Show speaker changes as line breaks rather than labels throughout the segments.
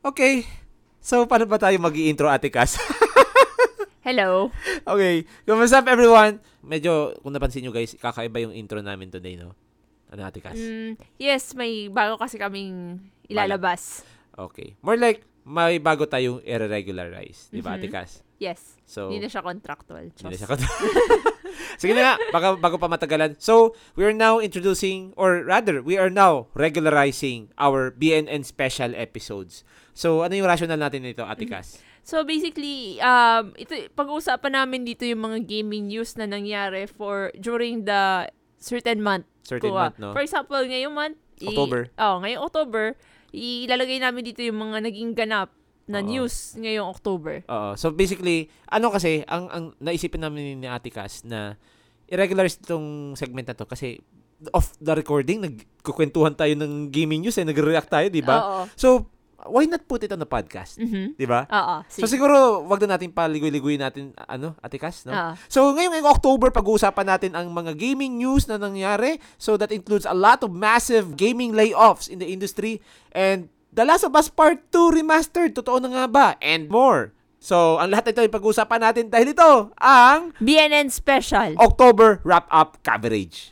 Okay. So, paano ba tayo mag intro Ate Cass?
Hello.
okay. So, what's up, everyone? Medyo, kung napansin nyo guys, kakaiba yung intro namin today, no? Ano, Ate Cass?
Mm, yes, may bago kasi kaming ilalabas.
Okay. More like, may bago tayong irregularize. Di ba, Ate
Mhm.
Cass?
Yes.
So,
Hindi na siya contractual.
Hindi na
Chos.
siya kat- Sige na nga, baka, bago pa matagalan. So, we are now introducing, or rather, we are now regularizing our BNN special episodes. So, ano yung rational natin nito, Ate
Mm-hmm.
Cass?
So basically, um, ito, pag-uusapan namin dito yung mga gaming news na nangyari for during the certain month.
Certain
Kuha.
month, no?
For example, ngayong month, i-
October.
Oo, ngayong October, ilalagay namin dito yung mga naging ganap na
Oo.
news ngayong October.
Oo. So, basically, ano kasi, ang, ang naisipin namin ni Ate Cass na irregular itong segment na to kasi off the recording, nagkukwentuhan tayo ng gaming news eh, nag-react tayo, di ba?
Oo.
So, why not put it on the podcast?
Mhm.
Di ba?
Oo.
So, siguro, wag na natin paligoy-ligoy natin, ano, Ate Cass, no?
Oo.
So ngayong ngayong October, pag-uusapan natin ang mga gaming news na nangyari. So that includes a lot of massive gaming layoffs in the industry and The Last of Us Part 2 Remastered, totoo na nga ba? And more. So ang lahat ito ay pag-uusapan natin dahil ito ang
BNN Special.
Oh. October Wrap-Up Coverage.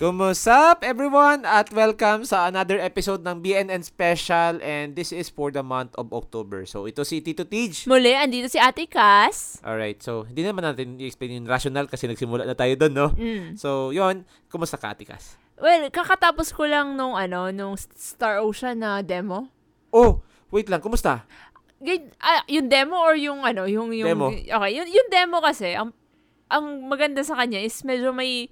Kumusta everyone at welcome sa another episode ng BNN Special and this is for the month of October. So ito si Tito Tej.
Muli, andito si Ate Cass.
Alright, so hindi naman natin i-explain yung rational kasi nagsimula na tayo doon, no?
Mm.
So, yon Kumusta ka, Atikas?
Well, kakatapos ko lang nung ano, nung Star Ocean na demo.
Oh, wait lang. Kumusta?
Gan- ah, yung demo or yung ano, yung yung
Demo.
okay, yung, yung demo kasi ang ang maganda sa kanya is medyo may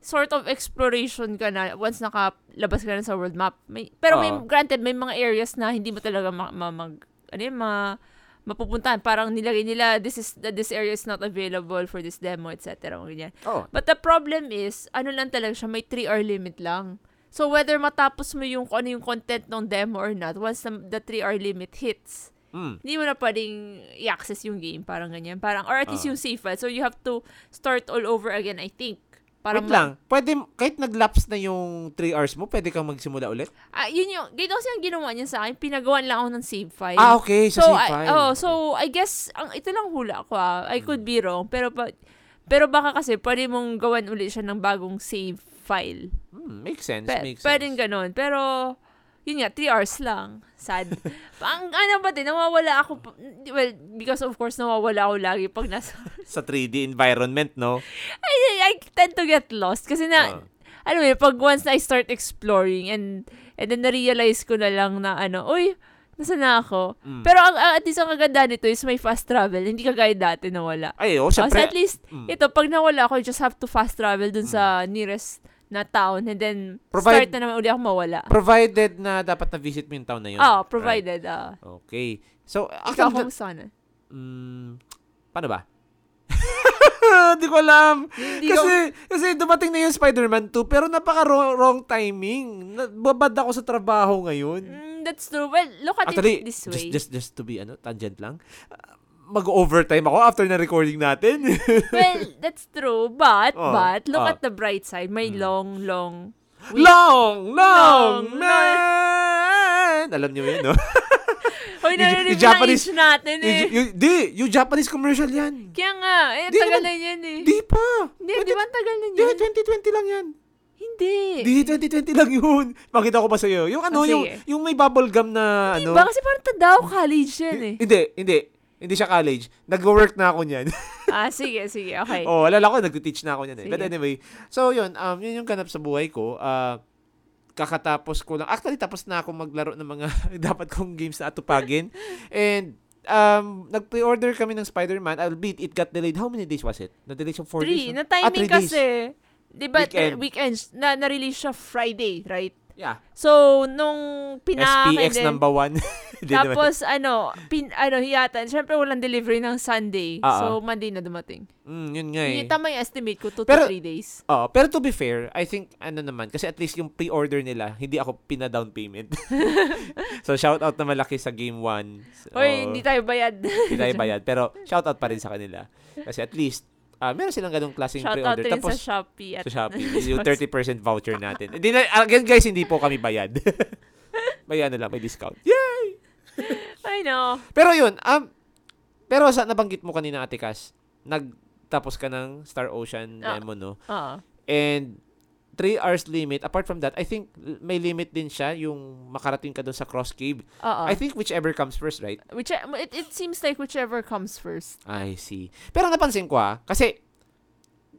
sort of exploration ka na once nakalabas ka na sa world map. May, pero may
Oo.
granted may mga areas na hindi mo talaga ma, ma- mag ano yun, ma, mapupuntahan. Parang nilagay nila this is that this area is not available for this demo, etc. Mga ganyan.
Oo.
But the problem is, ano lang talaga siya, may 3 hour limit lang. So whether matapos mo yung kung ano yung content ng demo or not, once the 3 hour limit hits,
Mm.
hindi mo na pwedeng i-access yung game, parang ganyan. Parang, or at least
Ah.
yung save file. So you have to start all over again, I think.
Wait
Parang
lang. Pwede, kahit nag-lapse na yung 3 hours mo, pwede kang magsimula ulit?
Ah, yun yung, ganito kasi ang ginawa niya sa akin, pinagawan lang ako ng save file.
Ah, okay. Sa
so,
save
I-
file. Hmm.
oh, so I guess ang ito lang hula ko. ah. I could be wrong, pero pa, pero baka kasi pwede mong gawan ulit siya ng bagong save file.
Hmm, makes sense.
Pe-
makes
Pwedeng
sense.
ganun, pero yun nga, 3 hours lang. Sad. ang ano ba din, nawawala ako, pa- well, because of course nawawala ako lagi pag nasa,
Sa 3D environment, no?
I, I tend to get lost kasi na,
Oo.
alam mo yun, pag once I start exploring and, and then na-realize ko na lang na ano, uy, nasa na ako?
Mm.
Pero ang, ang- at least ang kaganda nito is may fast travel, hindi kagaya dati na wala.
Ay, oh,
So,
syempre.
at least,
Mm.
ito, pag nawala ako, I just have to fast travel dun sa nearest na town and then
Provide-
start na naman uli ako mawala.
provided na dapat na-visit mo yung town na yun.
Ah, provided. ah.
Right. Okay. So,
Ikaw,
actually,
kumusta na?
mm, paano ba? Hindi ko alam.
Hindi
Kasi, kasi dumating na yung Spider-Man 2, pero napaka-wrong timing. Na- Babad ako sa trabaho ngayon.
Mm, that's true. Well, look at
Actually,
it this
just,
way.
just, just to be ano, tangent lang, uh, mag-overtime ako after na recording natin.
well, that's true. But,
Oh,
but, look
oh.
at the bright side. May long, long We-
long, long,
Long
man! Alam niyo yun, no?
Hoy,
Yung- yung
narinig mo ng
Japanese-
itch natin eh.
Y- y- di, yung Japanese commercial yan.
Kaya nga, eh, ang
Di naman-
tagal na yan eh.
Di pa.
Hindi, di ba ang tagal na
Di,
yan?
2020 lang yan.
Hindi.
Di, 2020 lang yun. Makita ko ba sa'yo? Yung ano,
Ah, sige.
yung, yung may bubble gum na ano.
Ba kasi parang tadao college yan eh.
Hi- Hindi, hindi. Hindi siya college. Nag-work na ako niyan.
ah, sige, sige, okay.
oh, alala ko, nag-teach na ako niyan eh. But
Sige.
anyway, so yun, um, yun yung ganap sa buhay ko. Ah, kakatapos ko lang. Actually, tapos na ako maglaro ng mga dapat kong games na atupagin. And um, nag-pre-order kami ng Spider-Man. Albeit, it got delayed. How many days was it? Na-delay siya 4 days?
Three,
no?
na
Ah,
timing
three days.
kasi. Di ba,
Weekend.
weekends, na, na-release siya Friday, right?
Yeah.
So, nung pinaka...
SPX number one. Hindi naman.
Tapos, ano, pin, ano, yata, syempre walang delivery ng Sunday.
Ah,
So, Monday na dumating.
Mm, yun nga eh.
Yun, tama yung estimate ko, 2
Pero-
to 3 days.
Oo, Ah, pero to be fair, I think ano naman kasi at least yung pre-order nila, hindi ako pina-down payment. so shout out na malaki sa game 1.
Hoy, hindi tayo bayad.
hindi tayo bayad, pero shout out pa rin sa kanila. Kasi at least ah meron silang ganung klaseng
Shout out
pre-order
din sa
tapos
Shopee. At,
sa Shopee, yung 30% voucher natin. Hindi na again guys, hindi po kami bayad. may ano lang, may discount. Yay!
I know.
Pero yun, um pero sa nabanggit mo kanina Ate Cass, nagtapos ka ng Star Ocean
Ah.
Lemon, no?
Oo.
And 3 hours limit. Apart from that, I think l- may limit din siya yung makarating ka doon sa Cross Cave.
Oo.
I think whichever comes first, right?
Uh-uh. Which, uh, it, it seems like whichever comes first.
I see. Pero napansin ko ah, kasi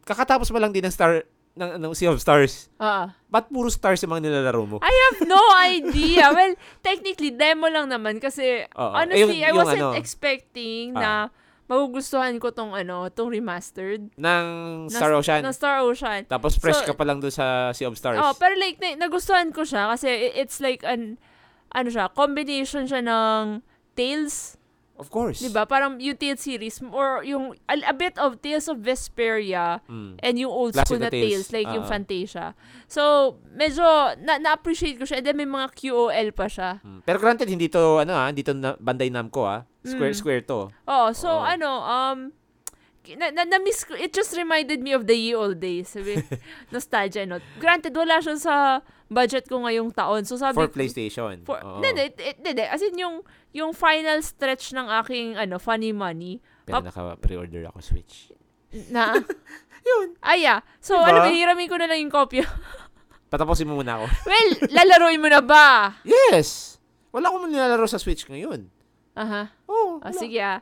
kakatapos mo lang din ng Star ng, ng Sea of Stars.
Oo.
Ba't puro stars yung mga nilalaro mo?
I have no idea. well, technically, demo lang naman kasi
Oo.
honestly,
Eh,
I
yung
wasn't
ano, Uh-uh.
expecting na magugustuhan ko tong ano, tong remastered.
ng Star Ocean.
Ng Star Ocean.
Tapos fresh
So-
ka pa lang doon sa Sea of Stars.
Oh, pero like, na- nagustuhan ko siya kasi i- it's like an, ano siya, combination siya ng Tales,
of course.
di ba? Parang yung Tales series or yung, a, a bit of Tales of Vesperia
Mm.
and yung old
Classic
school
na
na
Tales.
Tales, like yung
Ah.
Fantasia. So, medyo na- na-appreciate ko siya and then may mga QOL pa siya.
Mm. Pero granted, hindi to, ano ah, hindi to na, Bandai Namco ah. Square,
Mm.
square to.
Oh,
Oo.
so ano, um, na, na, miss ko, it just reminded me of the ye old days. Sabi, nostalgia, no? Granted, wala siya sa budget ko ngayong taon. So sabi
For
ko,
PlayStation.
For,
Oo.
hindi, eh, hindi, hindi. As in, yung, yung final stretch ng aking, ano, funny money,
Pero
Up-
naka-pre-order ako Switch.
na,
Yun.
ah, yeah. So,
Diba?
ano, hiramin ko na lang yung kopya.
Patapusin mo muna ako.
well, lalaroin mo na ba?
Yes! Wala akong nilalaro sa Switch ngayon.
Aha.
Oo.
Ah,
wala. Hmm.
sige, ah.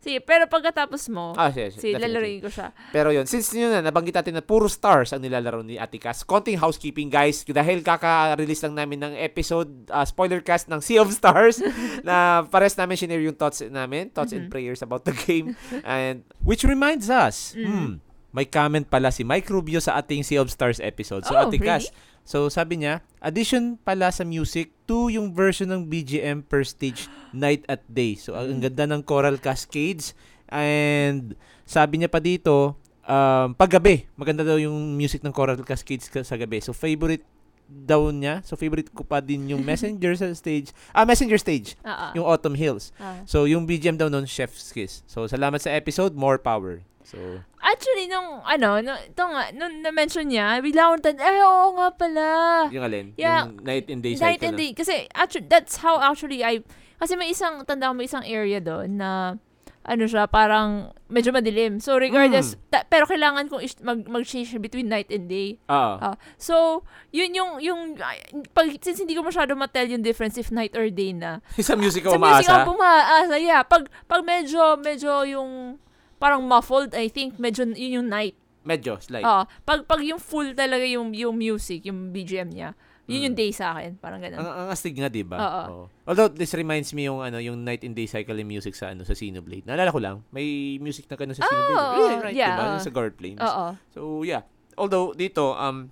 Sige, pero pagkatapos mo,
Ah, sige, sige,
sige,
definitely.
lalaroin ko siya.
Pero yun, since yun na, nabanggit natin na puro stars ang nilalaro ni Ate Cass. Konting housekeeping guys, dahil kaka-release lang namin ng episode, ah, spoiler cast ng Sea of Stars, na pares namin shinare yung thoughts namin, thoughts and prayers about the game. And, Mm-hmm. which reminds us, hmm, may comment pala si Mike Rubio sa ating Sea of Stars episode. So,
Oh,
Ate Cass, so sabi niya, addition pala sa music, to yung version ng BGM per stage, night at day. So, ang
Hmm.
ang ganda ng Coral Cascades. And, sabi niya pa dito, um, paggabi, maganda daw yung music ng Coral Cascades ka- sa gabi. So, favorite daw niya. So, favorite ko pa din yung Messenger sa stage. Ah, Messenger stage.
Ah, ah.
Yung Autumn Hills.
Ah.
So, yung BGM daw nun, Chef's Kiss. So, salamat sa episode. More power. So,
Actually, nung, ano, nung, ito nga, nung na-mention niya, bigla akong tan, eh, oo nga pala.
yung alin?
Ah, Yeah.
Yung night and day
Night
cycle
and
na.
day. Kasi, actually, that's how actually I, kasi may isang, tanda ko may isang area doon na, ano siya, parang medyo madilim. So,
Mm.
regardless, ta- pero kailangan kong is- mag- mag-change between night and day.
Oo.
Ah, so, yun yung, yung, ay, pag, since hindi ko masyado matel yung difference if night or day na.
sa music ka
sa music
umaasa.
ako pumaasa, yeah. Pag, pag medyo, medyo yung, parang muffled, I think, medyo yun yung night.
Medyo, slight.
Ah, pag, pag yung full talaga yung, yung music, yung BGM niya, yun yung day sa akin. Parang ganun.
Mm. Ang, ang astig nga, di ba?
Oo.
Oo. Although, this reminds me yung, ano, yung night and day cycle in music sa, ano, sa Xenoblade. Naalala ko lang, may music na gano'n sa Xenoblade. right,
oo, Oh, yeah, Oh.
diba?
oo.
Yung sa Guard Plains.
Oo.
So, yeah. Although, dito, um,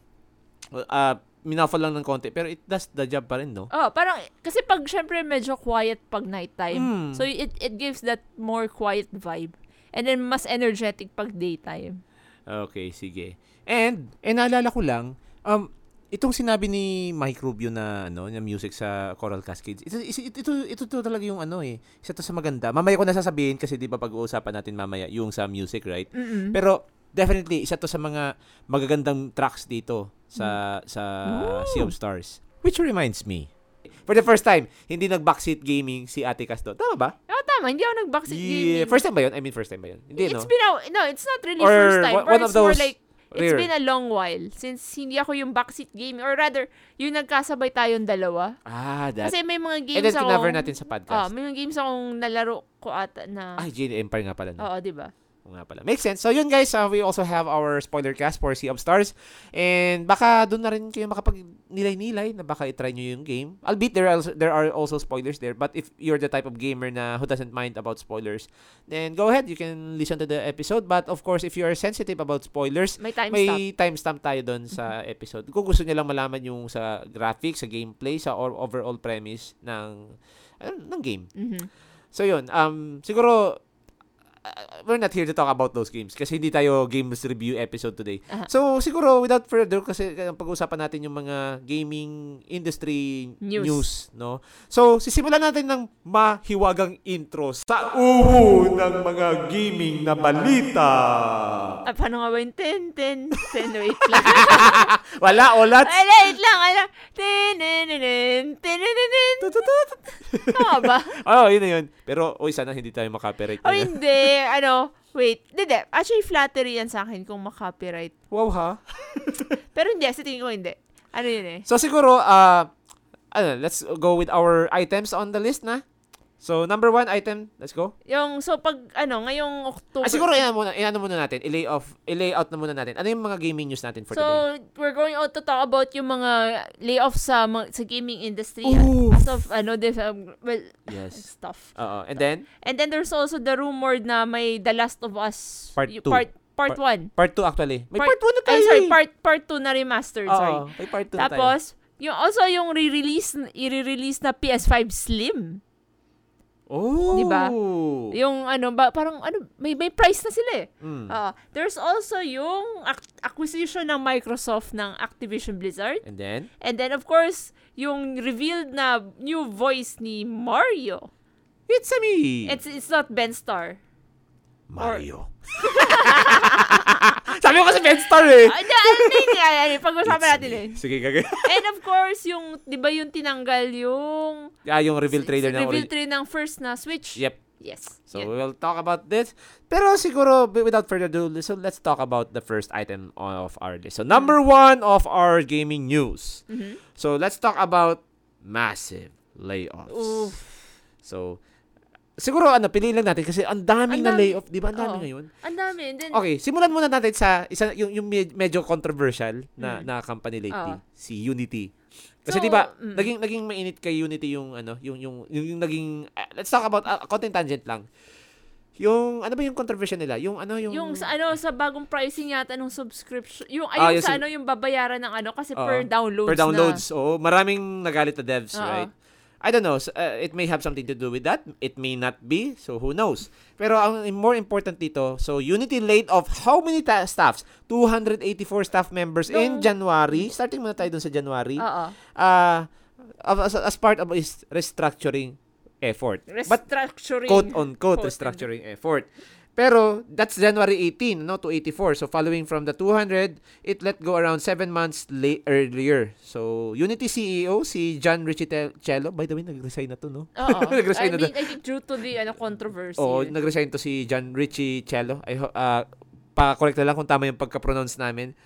uh, minaffle lang ng konti, pero it does the job pa rin, no?
Oh, parang kasi pag syempre medyo quiet pag nighttime.
Mm.
So it it gives that more quiet vibe. And then mas energetic pag daytime.
Okay, sige. And, eh, naalala ko lang, um, itong sinabi ni Mike Rubio na, ano, na music sa Coral Cascades, ito, ito, ito, ito, to talaga yung, ano, eh, isa to sa maganda. Mamaya ko na sasabihin kasi, di ba, pag-uusapan natin mamaya yung sa music, right?
Mm.
Pero definitely isa to sa mga magagandang tracks dito sa
Mm.
sa Sea of Stars. Which reminds me, for the first time, hindi nag-backseat gaming si Ate Cas doon. Tama ba?
Oh, tama, hindi ako nag-backseat gaming.
First time ba 'yun? I mean first time ba 'yun? Hindi
it's
no.
been a, no, it's not really
Or
first time.
one-
Or
one of
it's more
those
like it's
rare.
been a long while since hindi ako yung backseat gaming or rather yung nagkasabay tayong dalawa.
Ah, that.
Kasi may mga
And
games
then
ako.
kinover natin sa
Ah,
podcast.
may mga games akong nalaro ko ata na
Ay, Jane Empire nga pala. No?
Oo, 'di ba?
Oo nga pala. Makes sense. So yun guys, uh, we also have our spoiler cast for Sea of Stars. And baka doon na rin kayo makapag-nilay-nilay na baka itry nyo yung game. Albeit there are, there are also spoilers there. But if you're the type of gamer na who doesn't mind about spoilers, then go ahead. You can listen to the episode. But of course, if you are sensitive about spoilers,
May time stop.
may timestamp tayo doon sa episode. Kung gusto niyo lang malaman yung sa graphics, sa gameplay, sa or- overall premise ng ano, ng game.
Mhm.
So yun, um siguro uh, we're not here to talk about those games kasi hindi tayo games review episode today.
Aha.
So siguro without further kasi uh, pag-uusapan natin yung mga gaming industry
News.
news, no. So sisimulan natin ng mahiwagang intro sa uho ng mga gaming na balita. Oh.
Ah, paano nga ba yung 10, 10, 10, wait lang.
Wala olat.
Ay, wait lang, ay lang. Tinininininin, tinininininin. Tama ba?
Oh, yun na yun. Pero, oy, sana hindi tayo makapirate
O hindi, ano, wait. Hindi, actually flattery yan sa akin kung makopyright.
Wow, ha?
Pero hindi, sa tingin ko hindi. Ano yun eh?
So, siguro, uh, ano, let's go with our items on the list na. So, number one item, let's go.
Yung, so pag, ano, ngayong
Ah,
October.
siguro, iyan muna, iyan muna natin. I-lay off, i-lay out na muna natin. Ano yung mga gaming news natin for today?
So, we're going out to talk about yung mga layoffs sa, mga- sa gaming industry.
Ooh.
As of, ano, this, um, well,
Yes.
stuff.
Oo. And then,
And then there's also the rumored na may The Last of Us.
Part
yung
two.
Part, part, one.
part 2 actually. May
Part-
part 1 na tayo.
Ay, sorry,
eh.
part, part two na remastered,
Oo,
sorry.
may part 2 na tayo.
Tapos, yung also yung re-release, i-release na PS5 Slim.
oh.
diba? Yung ano, ba, parang ano, may, may price na sila eh.
Mm.
Oo. there's also yung ac- acquisition ng Microsoft ng Activision Blizzard.
And then,
And then, of course, yung revealed na new voice ni Mario.
it's a me.
It's, it's not Ben Starr.
Mario. Sabi ko kasi Ben Star eh.
Ah, hindi, ano na yun, ah, ano, pag-usapan
It's
natin
me.
eh.
Sige, gagawin.
And of course, yung, di ba yung tinanggal yung
Ah, yung reveal trailer ng
reveal
origin.
trailer ng first na Switch?
Yep.
Yes.
So
Yep.
we will talk about this. Pero siguro b- without further ado, so let's talk about the first item of our list. So number
Hmm.
one of our gaming news.
Mm-hmm.
So let's talk about massive layoffs.
Oof.
So siguro ano piliin lang natin kasi ang daming
Ang
na
dami.
layoff, 'di ba? Ang dami
Oo.
ngayon.
Ang dami. And then,
Okay, simulan muna natin sa isa yung, yung med- medyo controversial na na company lately,
Mm. Oo.
si Unity. Kasi
So,
'di ba,
mm.
naging naging mainit kay Unity yung ano, yung yung yung, yung naging ah, let's talk about ah, content tangent lang. Yung ano ba yung controversial nila? Yung ano yung
yung sa ano, sa bagong pricing yata nung subscription, yung
Ah, yung
ayun sa
sub-
ano, yung babayaran ng ano, kasi
Oo.
per downloads
per
na.
downloads. Oo, maraming nagalit na devs,
Oo.
right? I don't know. s- uh, it may have something to do with that. It may not be. So who knows? Pero ang more important dito, so Unity laid off how many ta- staffs? 284 staff members in
Nung-
January. Starting muna tayo dun sa January.
Oo.
Uh, as, as part of is restructuring effort. But
Restructuring.
quote on quote
Quote and-
restructuring effort. Pero that's January 18, no, to 84. So following from the 200, it let go around 7 months late earlier. So Unity CEO si John Riccitello, by the way, nag-resign na to, no?
Oo. I
Nag-resign na
mean, I think due to the ano, controversy.
Oo, nag-resign to si John Riccitello. I ho- ah, pa-correct na lang kung tama yung pagka-pronounce namin.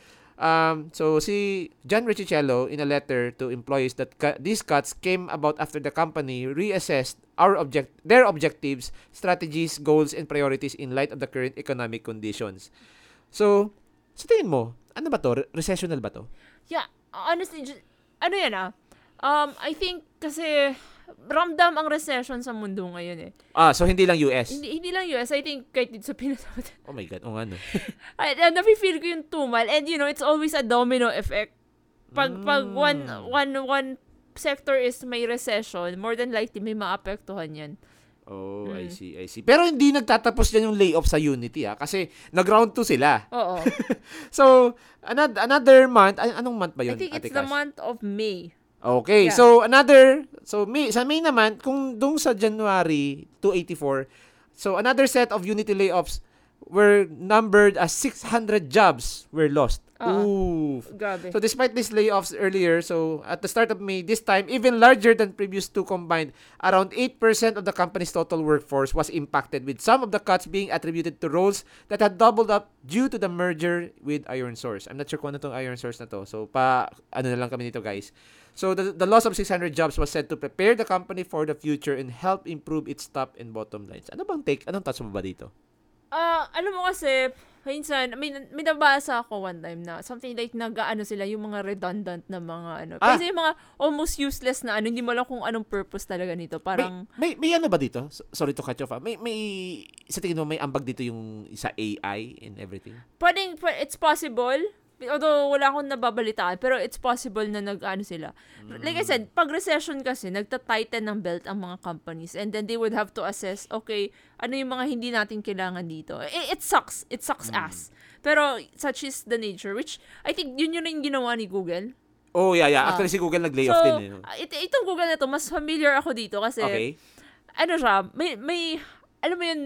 Um, so si John Riccitello in a letter to employees that cu- these cuts came about after the company reassessed our object their objectives, strategies, goals and priorities in light of the current economic conditions. So, sa tingin mo, ano ba to? Re- Recessional ba to?
Yeah, honestly, ju- ano yan ah? Um, I think kasi ramdam ang recession sa mundo ngayon eh.
Ah, so hindi lang US.
Hindi, hindi lang US, I think kahit dito sa Pinas.
Oh my god, oh ano.
I, I, nafe-feel ko yung tumal and you know, it's always a domino effect. Pag, pag
Mm.
one, one, one sector is may recession, more than likely may maapektuhan yan.
Oh, I see, I see. Pero hindi nagtatapos yan yung layoff sa Unity ah kasi nag-round 2 sila.
Oo.
So, another, another month, an- anong month ba
I
yun?
think
Ate
it's the
Cash?
month of May.
Okay,
Yeah.
so another, so May, sa May naman, kung dung sa January 284, so another set of Unity layoffs were numbered as 600 jobs were lost. Oof.
Grabe.
So despite these layoffs earlier, so at the start of May, this time even larger than previous two combined, around 8% of the company's total workforce was impacted with some of the cuts being attributed to roles that had doubled up due to the merger with Iron Source. I'm not sure kung ano tong Iron Source na to. So pa ano na lang kami nito, guys. So the, the loss of 600 jobs was said to prepare the company for the future and help improve its top and bottom lines. Ano bang take? Anong thoughts mo ba dito?
Ah, alam mo kasi, minsan, may, may nabasa ako one time na something like nag-ano sila, yung mga redundant na mga ano.
Ah!
Kasi yung mga almost useless na ano, hindi mo alam kung anong purpose talaga nito. Parang,
May, may, may ano ba dito? So- Sorry to cut you off. ah. May, may, sa tingin mo, may ambag dito yung sa AI and everything?
pwedeng, pwe- it's possible. Although, wala akong nababalitaan. Pero, it's possible na nag-ano sila. Like I
Mm.
said, pag recession kasi, nagta-tighten ng belt ang mga companies. And then, they would have to assess, okay, ano yung mga hindi natin kailangan dito. It, it sucks. It sucks
Mm.
ass. Pero, such is the nature. Which, I think, yun yun yung ginawa ni Google.
Oh, yeah, yeah.
Ah.
Actually, si Google nag-layoff
so,
din. Eh. no?
it- itong Google na to, mas familiar ako dito kasi,
Okay.
ano siya, may, may, alam mo yun,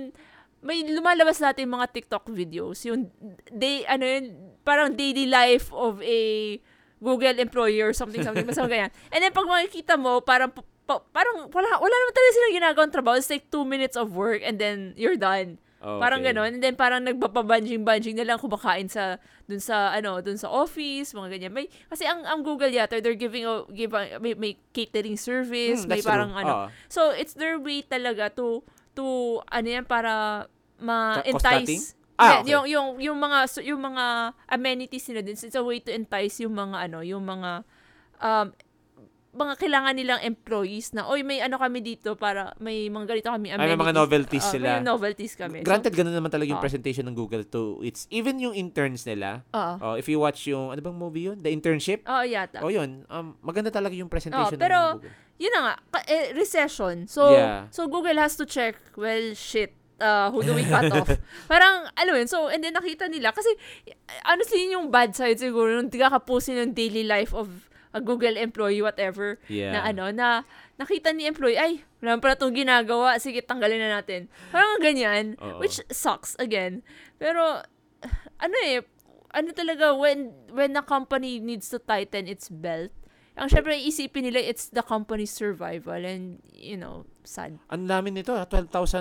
may lumalabas natin mga TikTok videos. Yung, day, ano yun, parang daily life of a Google employee or something, something, basta ganyan. And then, pag makikita mo, parang, pu- pa- parang, wala, wala naman talaga silang ginagawang trabaho. It's like two minutes of work and then you're done.
Okay.
Parang ganon. And then parang nagpapabanjing-banjing na lang kumakain sa, dun sa, ano, dun sa office, mga ganyan. May, kasi ang, ang Google yata, they're giving, a, give a- may, may catering service,
Mm,
may
that's
parang
true.
ano.
Oo.
So, it's their way talaga to, to, ano yan, para
cutting?
ma-entice.
Ah,
Yeah,
okay.
yung, yung, yung mga, so, yung mga amenities nila din, so it's a way to entice yung mga, ano, yung mga, um, mga kailangan nilang employees na, oy, may ano kami dito para, may mga ganito kami
Ay, may mga novelties
Ah,
sila.
May novelties kami. So, ah.
Granted, ganun naman talaga yung
Oo.
presentation ng Google to its even yung interns nila.
Oo.
Oh, if you watch yung ano bang movie yun? The Internship.
Oo, yata.
Oh, yun. Um, maganda talaga yung presentation
Oo, Ah. pero-
ng Google.
Yun na nga, ka- eh, recession. So,
Yeah.
so Google has to check, well, shit, uh, who do we cut off? Parang, alam mo yun, so, and then nakita nila, kasi, honestly, yun yung bad side siguro, nung kakapusin yung daily life of a Google employee, whatever,
Yeah.
na ano, na nakita ni employee, ay, wala pa itong ginagawa, sige, tanggalin na natin. Parang ganyan,
Oo.
which sucks again. Pero, ano eh, ano talaga, when, when a company needs to tighten its belt, ang syempre isipin nila, it's the company's survival and, you know, sad.
Ang dami nito, ah,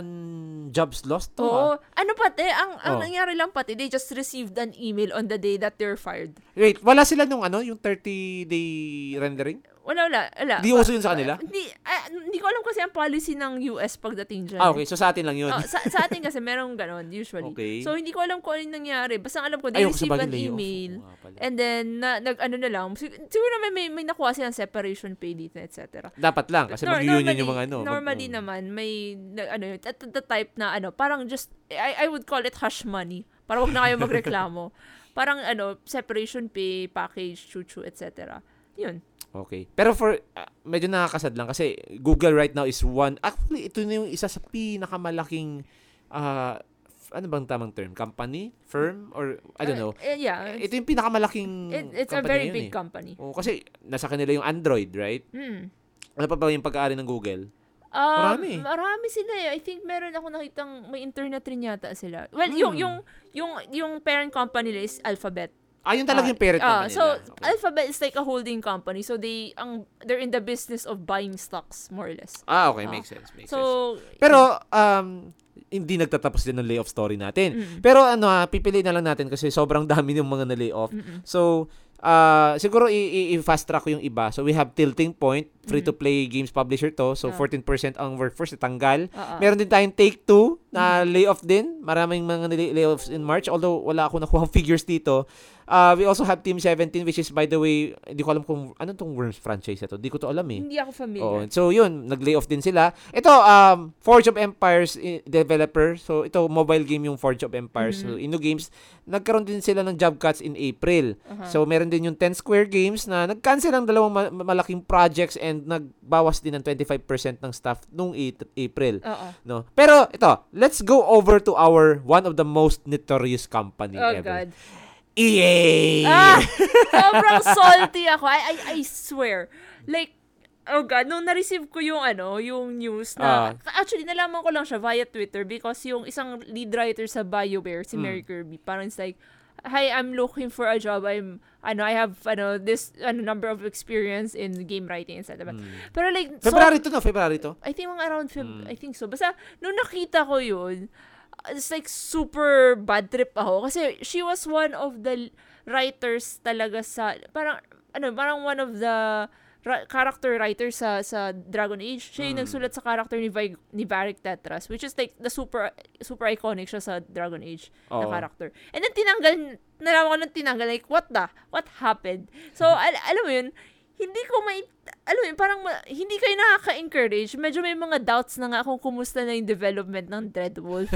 12,000 jobs lost to. ah.
Oo. Ano pati, ang, ang
Oo.
nangyari lang pati, they just received an email on the day that they're fired.
Wait, wala sila nung ano, yung 30-day rendering?
Wala, wala, wala.
Di uso yun sa kanila?
Hindi, ah, hindi ko alam kasi ang policy ng US pagdating dyan.
Ah, okay. So sa atin lang yun.
Diba? Oh, sa, sa atin kasi merong ganon, usually.
Okay.
So, hindi ko alam kung ano yung nangyari. Basta ang alam ko, they
Ayun,
received
sabagay,
an
layoff.
email.
Oo nga pala.
And then, na, nag, ano na lang, sig- siguro naman may, may nakuha silang separation pay dito, etc.
Dapat lang, Ah, kasi
Nor-
mag-union
normally-
yung mga ano. mag-
Normally
oh.
naman, may, na- ano yun, at the type na ano, parang just, I, I would call it hush money. Para wag na kayo magreklamo. parang ano, separation pay, package, chuchu, etc. Yun.
Okay. Pero for, ah, medyo nakakasad lang kasi Google right now is one, actually ito na yung isa sa pinakamalaking, ah, f- ano bang tamang term? Company? Firm? Or, I don't know.
Eh, eh, yeah.
Ito yung pinakamalaking
It- it's a
company
very
ngayon eh.
big company.
Oo, kasi nasa kanila yung Android, right?
Mm.
Ano pa ba yung pag-aari ng Google?
Um,
Marami.
Marami sila eh. I think meron ako nakitang may internet rin yata sila. Well, yung
Mm.
yung yung yung parent company nila is Alphabet.
Ah, yun talaga
Ah,
yung parent
ah,
company
So
nila. Okay.
Alphabet is like a holding company. So they ang they're in the business of buying stocks more or less.
Ah, okay.
ah,
Makes sense. Makes sense.
So
Pero, um, hindi nagtatapos din ng layoff story natin.
Mm.
Pero ano ha, pipili na lang natin kasi sobrang dami ng mga na-layoff.
Mm-mm.
So, ah, siguro i-fast track ko yung iba. So, we have Tilting Point, free-to-play games publisher to. So,
Ah.
14% ang workforce natanggal.
Ah, ah.
Meron din tayong Take Two na layoff din. Maraming mga nila- layoffs in March. Although, wala ako nakuha figures dito. Uh, we also have Team 17 which is, by the way, hindi ko alam kung, ano tong Worms franchise na to? Hindi ko to alam eh.
hindi ako
Oo.
familiar.
So, yun. Nag-layoff din sila. Ito, um, Forge of Empires i- developer. So, ito, mobile game yung Forge of Empires.
Mm-hmm.
So, Inu Games. Nagkaroon din sila ng job cuts in April.
Aha.
So, meron din yung 10 Square Games na nag-cancel ng dalawang ma- ma- malaking projects and nagbawas din ng 25% ng staff nung it- April.
Oo.
No. Pero ito, let's go over to our one of the most notorious company
Oh
ever. E
God.
EA.
Ah! Sobrang salty ako. I, I, I swear. Like, oh God, nung na-receive ko yung ano, yung news na, actually, nalaman ko lang siya via Twitter because yung isang lead writer sa BioWare, si Mary Kirby, parang it's like, Hi, I'm looking for a job. I'm, ano, I have, ano, this, ano, number of experience in game writing, etc. Hmm. Pero like, so-
Hmm. February to no, February to.
I think mga around Feb, I think so. Basta, nung nakita ko yun, it's like super bad trip ako. Kasi she was one of the writers talaga sa, parang, ano, parang one of the ra- character writer sa sa Dragon Age. Siya yung nagsulat sa character ni Vi- ni Varric Tetras, which is like the super super iconic siya sa Dragon Age na
Oo.
character. And then tinanggal nalaman ko nung tinanggal like what the what happened. So
Mm-hmm.
al- alam mo yun, hindi ko may alam mo yun, parang ma- hindi kayo nakaka-encourage. Medyo may mga doubts na nga kung kumusta na yung development ng Dreadwolf.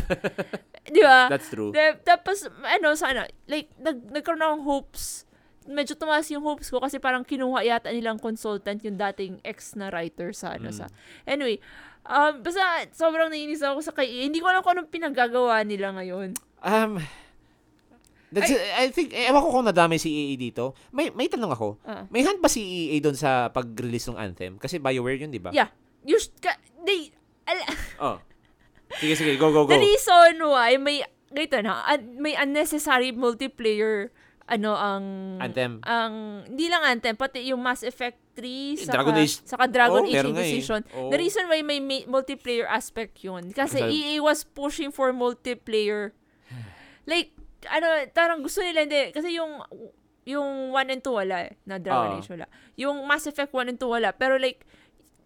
'Di ba?
That's true.
De, tapos, ano, sana, like, nag, nagkaroon akong hopes. Medyo tumaas yung hopes ko kasi parang kinuha yata nilang consultant yung dating ex na writer sa, ano, sa.
Mm.
Anyway, um, basta sobrang naiinis ako sa kay Hindi ko alam kung anong pinagagawa nila ngayon.
Um, that's, I, think, eh, ewan ko kung nadami si EA dito. May, may tanong ako.
Ah.
May hand ba si E EA doon sa pag-release ng Anthem? Kasi Bioware yun, di ba?
Yeah. You sh- ka, they, al-
Oh. Sige, sige. Go, go, go.
the reason why may, ganito na, un- may unnecessary multiplayer, ano, ang,
Anthem. Eh,
ang hindi lang Anthem, pati yung Mass Effect 3 saka
Dragon Age.
saka Dragon
Oo,
Age
meron nga eh.
Inquisition.
Oo.
The reason why may, may multiplayer aspect yun kasi
Kasi-
EA was pushing for multiplayer. Like ano, tarang gusto nila hindi kasi yung yung 1 and 2 wala eh, na Dragon
Ah.
Age wala. Yung Mass Effect 1 and 2 wala, pero like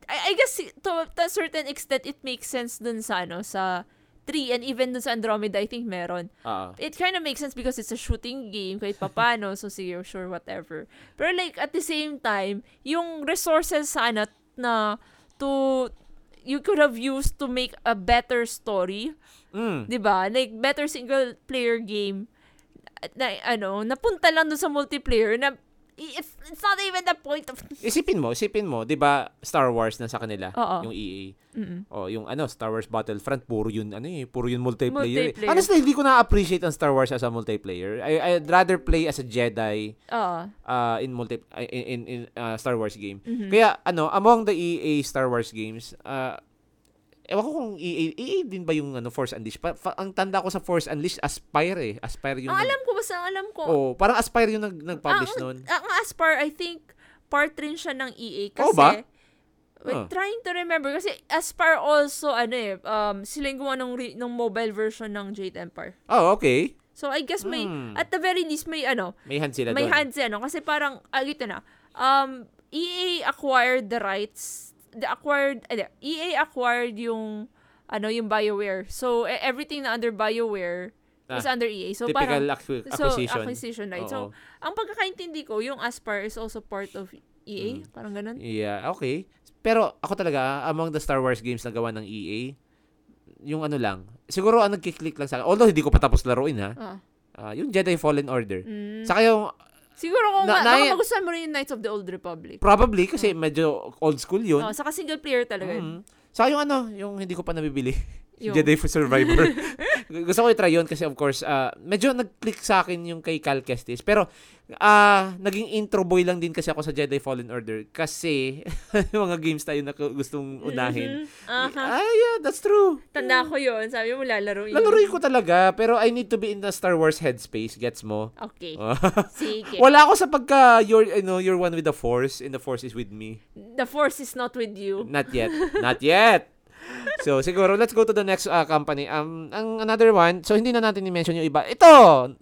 I, I guess to, to a certain extent it makes sense dun sa ano sa 3 and even dun sa Andromeda I think meron
Ah.
it kind of makes sense because it's a shooting game kahit papano so sige sure whatever pero like at the same time yung resources sana na to you could have used to make a better story
Mm.
'di ba like better single player game na ano napunta lang dun sa multiplayer na if it's not even the point of
Isipin mo, isipin mo, 'di ba Star Wars na sa kanila,
Oo.
yung EA.
Mm-mm.
Oh, yung ano, Star Wars Battlefront, puro yun ano eh, puro yun multiplayer. eh.
Multiplayer.
Honestly, hindi ko na-appreciate ang Star Wars as a multiplayer. I I'd rather play as a Jedi
oo
uh, in multi uh, in in, in, uh, Star Wars game.
Mm-hmm.
Kaya ano, among the EA Star Wars games, uh, ewan ko kung E EA, EA din ba yung ano Force Unleashed? Pa, fa- ang tanda ko sa Force Unleashed, Aspire eh. Aspire yung nag-
ang Ah, alam Ah, oh. ko basta ang alam ko
Oh, parang Aspire yung nag, nag-publish
ang,
noon.
Ang Aspar, I think, part rin siya ng EA. Kasi,
Oo Oh, ba?
Wait,
Huh.
trying to remember. Kasi Aspar also, ano eh, um, sila yung gumawa ng, re- ng mobile version ng Jade Empire.
Oh, okay.
So, I guess may,
Hmm.
at the very least, may ano,
May hand sila
may
doon.
hands eh, no? Kasi parang, ah, ito na, um, EA acquired the rights, the acquired, ano, EA acquired yung, ano, yung BioWare. So, e- everything na under BioWare is
Ah,
under EA. So,
Typical
parang,
acqui-
So,
acquisition.
acquisition, right?
Oo.
So, ang pagkakaintindi ko, yung Aspar is also part of EA. Parang ganun.
Mm. Yeah, okay. Pero ako talaga, among the Star Wars games na gawa ng EA, yung ano lang, siguro ang nagkiklik lang sa akin, although hindi ko pa tapos laruin ha,
Ah.
ah, yung Jedi Fallen Order.
Mm.
Saka yung,
Siguro kung
Na-
ma- baka
nai-
magustuhan mo rin yung Knights of the Old Republic.
probably, kasi medyo old school yun.
Mm. Oh, saka single player talaga yun.
Mm. Saka yung ano, yung hindi ko pa nabibili.
Yung-
Jedi for Survivor. Gusto ko i-try yun kasi of course, ah, medyo nag-click sa akin yung kay Cal Kestis. Pero, ah, naging intro boy lang din kasi ako sa Jedi Fallen Order. Kasi, yung mga games tayo na gustong unahin.
Mhm.
Ah,
Aha.
yeah, that's true.
Tanda ko yun. Sabi mo, lalaro yun.
Lanurin ko talaga, pero I need to be in the Star Wars headspace, gets mo?
Okay. Sige.
Wala ako sa pagka you're, you know, you're one with the Force and the Force is with me.
The force is not with you.
Not yet. Not yet. So, siguro, let's go to the next ah, company. Um, ang another one, so hindi na natin i-mention yung iba. Ito,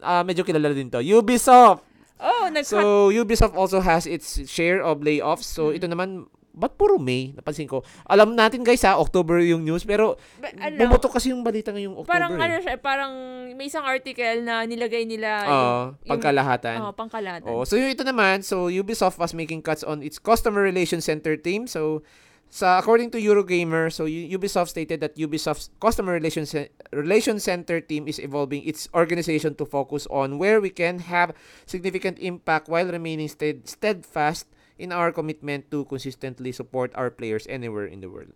ah, medyo kilala din to, Ubisoft.
Oh, nag
So, Ubisoft also has its share of layoffs.
Hmm.
So, ito naman, ba't puro May? Napansin ko. Alam natin guys ha, October yung news, pero
But, ano,
bumutok kasi yung balita ngayong October.
parang
eh.
ano siya, parang may isang article na nilagay nila.
Oo,
yung-
pagkalahatan.
Yung, oh, pangkalatan.
Oh, so yung ito naman, so Ubisoft was making cuts on its customer relations center team. So sa according to Eurogamer, so U- Ubisoft stated that Ubisoft's customer relations ce- relations center team is evolving its organization to focus on where we can have significant impact while remaining stead- steadfast in our commitment to consistently support our players anywhere in the world.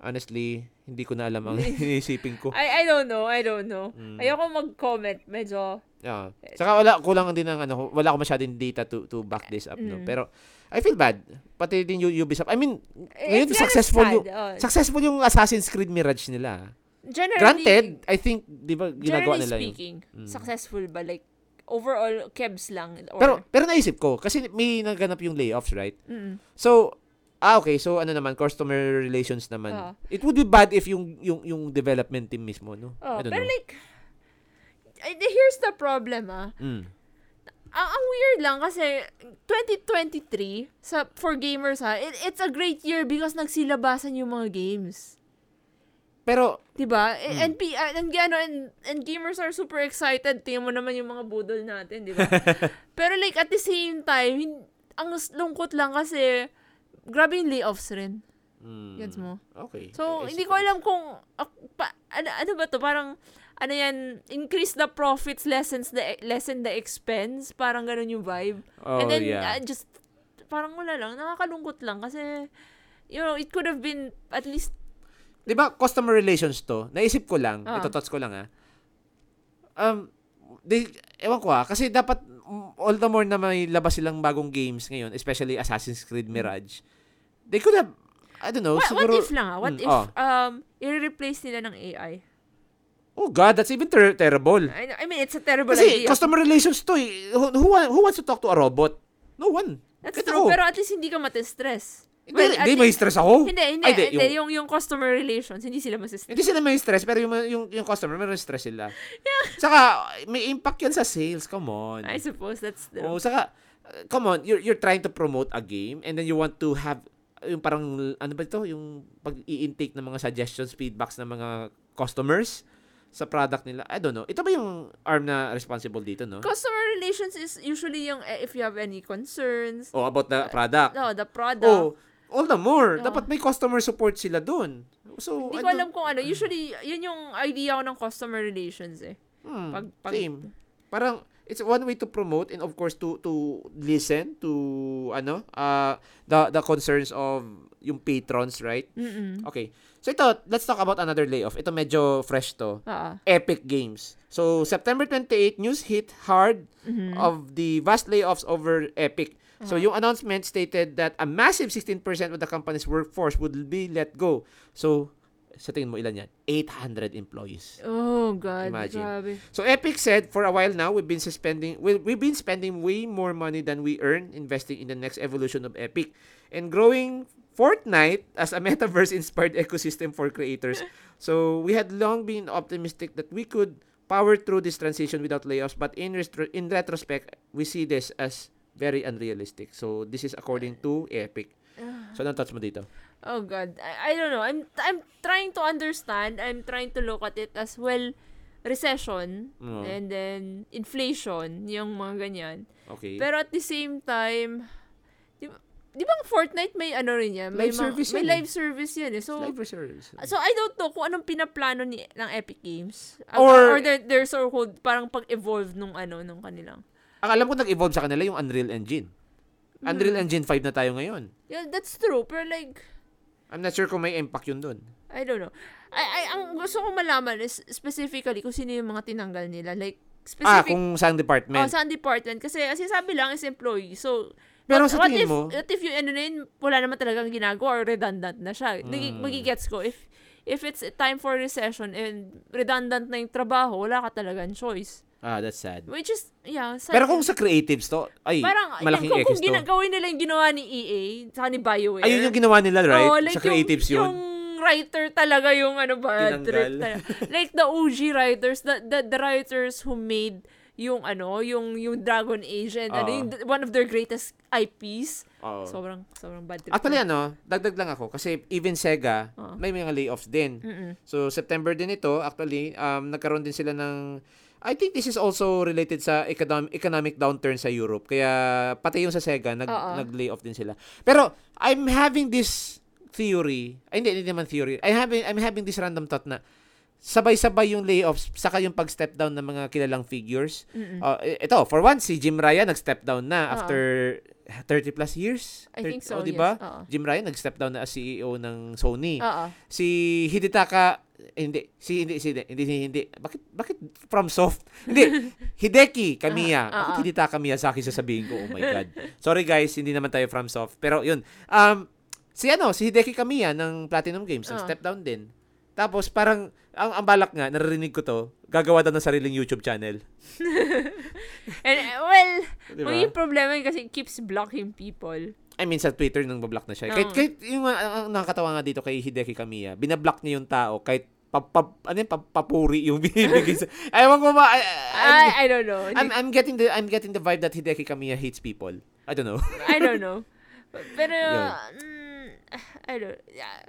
Honestly, hindi ko na alam ang iniisipin ko.
I, I don't know. I don't know.
Mm.
Ayoko mag-comment. Medyo,
Yeah.
Eh,
Saka Ah. wala kulang din ng ano, ko- wala ko masyadong data to to back this up no.
Mm.
Pero I feel bad. Pati din yung Ubisoft. I mean, ngayon
It's kinda
successful
sad,
yung
oh.
successful yung Assassin's Creed Mirage nila.
generally,
Granted, I think 'di ba ginagawa
generally
nila yun. Mm.
speaking, successful ba? Like, overall, kebs lang? Or,
Pero pero naisip ko kasi may naganap yung layoffs, right?
Mm-mm.
So Ah, okay. So, ano naman, customer relations naman.
Oo.
It would be bad if yung yung yung development team mismo, no?
Oh,
I don't
pero
know.
like, I- here's the problem, ah.
Mm.
Ang, ang weird lang kasi 2023 sa for gamers ha, it- it's a great year because nagsilabasan yung mga games.
Pero,
'Di ba? E-
Hmm.
And, P- uh, and, ano, and, and gamers are super excited. Tingnan mo naman yung mga budol natin, 'di ba? Pero like at the same time, hin- ang s- lungkot lang kasi grabe yung layoffs rin.
mm,
Gets mo?
okay. Eh,
So,
I
hindi ko
suppose.
alam kung ak- pa, ano, ano ba to, parang ano yan, increase the profits, lessens the lessen the expense, parang ganun yung vibe.
Oh,
And then
yeah.
uh, just parang wala lang, nakakalungkot lang kasi you know, it could have been at least
Di ba, customer relations to, naisip ko lang,
Ah.
ito thoughts ko lang ah. Um, di, ewan ko ah, kasi dapat, mm, all the more na may labas silang bagong games ngayon, especially Assassin's Creed Mirage, they could have, I don't know,
Hmm. what, what
siguro,
if lang ah, what
Mm,
if
oh.
um i-replace nila ng AI.
oh God, that's even ter- terrible.
I, know- I mean, it's a terrible
Kasi
idea.
customer relations to, eh. who, who, wa- who wants to talk to a robot? No one.
That's
Kita ko.
true, pero at least hindi ka matistress.
Hindi,
Well, at
hindi may
least-
stress ako.
Hindi, hindi,
Ay, di,
hindi, yung, yung customer relations, hindi sila masistress.
Hindi sila may stress, pero yung, yung, yung customer, meron stress sila. Saka, may impact yan sa sales. Come on.
I suppose that's the...
Oh, saka, uh, come on, you're, you're trying to promote a game and then you want to have, yung parang, ano ba ito, yung pag-i-intake ng mga suggestions, feedbacks ng mga customers sa product nila. I don't know. Ito ba yung arm na responsible dito, no?
Customer relations is usually yung eh, if you have any concerns.
Oh, about the product.
No, Uh, the product.
Oh, all the more.
Oh.
Dapat may customer support sila dun. So, I
Hindi ko
don't-
alam kung ano. Usually, yun yung idea ko ng customer relations eh.
Hmm,
Pag- pag-
same. Parang it's one way to promote and of course to to listen to ano uh the the concerns of yung patrons, right?
Mm-mm.
Okay. So ito, let's talk about another layoff. Ito medyo fresh to.
Ah.
Epic Games. So September 28, news hit hard
Mhm.
of the vast layoffs over Epic. So
Uh-huh.
yung announcement stated that a massive 16% of the company's workforce would be let go. So sa tingin mo ilan yan? 800 employees.
Oh, God.
Imagine.
Grabe.
So Epic said, for a while now, we've been suspending. We, we've been spending way more money than we earn investing in the next evolution of Epic, and growing Fortnite as a metaverse-inspired ecosystem for creators. so we had long been optimistic that we could power through this transition without layoffs, but in restro- in retrospect, we see this as very unrealistic. So this is according to Epic. So anong thoughts mo dito?
Oh, God. I, I don't know. I'm, I'm trying to understand. I'm trying to look at it as well. Recession.
Oo.
And then, inflation. Yung mga ganyan.
Hmm. Okay.
Pero at the same time, di, di ba ang Fortnite may ano rin yan? May
Live
mga-
service
May
yan eh.
live service yan eh. So,
Live reserves.
So, I don't know kung anong pinaplano ni, ng Epic Games.
Or-
Or, their, their sort of parang pag-evolve nung ano, nung kanilang.
Ang alam ko nag-evolve sa kanila yung Unreal Engine. Unreal
Hmm.
Engine 5 na tayo ngayon.
Yeah, that's true. Pero like,
I'm not sure kung may impact yun doon.
I don't know. I, I, ang gusto kong malaman is specifically kung sino yung mga tinanggal nila. Like,
Ah,
specific,
kung saan
oh,
department.
saan department. Kasi, kasi sabi lang is employee. So,
Pero
what,
sa
what
tingin
if,
mo-
What if yung ano na yun, wala naman talagang ginagawa or redundant na siya.
Hmm.
Nagi- Magigets ko. If, if it's time for recession and redundant na yung trabaho, wala ka talagang choice.
ah, that's sad.
Which is, yeah. sad.
Pero kung sa creatives to, ay,
Parang,
malaking
kung,
X
kung
to.
gina- gawin nila yung ginawa ni EA, saka ni BioWare.
Ayun yung ginawa nila, right?
Oo, Oh, like
sa creatives
yung,
yun.
Yung writer talaga yung ano ba,
Tinanggal.
trip talaga. like the OG writers, the, the, the writers who made yung ano, yung, yung Dragon Age and ano,
Oo.
yung, one of their greatest IPs.
Oo.
Sobrang, sobrang bad trip.
Oh. Actually, ano, dagdag lang ako. Kasi even Sega,
Oo.
may mga layoffs din.
Mm-mm.
So, September din ito, actually, um, nagkaroon din sila ng... I think this is also related sa economic, economic downturn sa Europe. Kaya, pati yung sa Sega, nag,
Oo.
nag-layoff din sila. Pero, I'm having this theory. Ay, hindi, hindi naman theory. I having, I'm having this random thought na sabay-sabay yung layoffs saka yung pag-step down ng mga kilalang figures. Uh, i- ito, for one, si Jim Ryan nag-step down na
Mm. Oo.
after 30 plus years.
I think so,
Oh, di ba?
yes. Oo.
Jim Ryan nag-step down na as CEO ng Sony
Oo.
si Hidetaka eh, hindi si hindi si hindi hindi, hindi. bakit bakit from soft hindi Hideki Kamiya
Ah, ah,
bakit
ah.
Hidetaka Miyazaki sasabihin ko oh my god sorry guys hindi naman tayo from soft pero yun um si ano si Hideki Kamiya ng Platinum Games ang
Ah.
step down din tapos parang ang, ang balak nga naririnig ko to gagawa daw ng sariling YouTube channel
And, uh, well,
Di ba?
magiging problema yun kasi it keeps blocking people.
I mean, sa Twitter nang bablock na siya. Kahit, ah,
Oo.
kahit yung uh, ang nakakatawa nga dito kay Hideki Kamiya, binablock niya yung tao kahit pa, pa, ano yun, pa- papuri yung binibigay sa... Ewan ko ba... I- I'm,
Ah, I, I don't know.
I'm, I'm getting the I'm getting the vibe that Hideki Kamiya hates people. I don't know.
I don't know. Pero,
Yun.
mm, I don't yeah.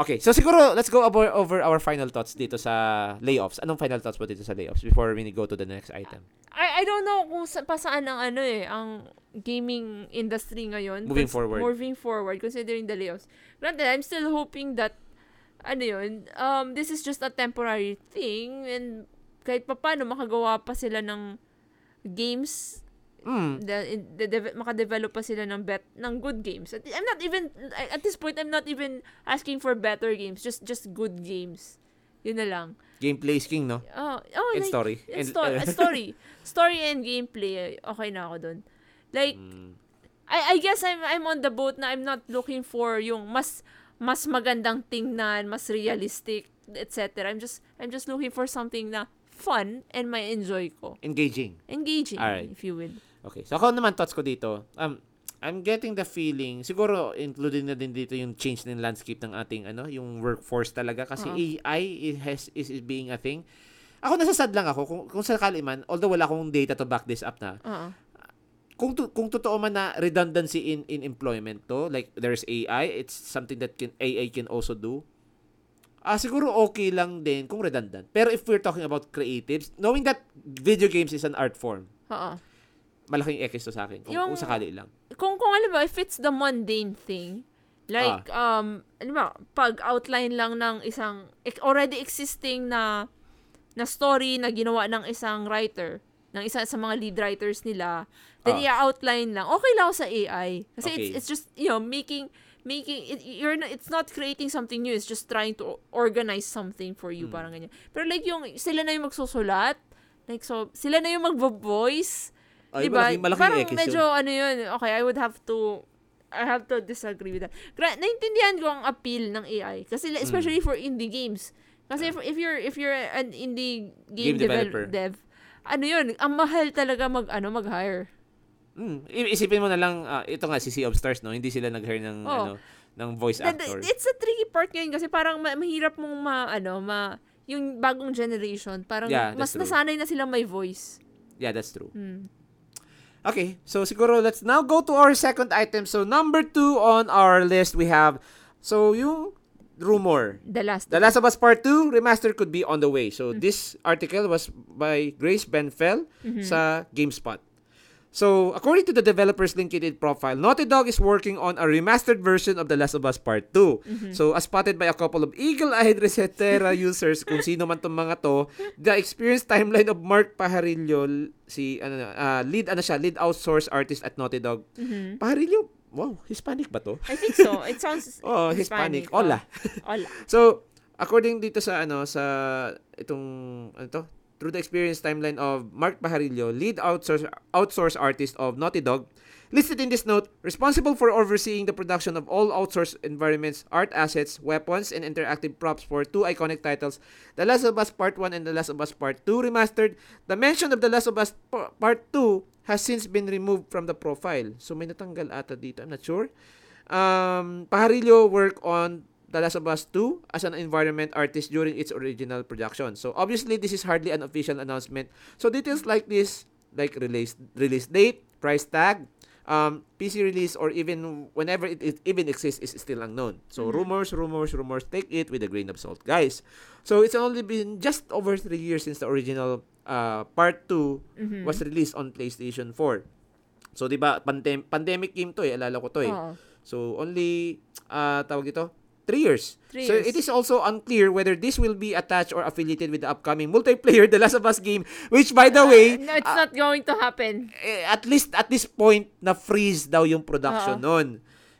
Okay, so siguro let's go over, over our final thoughts dito sa layoffs. Anong final thoughts mo dito sa layoffs before we go to the next item?
I, I don't know kung sa, pa saan ang ano eh, ang gaming industry ngayon.
Moving
Cons-
forward.
Moving forward, considering the layoffs. Granted, I'm still hoping that, ano yun, um, this is just a temporary thing and kahit pa paano makagawa pa sila ng games
Mm.
the, in- the, deve- makadevelop pa sila ng bet ng good games. At, I'm not even I- at this point I'm not even asking for better games, just just good games. Yun na lang.
Gameplay is king, no?
Oh, oh
And
like,
story.
and
And-
story,
uh,
story, story and gameplay. Okay na ako dun. Like
Mm.
I I guess I'm I'm on the boat na I'm not looking for yung mas mas magandang tingnan, mas realistic, etc. I'm just I'm just looking for something na fun and may enjoy ko.
Engaging.
Engaging,
Alright.
if you will.
Okay. So ako naman thoughts ko dito. Um I'm getting the feeling siguro included na din dito yung change ng landscape ng ating ano, yung workforce talaga kasi
Oo.
AI it has is, is being a thing. Ako nasasad lang ako kung, kung sakali man, although wala akong data to back this up na,
Oo.
kung to, kung totoo man na redundancy in in employment to like there's AI it's something that can AI can also do ah siguro okay lang din kung redundant pero if we're talking about creatives knowing that video games is an art form
Oo.
malaking ekis to sa akin kung,
Yung-
kung sakali lang
kung kung alam mo, if it's the mundane thing, like,
Ah.
um, alam mo, pag outline lang ng isang ex- already existing na na story na ginawa ng isang writer, ng isa sa mga lead writers nila, then
Ah.
i-outline lang. Okay lang ako sa AI. Kasi
Okay.
it's, it's just, you know, making, making, it, you're not, it's not creating something new, it's just trying to organize something for
Hmm.
you, parang ganyan. Pero like yung, sila na yung magsusulat, like so, sila na yung magvo-voice,
ay
diba?
malaking, Ah, malaking
Parang
ekis
medyo
yun
ano yun, okay, I would have to, I have to disagree with that. Gra- naintindihan ko ang appeal ng AI. Kasi li-
Hmm.
especially for indie games. Kasi if, if you're if you're an indie game,
Game developer.
developer. dev, ano yun, ang mahal talaga mag ano mag-hire.
mm, i- isipin mo na lang ah, ito nga si Sea of Stars no hindi sila nag-hire ng
Oo.
ano ng voice
Th- th-
actor
It's a tricky part ngayon kasi parang ma- mahirap mong ma ano ma yung bagong generation, parang
Yeah,
mas
that's true.
nasanay na silang may voice.
yeah that's true
Hmm.
Okay, so siguro let's now go to our second item. So number two on our list we have, so yung rumor.
The last.
The Last of Us Part 2 remaster could be on the way. So
Mm.
this article was by Grace Benfell
Mm-hmm.
sa GameSpot. So according to the developer's LinkedIn profile, Naughty Dog is working on a remastered version of The Last of Us Part 2.
Hmm. Mm-hmm.
So as spotted by a couple of eagle-eyed Resetera users, kung sino man tong mga to, the experience timeline of Mark Pajarillo, si ano, na, ah, lead ano siya, lead outsource artist at Naughty Dog. Pajarillo, wow, Hispanic ba to?
Mm-hmm. I think so. It sounds
Oh, Hispanic.
oh.
Hola.
Hola.
So, according dito sa ano sa itong ano to, through the experience timeline of Mark Pajarillo, lead outsource outsource artist of Naughty Dog, listed in this note, responsible for overseeing the production of all outsourced environments, art assets, weapons, and interactive props for two iconic titles, The Last of Us Part 1 and The Last of Us Part 2 Remastered. The mention of The Last of Us Pa- Part 2 has since been removed from the profile. So may natanggal ata dito, I'm not sure. Um, Pajarillo worked on The Last of Us 2 as an environment artist during its original production. So obviously this is hardly an official announcement. So details like this, like release release date, price tag, um, PC release or even whenever it, it even exists is still unknown. So rumors, rumors, rumors. Take it with a grain of salt, guys. So it's only been just over three years since the original uh, part 2 was released on PlayStation 4. So 'di ba pandem- pandemic game to eh, alala ko to eh.
Oo.
So only uh, tawag ito, 3 years.
Three
so
years.
it is also unclear whether this will be attached or affiliated with the upcoming multiplayer The Last of Us game, which by the way,
Ah, No, it's
uh,
not going to happen.
eh, at least at this point na freeze daw yung production
Oo.
nun.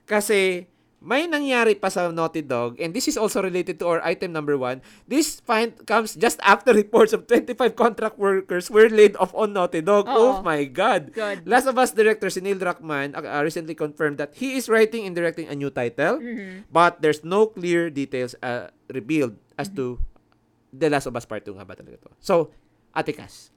Kasi may nangyari pa sa Naughty Dog and this is also related to our item number one. This find comes just after reports of 25 contract workers were laid off on Naughty Dog. Oh
Oo.
my God.
God.
Last of Us director Neil Druckmann uh, uh, recently confirmed that he is writing and directing a new title
Mm-hmm.
but there's no clear details uh, revealed as to
Mm-hmm.
The Last of Us Part 2 nga ba talaga to. So, Ate Cass,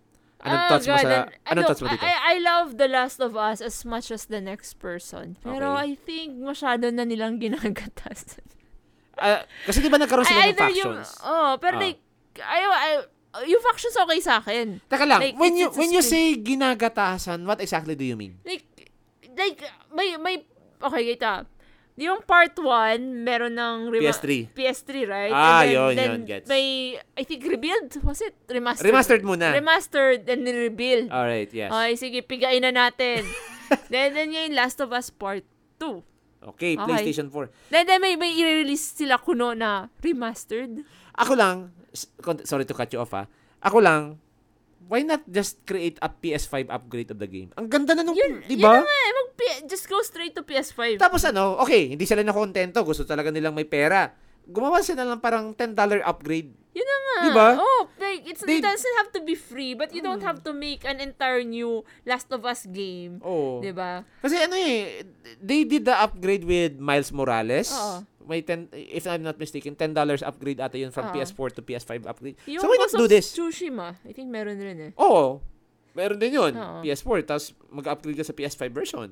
anong
Ah,
thoughts mo
God,
sa...
and-
Anong
look,
thoughts mo dito?
I, I love The Last of Us as much as the next person. Pero
Okay.
I think masyado na nilang ginagatas.
Ah, kasi di ba nagkaroon sila ng
either
factions?
Yung, oh, pero
Ah.
like, ayaw, ayaw, yung factions okay sa akin.
Taka lang,
Like,
when
it's-
you
it's a
when you say
spin-
ginagatasan, what exactly do you mean?
Like, like, may, may, okay, kita. Yung part 1, meron ng... rema-
PS3.
PS3, right?
Ah,
And then,
yun,
then
yun, gets.
May, I think, rebuild. Was it? Remastered.
Remastered muna.
Remastered and rebuild.
Alright, yes.
Okay, sige, pigain na natin. then, then yung Last of Us Part 2.
Okay,
Okay.
PlayStation 4.
Then, then may, may i-release sila kuno na remastered.
Ako lang, s- kon- sorry to cut you off ha. Ako lang, why not just create a PS5 upgrade of the game? Ang ganda na nung, Oh,
Yun,
di ba?
yun na nga, eh, mag just go straight to PS5.
Tapos ano, okay, hindi sila nakontento. Gusto talaga nilang may pera. Gumawa sila lang parang $10 upgrade.
Yun na nga.
Di ba?
Oh, like, it's,
They- Hmm.
it doesn't have to be free, but you don't have to make an entire new Last of Us game.
Oo.
Di ba?
Kasi ano eh, they did the upgrade with Miles Morales.
Oo.
May 10, if I'm not mistaken, $10 upgrade ata yun from
Oo.
PS4 to PS5 upgrade.
Yung
so why not
Ghost
do
of
this?
Tsushima, I think meron rin eh.
Oo. Meron din yun.
Oo. Hmm.
PS4, tapos mag-upgrade ka sa PS5 version.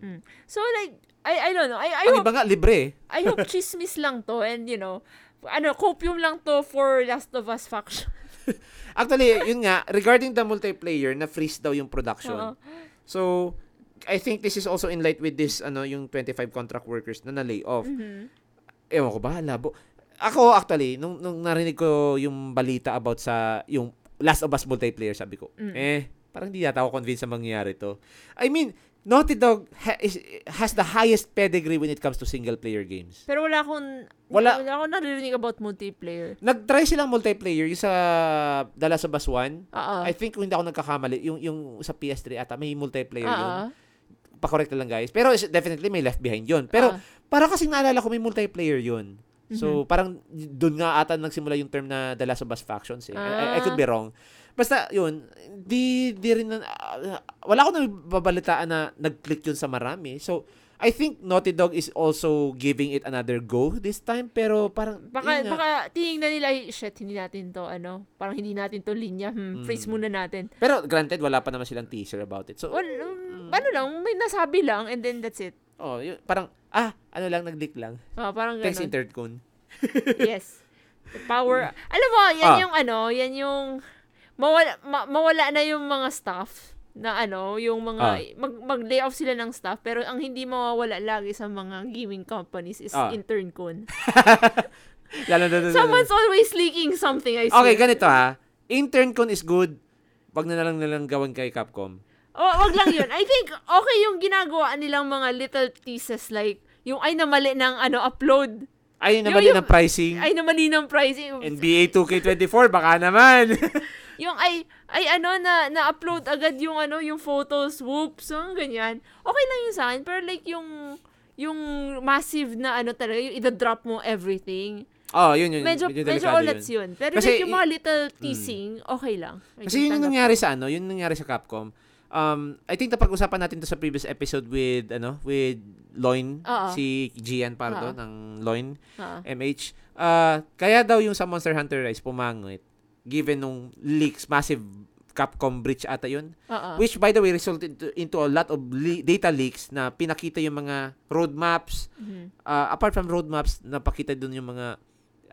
So like, I, I don't know. I, I
Ang
hope,
iba nga, libre eh.
I hope chismis lang to and you know, ano, copium lang to for Last of Us faction.
Actually, yun nga, regarding the multiplayer, na-freeze daw yung
Oo.
production. So, I think this is also in light with this, ano, yung 25 contract workers na na-lay off.
Mm. Mm-hmm.
Ewan ko ba, labo. Ako, actually, nung, nung narinig ko yung balita about sa, yung Last of Us multiplayer, sabi ko, eh, parang hindi yata ako convinced na mangyayari to. I mean, Naughty Dog ha- is, has the highest pedigree when it comes to single-player games.
Pero wala akong,
Wala.
wala, akong naririnig about multiplayer.
Nag-try silang multiplayer yung sa The Last of Us 1.
Oo.
I think kung hindi ako nagkakamali, yung yung sa PS3 ata may multiplayer
Oo.
yun. Pa-correct na lang guys. Pero is- definitely may Left Behind yun. Pero
Ah. Mm-hmm.
para kasi naalala ko may multiplayer yun. So parang doon nga ata nagsimula yung term na The Last of Us Factions. Eh. I- I, I could
Ah.
be wrong. Basta yun, di, di rin, na- ah, wala akong nababalitaan na nag-click yun sa marami. So, I think Naughty Dog is also giving it another go this time. Pero parang,
Baka,
yun nga.
baka tinignan nila, "Ay, shit, hindi natin to, ano, parang hindi natin to linya, hmm, freeze muna natin.
Pero granted, wala pa naman silang teaser about it. So,
Well,
Hmm.
ano lang, may nasabi lang, and then that's it.
oh, yun, parang, ah, ano lang, nag-leak lang.
Ah, parang
Thanks,
ganun.
Intercon.
yes. The power. Alam mo, yan
Ah.
yung ano, yan yung mawala, ma- mawala na yung mga staff na ano, yung mga
Ah.
mag, mag-lay off sila ng staff pero ang hindi mawawala lagi sa mga gaming companies is
Ah.
intern kun.
Lalo na doon.
Someone's always leaking something, I
Okay,
swear.
ganito ha. Intercon is good. Wag na lang nilang gawin kay Capcom.
Oh, wag lang yun. I think okay yung ginagawa nilang mga little teases like yung ay namali ng ano upload.
Ayun
Yung-
naman din
yung-
ang pricing.
Ay namali ng pricing.
NBA 2K24, baka naman.
Yung ay ay ano na na-upload agad yung ano yung photos, whoops, ang ganyan. Okay lang yun sa akin, pero like yung yung massive na ano talaga, yung i-drop mo everything.
oh, yun yun.
Medyo
medyo,
medyo,
delikado
olats yun. Pero
Kasi Hmm.
like yung mga little teasing, okay lang.
Kasi yun
I can
yung
tanggap.
nangyari sa ano, yun yung nangyari sa Capcom. Um, I think napag-usapan natin to sa previous episode with ano, with Loin,
Oo.
si Gian Pardo
Oo.
ng Loin.
Ah.
MH. Ah, kaya daw yung sa Monster Hunter Rise pumangit given nung leaks, massive Capcom breach ata yun.
Ah, ah.
Which by the way resulted to- into a lot of le- data leaks na pinakita yung mga roadmaps.
Mhm.
Ah, apart from roadmaps, napakita dun yung mga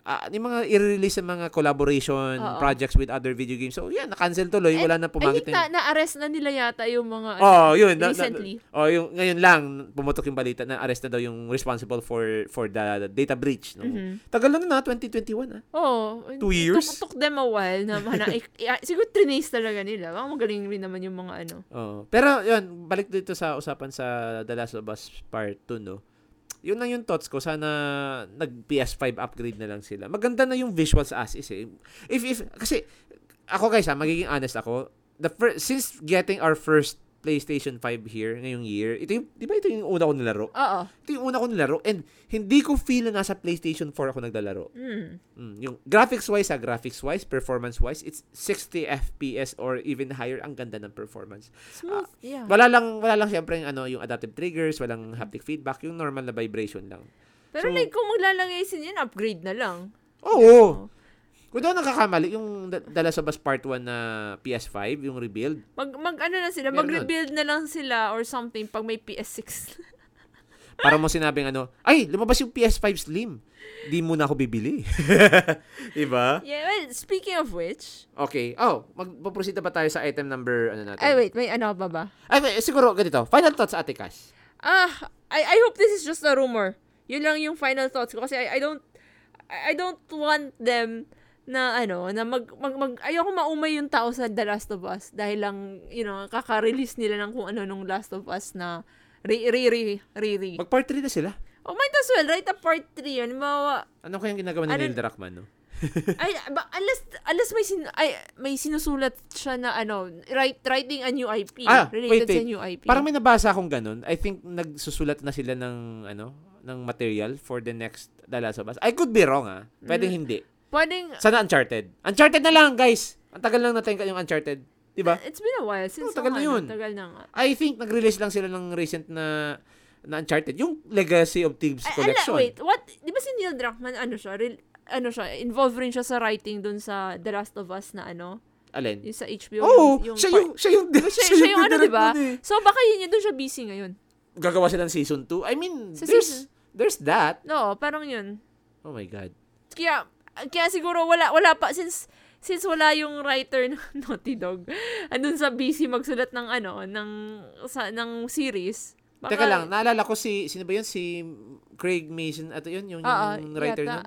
ah, yung mga i-release ng mga collaboration
Oo.
projects with other video games. So, yeah, na-cancel tuloy. Wala na
I
pumangit.
think na, na-arrest na nila yata yung mga
Oh, yun. na- na-
recently.
oh, yung ngayon lang pumutok yung balita na arrest na daw yung responsible for for the data breach. No?
Mhm.
Tagal na na, 2021 ah.
Oh,
Two years?
Took, took them a while na mana. i- i- siguro trinace talaga nila. Baka magaling rin naman yung mga ano.
Oo. Pero yun, balik dito sa usapan sa The Last of Us Part 2, no? Yun lang yung thoughts ko. Sana nag PS5 upgrade na lang sila. Maganda na yung visuals as is eh. If, if, kasi, ako guys ha, magiging honest ako. The first, since getting our first PlayStation 5 here ngayong year, ito yung, di ba ito yung una ko nilaro?
Oo.
Ito yung una ko nilaro and hindi ko feel na nasa PlayStation 4 ako naglalaro.
Mm.
Mm, yung graphics wise, ah, graphics wise, performance wise, it's 60 FPS or even higher. Ang ganda ng performance. Ah,
Smooth. yeah.
Wala lang wala lang syempre yung ano, yung adaptive triggers, walang haptic feedback, yung normal na vibration lang.
Pero
so-
like, kung maglalangaysin yun, upgrade na lang.
Oo. Kung daw nakakamali yung Da- The Last of Us Part 1 na PS5, yung rebuild.
Mag, mag ano na sila,
Meron nun.
mag-rebuild na lang sila or something pag may PS6.
Para mo sinabing ano, ay, lumabas yung PS5 Slim. Di muna ako bibili. diba?
Yeah, well, speaking of which,
Okay. Oh, magpo-proceed na ba tayo sa item number ano natin?
ay wait, may ano pa ba?
Ay, wait, siguro ganito. Final thoughts, Ate Cash.
Ah, I I hope this is just a rumor. Yun lang yung final thoughts ko kasi I, I don't I I don't want them na ano, na mag, mag, mag ayoko maumay yung tao sa The Last of Us dahil lang, you know, kaka-release nila ng kung ano nung Last of Us na re re re re, re.
Mag part 3 na sila.
Oh, might as well write a part 3 yun. Mawa,
Ano kayang ginagawa ni
Ano-
Neil Druckmann, no?
ay, ba, unless, unless may, sin, ay, may sinusulat siya na ano, write, writing a new IP.
Ah,
related
wait,
sa
wait.
new IP.
Parang may nabasa akong ganun. I think nagsusulat na sila ng ano, ng material for the next The Last of Us. I could be wrong, ah.
Mm.
Pwedeng hindi.
Pwedeng,
Sana Uncharted. Uncharted na lang, guys. Ang tagal lang natin yung Uncharted. Di ba?
it's been a while
Oh,
since
tagal na yun.
nung ano, Tagal na nga.
I think nag-release lang sila ng recent na na Uncharted. Yung Legacy of Thieves
Ay, ala,
collection.
wait, what? Di ba si Neil Druckmann, ano siya, rel- ano siya, involved rin siya sa writing dun sa The Last of Us na ano,
Alin?
yung sa HBO.
Oo,
yung,
Oh, siya
part-
yung, siya yung,
siya, siya yung ano,
direct
di ba?
nun eh.
So, baka yun yun, dun siya busy ngayon.
Gagawa sila ng season 2. I mean,
Sa
there's,
season-
there's that.
No, parang yun.
Oh my God.
Kaya, kaya siguro wala, wala pa, since, since wala yung writer ng Naughty Dog, andun sa busy magsulat ng ano, ng, sa, ng series. Baka,
Teka lang, naalala ko si, sino ba yun? Si Craig Mason, ato yun, yung,
Oo,
yung writer nun.
yata.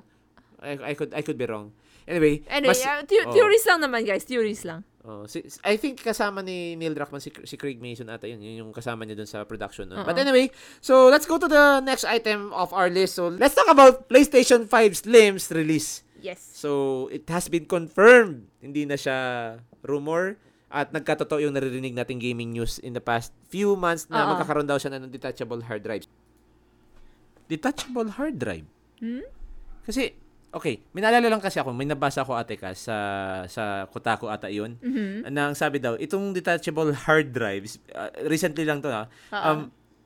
I, I, could, I could be wrong. Anyway,
Anyway,
mas- oh.
ah, theo-
oo.
theories lang naman guys, theories lang.
Oh, si, I think kasama ni Neil Druckmann si, si Craig Mason ata yun, yun yung kasama niya dun sa production nun. But
Oo.
anyway, so let's go to the next item of our list. So let's talk about PlayStation 5 Slim's release.
Yes.
So it has been confirmed. Hindi na siya rumor at nagkatotoo yung naririnig nating gaming news in the past few months na
Oo.
magkakaroon daw siya ng detachable hard drive. Detachable hard drive?
Hmm?
Kasi, okay, may naalala lang kasi ako, may nabasa ko ate ka sa, sa Kotaku ata yun.
Mhm.
Na ang sabi daw, itong detachable hard drives, uh, recently lang to na,
Oo.
um,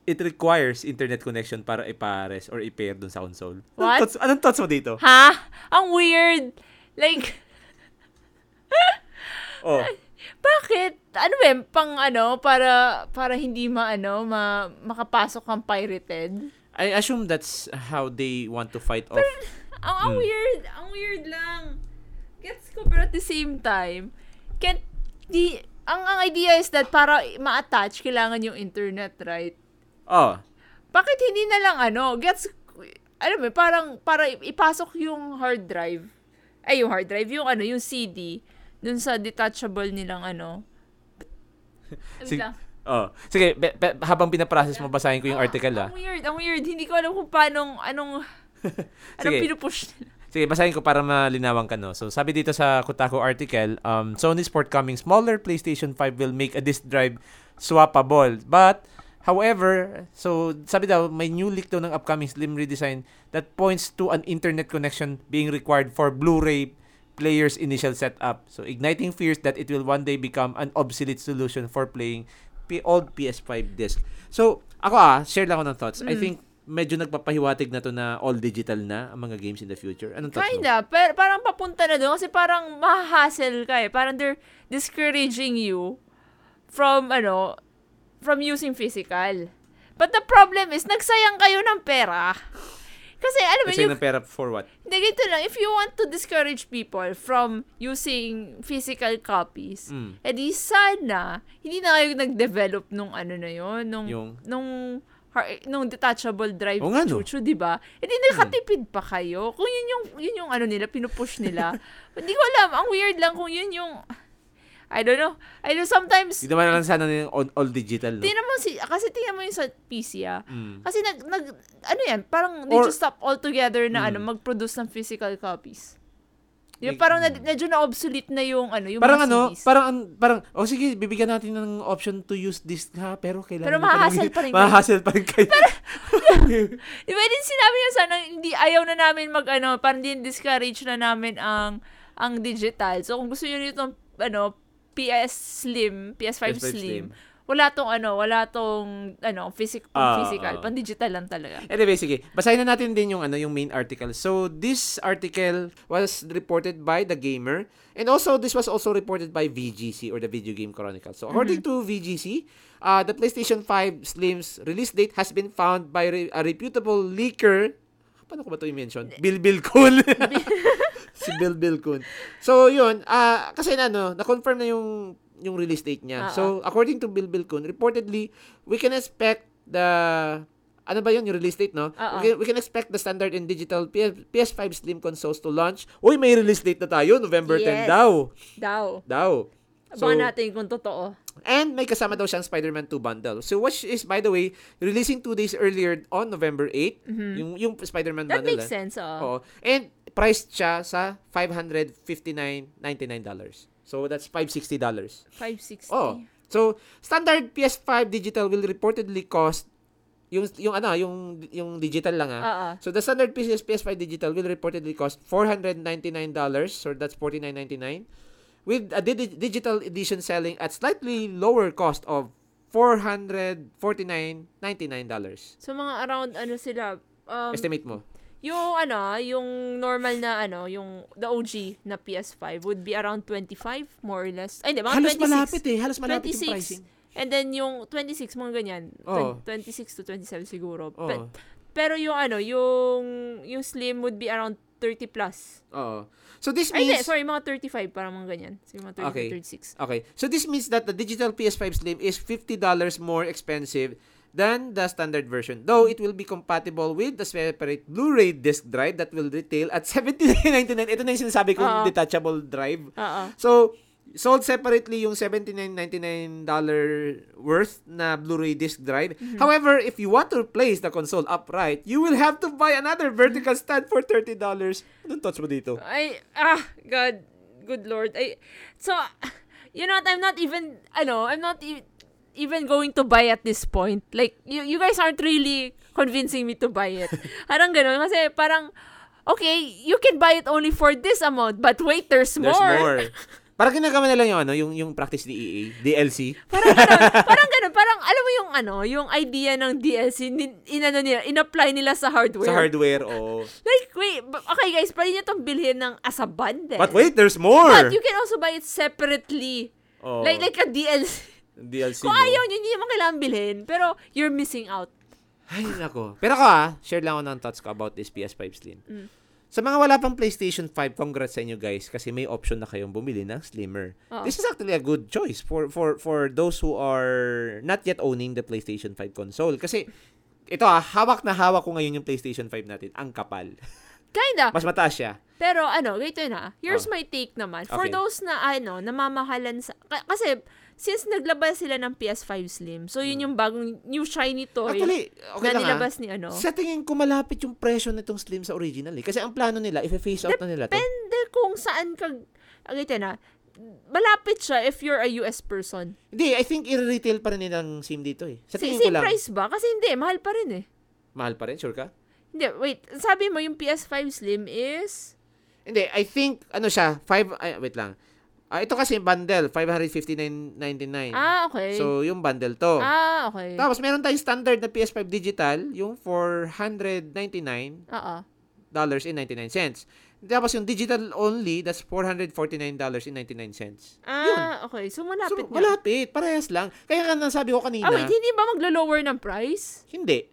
it requires internet connection para ipares or i-pair dun sa console. Anong
What?
thoughts, anong thoughts mo dito?
Ha? Ang weird. Like,
Oh,
bakit? Ano ba yun? pang ano, para, para hindi maano, ma, makapasok ang pirated?
I assume that's how they want to fight off.
Ang, ang weird, ang weird lang. Gets ko, pero at the same time, can't, di, ang, ang idea is that para ma-attach, kailangan yung internet, right?
Oh,
Bakit hindi na lang ano, gets, alam mo, parang, para ipasok yung hard drive, ay yung hard drive, yung ano, yung CD, dun sa detachable nilang ano. Wait
Sig-
lang.
oh. Sige, be- be- habang pinaprocess mo, basahin ko yung article ah.
Ang weird, ang weird. Hindi ko alam kung paano, anong, anong
Sige.
pinupush nila.
Sige, basahin ko para malinawan ka, no? So, sabi dito sa Kotaku article, um, Sony's forthcoming smaller PlayStation 5 will make a disk drive swappable. But, however, so, sabi daw, may new leak daw ng upcoming slim redesign that points to an internet connection being required for Blu-ray player's initial setup. So, igniting fears that it will one day become an obsolete solution for playing P- old PS5 disc. So, ako ah, share lang ako ng thoughts. I
Mm.
think medyo nagpapahiwatig na to na all digital na ang mga games in the future. Anong thoughts mo?
Kinda, pero parang papunta na doon kasi parang mahahassle ka eh. Parang they're discouraging you from, ano, from using physical. But the problem is, nagsayang kayo ng pera. Kasi, alam mo,
Kasi
you
ng pera for what?
Hindi, ganito lang. If you want to discourage people from using physical copies,
Mm.
edi sana, hindi na kayo nag-develop nung ano na yun, nung,
Yung-
nung, har- nung detachable drive
Oo nga, no. Mm.
chuchu, di ba? Edi nakatipid pa kayo. Kung yun yung, yun yung ano nila, pinupush nila. hindi ko alam. Ang weird lang kung yun yung, I don't know. I know sometimes,
Hindi naman lang sana yung all, all digital. No?
tingnan mo si, kasi tingnan mo yung sa PC ah.
Mm.
Kasi nag, nag, ano yan, parang they
Or-
just stop altogether
Mm.
na ano, mag-produce ng physical copies. Di
Like,
ba? Parang na, medyo na-obsolete na yung ano, yung
Parang
mga
ano,
CDs.
parang, ang- parang, oh sige, bibigyan natin ng option to use disk ha, pero kailangan
Pero
nyo pa rin-
mahahassle pa rin kayo.
Mahahassle pa rin kayo.
eh, Di ba, din sinabi niya sana, hindi, ayaw na namin mag ano, parang din discourage na namin ang, ang digital. So, kung gusto niyo nitong, ano, PS Slim, PS5,
PS5
Slim,
Slim.
wala tong ano, wala tong ano, physic,
Ah, ah.
physical, pang digital lang talaga.
Anyway, sige. Basahin na natin din yung ano yung main article. So, this article was reported by The Gamer and also this was also reported by VGC or the Video Game Chronicle. So, according
Mm-hmm.
to VGC, uh, the PlayStation 5 Slim's release date has been found by re- a reputable leaker. Paano ko ba ito i-mention?
Eh.
Bill Bill Cool. si Bill Bill Kun. So, yun. ah kasi na, no, na-confirm na yung, yung release date niya.
Ah,
So, according to Bill Bill Kun, reportedly, we can expect the... Ano ba yun? Yung release date, no?
Ah, ah.
We, can, we can expect the standard and digital PS, PS5 Slim consoles to launch. Uy, may release date na tayo. November 10
Yes.
daw.
Daw.
Daw. So,
Abangan natin kung totoo.
and may kasama daw siyang Spider-Man 2 bundle. So, which is, by the way, releasing two days earlier on November 8. Yung, yung Spider-Man
Mm-hmm. That
bundle.
makes
ah.
sense, oh.
Oo. And priced siya sa $559.99. So that's $560.
560.
Oh. So standard PS5 digital will reportedly cost yung yung ano, yung yung digital lang ah.
Ah, ah.
So the standard PS PS5 digital will reportedly cost $499, so that's $49.99, with a di- digital edition selling at slightly lower cost of $449.99.
So mga around ano sila um,
Estimate mo?
yung ano, yung normal na ano, yung the OG na PS5 would be around 25 more or less. Ay, hindi, mga
Halos
26.
malapit eh, halos malapit yung
26.
pricing.
And then yung 26 mga ganyan,
Oo.
twen- 26 to 27 siguro.
Oo.
Pe- pero yung ano, yung yung slim would be around 30 plus.
Oo. oh. So this
Ay, hindi,
means
sorry, mga 35 parang mga ganyan. Sige, mga 30
Okay.
36.
Okay. So this means that the digital PS5 Slim is $50 more expensive than the standard version. Though it will be compatible with the separate Blu-ray disc drive that will retail at $79.99. Ito na yung sinasabi kong
Oo.
detachable drive.
Oo.
So, sold separately yung $79.99 worth na Blu-ray disc drive. However, if you want to replace the console upright, you will have to buy another vertical stand for $30. Anong thoughts mo dito?
I ah god good lord. I so you know what I'm not even ano, I'm not e- even going to buy at this point. Like you you guys aren't really convincing me to buy it. parang ganun kasi parang okay, you can buy it only for this amount, but wait, there's more.
Parang ginagawa nila yung ano, yung yung practice ni EA, DLC.
parang ganun, parang ganun, parang alam mo yung ano, yung idea ng DLC nin- inano nila, inapply nila sa hardware.
Sa hardware, oo.
like wait, b- okay guys, pwede niyo tong bilhin ng as a bundle.
But wait, there's more!
But you can also buy it separately.
Oo.
Like like a DLC.
DLC
Kung
mo.
ayaw nyo, hindi naman kailangan bilhin. Pero you're missing out.
Ay, nako. Pero ako ah, share lang ako ng thoughts ko about this PS5 Slim.
Mm.
Sa mga wala pang PlayStation 5, congrats sa inyo guys kasi may option na kayong bumili ng slimmer.
Oo.
This is actually a good choice for for for those who are not yet owning the PlayStation 5 console kasi ito ah, hawak na hawak ko ngayon yung PlayStation 5 natin. Ang kapal.
Kinda.
Mas mataas siya.
Pero ano, ganito na. Here's
Ah.
my take naman. For
Okay.
those na ano, namamahalan sa... k- Kasi since naglabas sila ng PS5 Slim, so yun yung bagong new shiny toy
Hmm. Actually, okay
na
lang ah.
nilabas ni ano.
Sa tingin ko malapit yung presyo nitong Slim sa original eh. Kasi ang plano nila, i-phase out na nila to.
Depende kung saan ka... ah, Ganito na. Malapit siya if you're a US person.
Hindi, I think i-retail pa rin nilang SIM dito eh. Sa
Sa
tingin ko
same
lang,
price ba? Kasi hindi, mahal pa rin eh.
mahal pa rin, sure ka?
Hindi, wait. Sabi mo yung PS5 Slim is...
Hindi, I think, ano siya, 5, ay, wait lang. Ah, ito kasi yung bundle, 559.99.
Ah, okay.
Hmm. So, yung bundle to.
ah, okay. Oo.
Tapos, meron tayong standard na PS5 digital, yung 499 dollars and 99 cents. Tapos yung digital only, that's 449 dollars and 99 cents.
Ah, okay. So, malapit
so,
na.
malapit, parehas lang. Kaya nga nasabi ko kanina.
Ah, wait. Hindi ba maglo-lower ng price?
Hindi.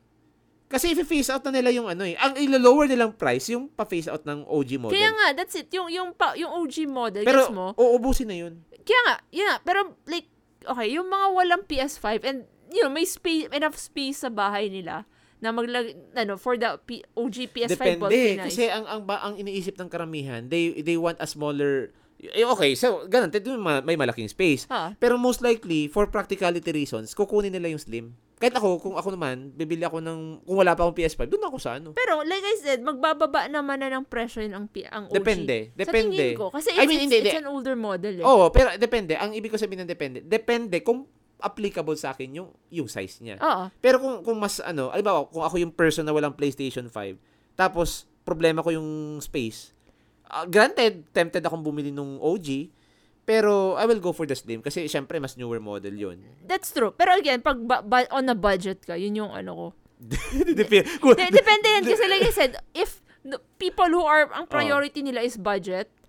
Kasi i-phase out na nila yung ano eh. Ang ilo-lower nilang price, yung pa-phase out ng OG model.
Kaya nga, that's it. Yung, yung, pa, yung OG model,
Pero
gets mo?
uubusin na yun.
Kaya nga, yun nga. Pero, like, okay, yung mga walang PS5 and, you know, may space, enough space sa bahay nila na maglag, ano, for the P- OG PS5 ball
Depende.
pinay.
Kasi ang, ang, ba, ang iniisip ng karamihan, they, they want a smaller... Eh, okay, so ganun. Tignan mo, ma- May malaking space.
Ha?
Pero most likely, for practicality reasons, kukunin nila yung slim. Kahit ako, kung ako naman, bibili ako ng... Kung wala pa akong PS5, doon ako sa ano.
Pero, like I said, magbababa naman na ng presyo yun ang, P- ang OG.
Depende.
Sa
Depende.
tingin ko. Kasi it's,
I mean,
it's,
hindi, Oh.
it's
hindi.
an older model eh.
Oo, pero depende. Ang ibig ko sabihin ng depende, depende kung applicable sa akin yung, yung size niya.
Oo.
Pero kung kung mas ano, alibaw kung ako yung person na walang PlayStation 5, tapos problema ko yung space. ah, granted, tempted akong bumili nung OG, Pero I will go for the slim kasi syempre mas newer model yun.
That's true. Pero again, pag ba- ba- on a budget ka, yun yung ano ko.
Depende.
De- depende yan. Kasi like I said, if the people who are,
Oh.
ang priority nila is budget, eh,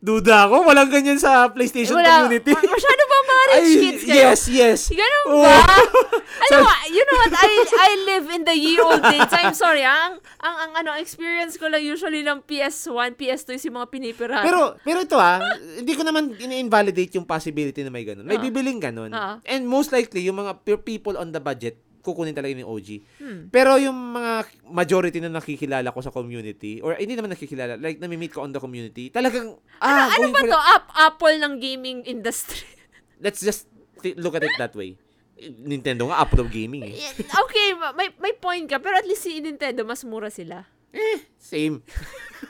Duda ako, walang ganyan sa PlayStation
wala,
community.
ma- masyado ba mga rich kids kayo?
yes, Oh, yes.
Ganun
Oo.
ba? Ano ba? You know what? I I live in the ye old days. I'm sorry. ah. Ang, ang, ang ano, experience ko lang usually ng PS1, PS2 is yung mga pinipirahan.
Pero pero ito ah, hindi ko naman ini-invalidate yung possibility na may ganun. May
Ah.
bibiling ganun.
Ah.
And most likely yung mga pe- people on the budget kukunin talaga yung OG.
Hmm.
Pero yung mga majority na nakikilala ko sa community or hindi naman nakikilala, like nami-meet ko on the community, talagang ah, going
ano ba
for
to?
it.
Up, Apple ng gaming industry.
Let's just thi- look at it that way. Nintendo nga Apple of gaming eh.
Yeah, okay, ma- may, may point ka. Pero at least si Nintendo, mas mura sila.
Same.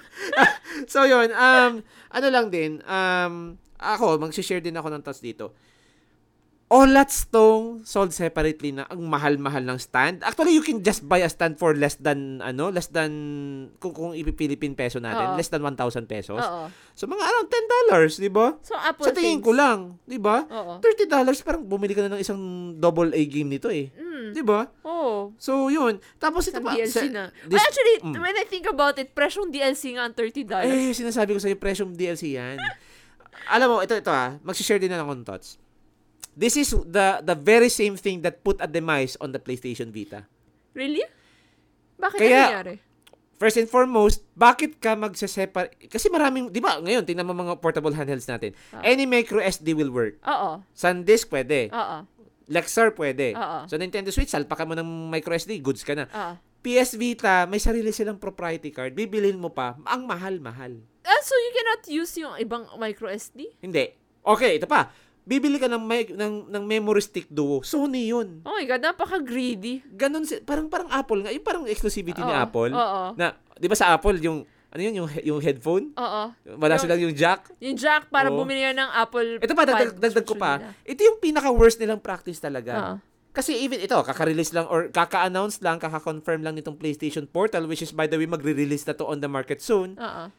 so, yun. Um, ano lang din. Um, ako, mag-share din ako ng thoughts dito. Olats tong sold separately na ang mahal-mahal ng stand. Actually, you can just buy a stand for less than, ano, less than, kung, kung ipipilipin peso natin,
Oo.
less than 1,000 pesos.
Oo.
So, mga around $10, di ba?
So, Apple
Sa tingin
things.
ko lang, di ba?
Oo.
$30, parang bumili ka na ng isang double A game nito eh.
Mm.
Di ba?
Oo.
So, yun. Tapos ito
Sa
pa. sa-
DLC na.
this-
Well, actually,
Mm.
when I think about it, presyong DLC nga ang $30.
Eh, sinasabi ko sa'yo, presyong DLC yan. Alam mo, ito, ito ah. Magsishare din na ako ng thoughts. This is the the very same thing that put a demise on the PlayStation Vita.
Really? Bakit
Kaya-
Kaya, nangyari?
First and foremost, bakit ka magse-separate? Kasi maraming, di ba, ngayon, tingnan mo mga portable handhelds natin.
Ah.
Any micro SD will work.
Oo.
SanDisk pwede.
Oo.
Lexar pwede.
Ah, ah.
So, Nintendo Switch, salpakan mo ng micro SD, goods ka na.
Oo.
PS Vita, may sarili silang proprietary card. Bibilin mo pa. Ang mahal-mahal.
Ah, so you cannot use yung ibang micro SD?
Hindi. Okay, ito pa. Bibili ka ng, mic- ng, ng memory stick duo. Sony yun.
Oh my God, napaka-greedy.
Ganon si, parang parang Apple nga, yung parang exclusivity ni
Oo,
Apple.
oo.
Na 'di ba sa Apple yung ano yun yung he- yung headphone?
Oo.
Wala
Yung-
silang yung jack.
Yung jack para
Oo.
bumili yan ng Apple
Ito pa
Pad,
dagdag, dagdag ko pa.
usually na.
Ito yung pinaka worst nilang practice talaga.
Oo.
Kasi even ito, kaka-release lang or kaka-announce lang, kaka-confirm lang nitong PlayStation Portal which is by the way magre-release na to on the market soon.
Oo.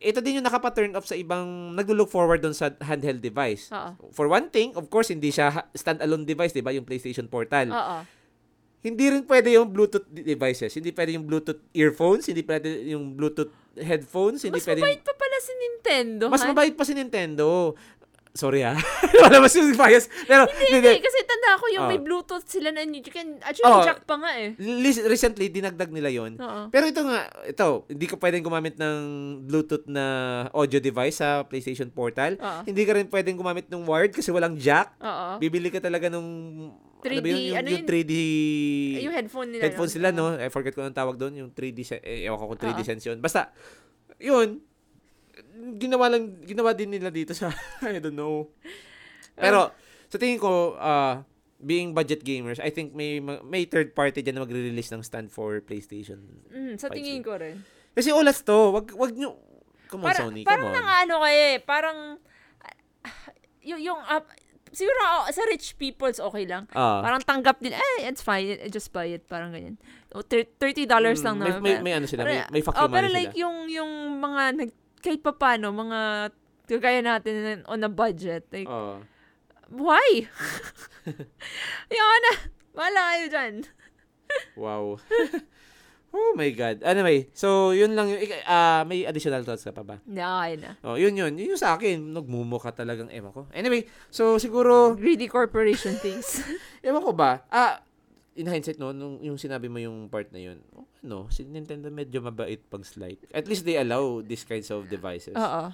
Ito din yung nakapa-turn off sa ibang naglo-look forward doon sa handheld device.
Oo.
For one thing, of course, hindi siya ha- standalone device, 'di ba, yung PlayStation Portal.
Oo.
Hindi rin pwede yung Bluetooth de- devices. Hindi pwede yung Bluetooth earphones, hindi pwede yung Bluetooth headphones, hindi
Mas
pwede
mabait pa pala si Nintendo.
Mas
han?
mabait pa si Nintendo. Sorry ah. Wala mas yung bias. Pero
Hindi, kasi tanda ko
Oo.
yung may Bluetooth sila na you can, actually
Oo.
jack pa nga eh.
Lis- recently dinagdag nila 'yon.
Oo.
Pero ito nga, ito, hindi ka pwedeng gumamit ng Bluetooth na audio device sa PlayStation Portal.
Oo.
Hindi ka rin pwedeng gumamit ng wired kasi walang jack.
Oo.
Bibili ka talaga nung
3D,
yung,
ano
yung
yun?
3D
Yung headphone nila.
headphones sila, no? I forget ko anong tawag doon. Yung 3D, se- eh, ewan ko kung 3D
Oo.
sense yun. Basta, yun, ginawa lang, ginawa din nila dito sa, I don't know.
Um,
Pero, sa tingin ko, ah, being budget gamers, I think may ma- may third party dyan na magre-release ng stand for PlayStation.
Mm, sa
Five
tingin
G.
ko rin.
Kasi ulas to. Wag, wag nyo. Come on,
Para-
Sony. Come
parang
on.
nang-ano kayo eh. Parang, ah, yung, yung app, siguro ah, sa rich peoples okay lang.
Ah.
Parang tanggap nila, eh, it's fine, I just buy it, parang ganyan. O, thir- $30 lang
Mm,
na.
may, may, may ano sila. May, may fuck you
oh, pero
money
like
sila.
yung, yung mga, nag, kahit pa paano, mga, kagaya natin on a budget, like,
Oo.
Why? Yun na. Wala kayo dyan.
Wow. oh my God. Anyway, so yun lang yung, ik- ah, may additional thoughts ka pa ba?
Hindi, okay na.
Oh, yun yun. Yun yung sa akin. Nagmumukha talagang ewan ko. Anyway, so siguro,
Greedy corporation things.
ewan ko ba? Ah, in hindsight, no, nung, yung sinabi mo yung part na yun, ano, si Nintendo medyo mabait pag slight. At least they allow these kinds of devices.
Oo.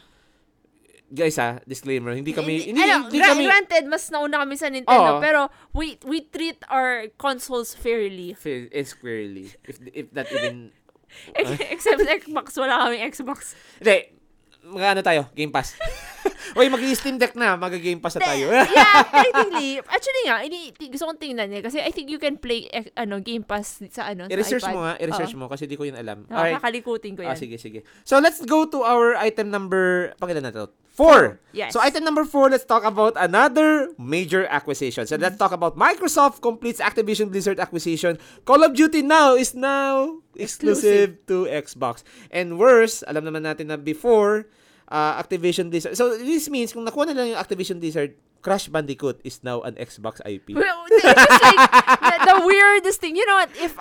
Guys ah, disclaimer, hindi kami, hindi,
ano,
hindi
gra-
kami,
granted, mas nauna kami sa
Oo.
Nintendo, pero we we treat our consoles fairly.
fair and eh, squarely. If, if that even,
Except Xbox, wala kaming Xbox.
hindi, mga ano tayo, Game Pass. Uy, mag-Steam Deck na, mag-Game Pass na tayo.
yeah, technically. Actually nga, ini, ti- gusto kong tingnan niya kasi I think you can play eh, ano Game Pass sa ano sa
I-research
iPad.
mo nga, i-research mo kasi di ko yun alam.
Oo, kakalikutin ko
Ah,
yan.
sige, sige. So, let's go to our item number, pangilan na to? Four.
Yes.
So, item number four, let's talk about another major acquisition. So,
Mm-hmm.
let's talk about Microsoft completes Activision Blizzard acquisition. Call of Duty now is now exclusive, to Xbox. And worse, alam naman natin na before, ah, Activision Blizzard. So this means kung nakuha nila yung Activision Blizzard, Crash Bandicoot is now an Xbox IP.
Well, it's just like the, the weirdest thing. You know what? If,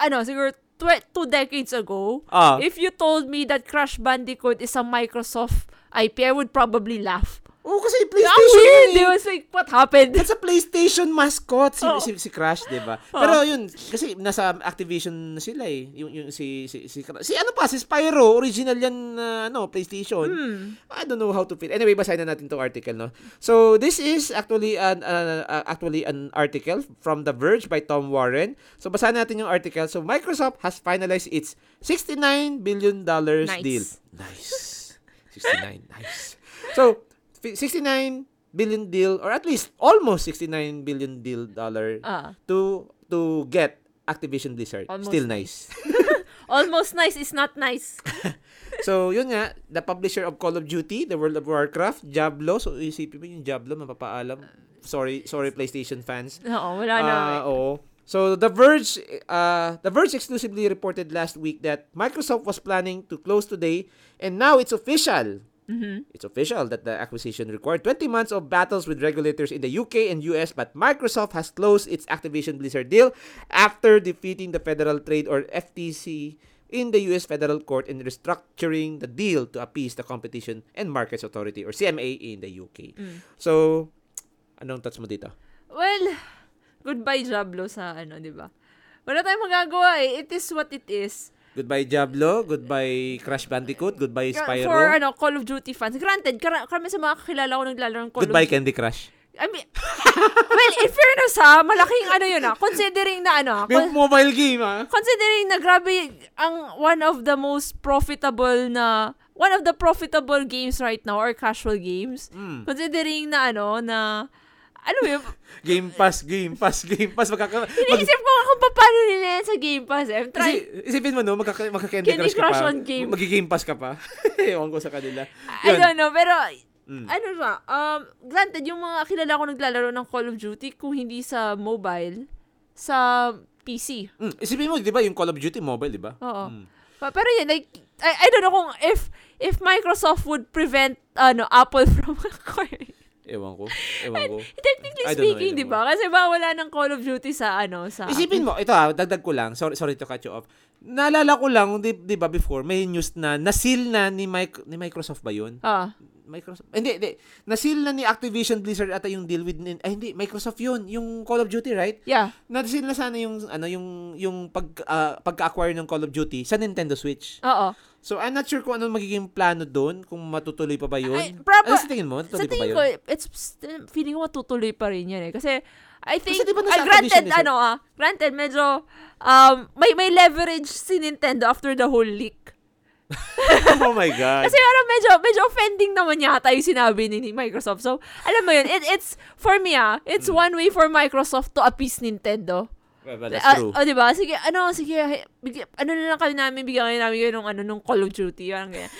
ano, siguro tw- two decades ago,
Ah,
if you told me that Crash Bandicoot is a Microsoft IP, I would probably laugh.
oh, kasi
Ang
PlayStation
weird!
yun
It
eh.
was like, what happened?
That's a PlayStation mascot si,
Oo.
si, si Crash, 'di ba? Pero yun, kasi nasa Activision na sila eh. Yung yung si si si, si ano pa si Spyro, original 'yan na ano, PlayStation.
Hmm.
I don't know how to fit. Anyway, basahin na natin 'tong article, no. So, this is actually an uh, uh, actually an article from The Verge by Tom Warren. So, basahin natin yung article. So, Microsoft has finalized its 69 billion dollars
Nice.
deal. Nice. 69. nice. So, fi- 69 billion deal or at least almost 69 billion deal dollar
Ah,
to to get Activision Blizzard.
Almost
Still nice.
almost nice is not nice.
so, yun nga, the publisher of Call of Duty, the World of Warcraft, Diablo. So, isipin mo yung Diablo, mapapaalam. Sorry, sorry PlayStation fans.
Oo, wala na.
Ah, oo. So The Verge uh, The Verge exclusively reported last week that Microsoft was planning to close today and now it's official.
Mm-hmm.
It's official that the acquisition required 20 months of battles with regulators in the UK and US, but Microsoft has closed its Activision Blizzard deal after defeating the Federal Trade or FTC in the US Federal Court and restructuring the deal to appease the Competition and Markets Authority or CMA in the UK.
Mm.
So, anong thoughts mo dito?
Well, goodbye Diablo sa ano, di ba? Wala tayong magagawa eh. It is what it is.
Goodbye Diablo, goodbye Crash Bandicoot, goodbye
Ka-
Spyro,
For ano, Call of Duty fans. Granted, kar- karami sa mga kakilala ko naglalaro ng Call
goodbye
of Duty.
Candy Crush.
I mean, well, in fairness ha, malaking ano yun ah. Considering na ano,
Yung
con-
mobile game ah.
considering na grabe ang one of the most profitable na one of the profitable games right now are casual games.
Hmm.
Considering na ano, na ano yun,
Game Pass, Game Pass, Game Pass. Magkaka- mag-
iniisip ko nga kung paano nila yan sa Game Pass. eh. I'm
kasi,
trying,
isipin mo no, magkaka- magka-Candy
Candy
Crush ka
Crush
pa.
on game.
Magi-Game Pass ka pa. Ewan ko sa kanila.
I
Yun.
don't know, pero
Mm.
ano siya, um, granted, yung mga kilala ko naglalaro ng Call of Duty, kung hindi sa mobile, sa PC.
Mm, Isipin mo, di ba, yung Call of Duty mobile, di ba?
Oo.
Mm.
Pa- Pero yun, like, I, I don't know kung if if Microsoft would prevent ano Apple from acquiring.
Ewan ko. Ewan ko.
Technically
I don't know, I
speaking,
don't
di ba? Kasi ba wala ng Call of Duty sa ano, sa...
Isipin mo, ito ah, dagdag ko lang. Sorry, sorry to cut you off. Naalala ko lang, di, di ba before, may news na nasil na ni, Mic- ni Microsoft ba yun?
Ah,
Microsoft. Hindi, hindi. Nasil na ni Activision Blizzard ata yung deal with nin- ay hindi, Microsoft 'yun, yung Call of Duty, right?
yeah.
Nasil na sana yung ano yung yung pag ah, pagka-acquire ng Call of Duty sa Nintendo Switch.
Oo.
So I'm not sure kung ano magiging plano doon, kung matutuloy pa ba 'yun.
Ay, proba-
ano sa tingin mo?
Sa
Tutuloy pa ba
tingin
'yun?
ko, it's still, feeling ko matutuloy pa rin yan eh. Kasi, I think,
Kasi di ba nasa
ah, granted,
Activision eh, sir?
ano ah, granted, medyo, um, may, may leverage si Nintendo after the whole leak.
oh my god.
Kasi parang medyo, medyo offending naman yata yung sinabi ni ni Microsoft. So, alam mo yun, it, it's, for me ah, it's one way for Microsoft to appease Nintendo.
Well, well, Hmm. that's
Ah,
true.
oh, di ba? Sige, ano, sige, hi- bigyan- ano na lang kami namin, bigyan kayo namin yun ng ano, nung Call of Duty. Parang ganyan.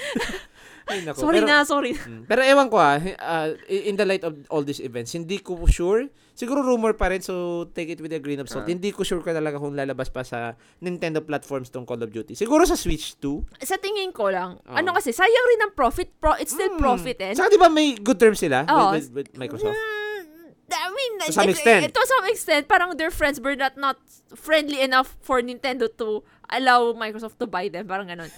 Ay, nako.
Sorry
Pero-
na, sorry na.
Mm. Pero ewan ko ah, ah, in the light of all these events, hindi ko sure. Siguro rumor pa rin, so take it with a grain of
Ah.
salt. Hindi ko sure ka talaga kung lalabas pa sa Nintendo platforms tong Call of Duty. Siguro sa Switch 2.
Sa tingin ko lang,
Oo.
ano kasi, sayang rin ang profit. Pro, it's still profit eh.
Saka Hmm. di ba may good terms sila with-
Oo.
with, with Microsoft?
Mm, I mean,
To some
it-
extent.
it- to some extent, parang their friends were not, not friendly enough for Nintendo to allow Microsoft to buy them. Parang ganun.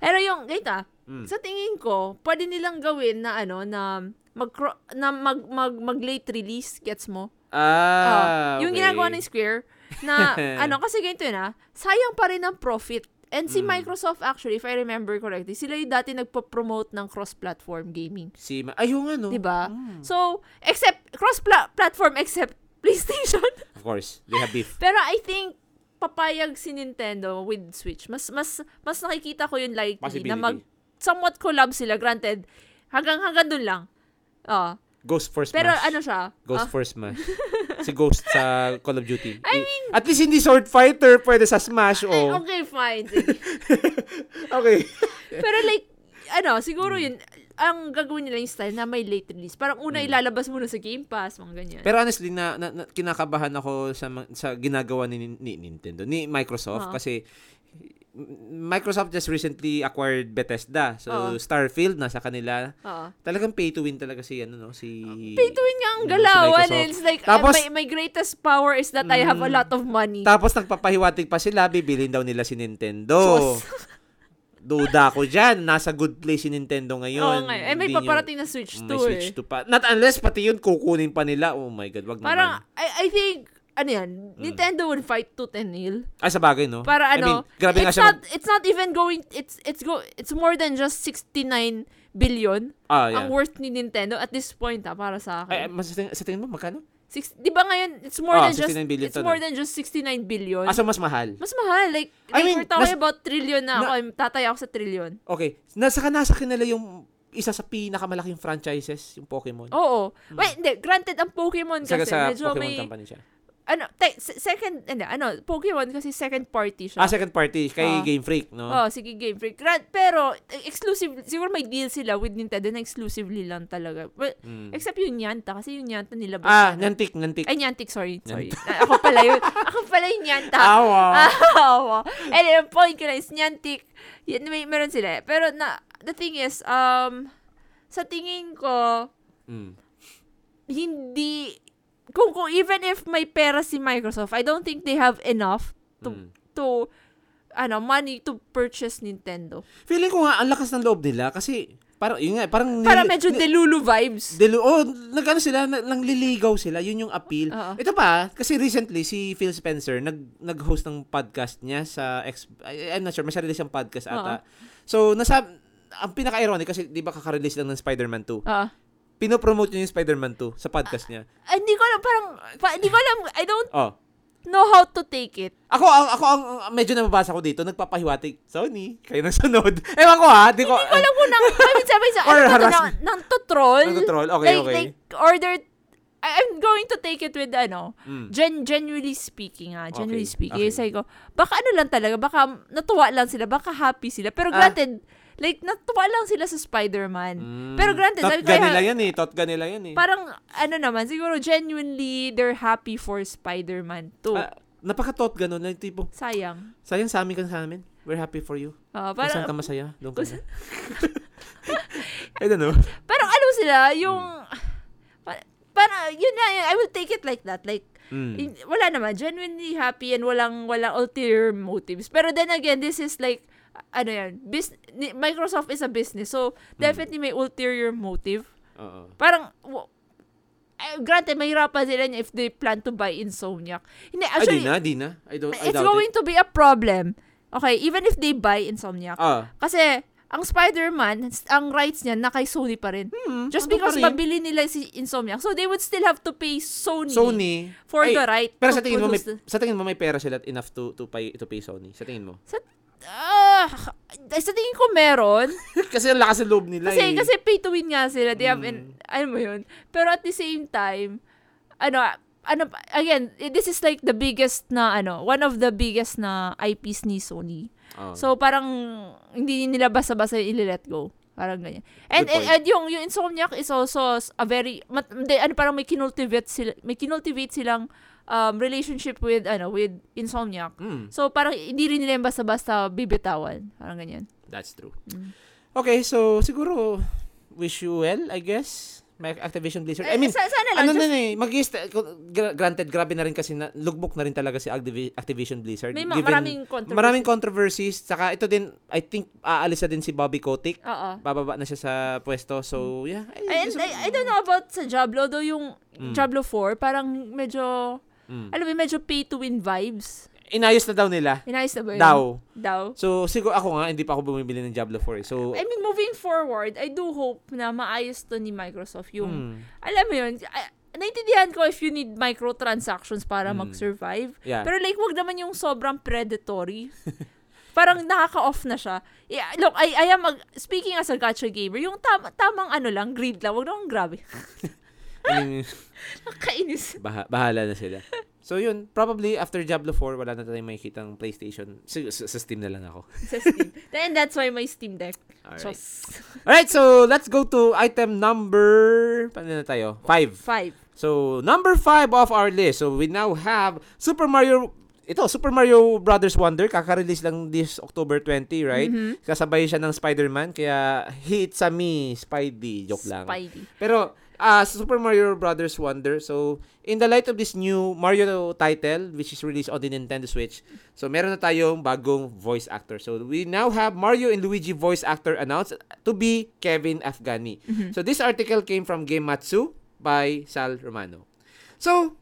Pero yung, ganito ah,
Hmm.
sa tingin ko, pwede nilang gawin na ano, na mag, na mag, mag, mag late release, gets mo?
Ah,
Oo. Yung
okay.
ginagawa ng Square na ano kasi ganito na, sayang pa rin ang profit. And
Hmm.
si Microsoft actually, if I remember correctly, sila yung dati nagpo-promote ng cross-platform gaming.
Si Ma- ano? Ayun nga, no?
'Di ba?
Hmm.
So, except cross-platform except PlayStation.
Of course, they have beef.
Pero I think papayag si Nintendo with Switch. Mas mas mas nakikita ko yung likely na
Possibility.
mag somewhat collab sila granted. Hanggang hanggang dun lang. Oh,
Ghost for Smash.
pero ano siya?
Ghost
ah,
for Smash. si Ghost sa Call of Duty. I mean, At least hindi Sword Fighter pwede sa Smash,
ay,
oh.
eh, okay, fine. Sige.
okay.
Pero like, ano, siguro
Hmm.
yun, ang gagawin nila yung style na may late release. Parang una ilalabas muna sa Game Pass, mga ganyan.
Hmm. Pero honestly, na, na- na- kinakabahan ako sa ma- sa ginagawa ni, ni Nintendo, ni Microsoft
Oo.
kasi M- Microsoft just recently acquired Bethesda. So,
Oo.
Starfield nasa kanila.
Oo.
Talagang pay to win talaga si ano no, si
Pay to win nga ang
Yun, si
galawan.
Hmm, Microsoft.
It's like, uh,
Tapos- Hmm.
my, my greatest power is that I have a lot of money.
Tapos nagpapahiwatig pa sila, bibilhin daw nila si Nintendo.
Sus.
Duda ko dyan. Nasa good place si Nintendo
Oo
ngayon.
nga. Eh, may
Hindi nyo-
paparating na Switch 2
May
eh.
Switch 2 pa. Not unless pati yun kukunin pa nila. Oh my God, wag
Parang,
naman.
I, I think, ano yan, Nintendo would fight tooth and nail.
Ay, Ah, sa bagay, no?
Para
I mean,
ano,
grabe nga
it's
siya.
not,
mag-
it's not even going, it's, it's go, it's more than just 69 billion
ah, yeah. Eh,
ang worth ni Nintendo at this point ah, para sa
Ay,
akin.
mas, sa tingin- sa tingin mo, magkano?
Six, di ba ngayon, it's more
Ah,
than just,
69 billion
it's
to,
more
no?
than just 69 billion.
Asa mas mahal?
Mas mahal. Like,
I
like,
mean,
we're
nas-
talking about trillion na, ako.
na-
I'm- Tatay ako sa trillion.
Okay. Nasa ka nasa kanila yung isa sa pinakamalaking franchises, yung Pokemon.
Oo. Wait, hindi. Granted, ang Pokemon
sa,
kasi,
Hmm. sa
medyo
Pokemon
may,
company siya.
ano, te- se- second, hindi, ano, Pokemon kasi second party
Ah,
siya.
second party. Kay
Ah.
Game Freak, no?
Oh, sige, Game Freak. Grant, pero, eh, exclusive, siguro may deal sila with Nintendo na exclusively lang talaga. Well,
Mm.
except yung Nyanta, kasi yung Nyanta nilabas
Ah,
na.
Nantik, Nantik.
Ay, Niantic, sorry. sorry. Ah, ako pala yun. ako pala yung
Ah,
Nyanta.
Awa.
Awa. Ah, And yung point ko lang is Niantic, yun, may, meron sila. eh. Pero na, the thing is, um, sa tingin ko,
Mm.
hindi, kung, kung even if may pera si Microsoft, I don't think they have enough to,
Mm.
to, ano, money to purchase Nintendo.
Feeling ko nga, ang lakas ng loob nila kasi parang, yun nga, parang...
Para
nili-
medyo
ni-
Delulu vibes.
Delu- oh, nagano sila, na- nangliligaw sila. Yun yung appeal.
Oo.
Ito pa, kasi recently si Phil Spencer nag nag-host ng podcast niya sa ex I- I'm not sure, may sarili siyang podcast ata. So, nasa ang pinaka-ironic kasi 'di ba kaka-release lang ng Spider-Man 2.
Ah.
Pinopromote niya yung Spider-Man 2 sa podcast niya.
Ah, hindi ko alam, parang, pa, hindi ko alam, I don't
Oh.
know how to take it.
Ako ang ako ang ang- medyo nababasa ko dito, nagpapahiwatig. Sony, kayo nang sunod. Ewan ko ha, di ko
Hindi ko alam kung nang, I mean, sabi sa,
Or
ano to, nang,
harassment.
nang to troll.
Nang to troll, okay,
like,
okay.
Like, order, I- I'm going to take it with, ano,
Mm.
gen, genuinely speaking, ah, genuinely
Okay,
speaking.
okay.
Okay. Sabi ko, baka ano lang talaga, baka natuwa lang sila, baka happy sila. Pero
Ah.
granted, like, natuwa lang sila sa Spider-Man.
Mm.
Pero granted,
Tot
sabi ko,
ga
"Ay,
nila yan eh, tot ga nila yan eh.
parang, ano naman, siguro, genuinely, they're happy for Spider-Man 2.
Ah, napaka-tot ganun, like tipo,
Sayang.
sayang sa amin ka sa amin. We're happy for you. Para, Kung
Ah, parang,
saan ka masaya, doon ka
Kung
na. I don't know.
Pero alam sila, yung...
Mm.
Pa- Parang, yun na, I will take it like that. Like,
Mm.
in- wala naman, genuinely happy and walang, walang ulterior motives. Pero then again, this is like, ano yan, bus- ni- Microsoft is a business. So,
Mm.
definitely may ulterior motive.
Oo.
Parang, w- eh, granted, mahirapan sila niya if they plan to buy Insomniac. Hindi,
Ay, di
actually,
na, di na. I don't, I
it's
doubt
going
it.
to be a problem. Okay, even if they buy Insomniac.
Ah.
Kasi, ang Spider-Man, s- ang rights niya na kay Sony pa rin.
Hmm,
Just
nandun
because
pa rin.
mabili nila si Insomniac. So, they would still have to pay Sony,
Sony.
for
Ay,
the right
Pero
to
sa tingin mo, may,
produce the-
sa tingin mo may pera sila enough to, to, pay, to pay Sony? Sa tingin mo?
Ah, sa tingin ko meron.
kasi ang lakas ng loob nila eh.
Kasi, kasi pay to win nga
Mm.
sila. They have, an, ano mo yun. Pero at the same time, ano, ano, pa- again, eh, this is like the biggest na, ano, one of the biggest na IPs ni Sony.
Oo.
So, parang, hindi nila basta-basta ililet go. Parang ganyan. And,
Good
and,
point.
and yung, yung Insomniac is also s- a very, mat, hindi, ano, parang may kinultivate, sila, may kinultivate silang um, relationship with, ano, with Insomniac.
Hmm,
So, parang hindi rin nila yung basta-basta bibitawan. Parang ganyan.
that's true.
Mm.
Okay, so siguro, wish you well, I guess. May Activision Blizzard. I
Eh,
mean,
sa- sana
ano
lang, just-
na na eh, mag granted, grabe na rin kasi, na, lugbok na rin talaga si Activi- Activision Blizzard.
May ma-
given-
maraming controversy.
Maraming controversies. Saka ito din, I think, aalis na din si Bobby Kotick.
Oo.
Bababa na siya sa pwesto. So, yeah.
I, and Hmm. I, I don't know about sa Diablo, though yung Diablo 4, parang medyo,
Mm.
alam mo, yun, medyo pay to win vibes.
Inayos na daw nila.
Inayos na ba yun?
Daw.
Daw.
So, siguro ako nga, hindi pa ako bumibili ng Diablo 4. eh. So,
I mean, moving forward, I do hope na maayos to ni Microsoft yung,
mm,
alam mo yun, I, naintindihan ko if you need microtransactions para
Mm.
mag-survive.
yeah.
Pero like, wag naman yung sobrang predatory. Parang nakaka-off na siya. Yeah, look, I, I am, a- speaking as a gacha gamer, yung tam- tamang ano lang, greed lang, wag naman grabe.
I mean,
Nakakainis.
baha- bahala na sila. So, yun. Probably, after Diablo 4, wala na tayong makikita ng PlayStation. Sig- Sa, sa Steam na lang ako.
sa Steam. And that's why my Steam Deck.
Alright.
Just
Alright, so let's go to item number... Paano na tayo? Five.
five.
So, number five of our list. So, we now have Super Mario ito, Super Mario Brothers Wonder, kaka-release lang this October 20, right? Kasabay siya ng Spider-Man, kaya hits a me, Spidey. Joke lang.
Spidey.
Pero uh, Super Mario Brothers Wonder. So in the light of this new Mario title which is released on the Nintendo Switch. So meron na tayong bagong voice actor. So we now have Mario and Luigi voice actor announced to be Kevin Afghani. So this article came from Game Matsu by Sal Romano. So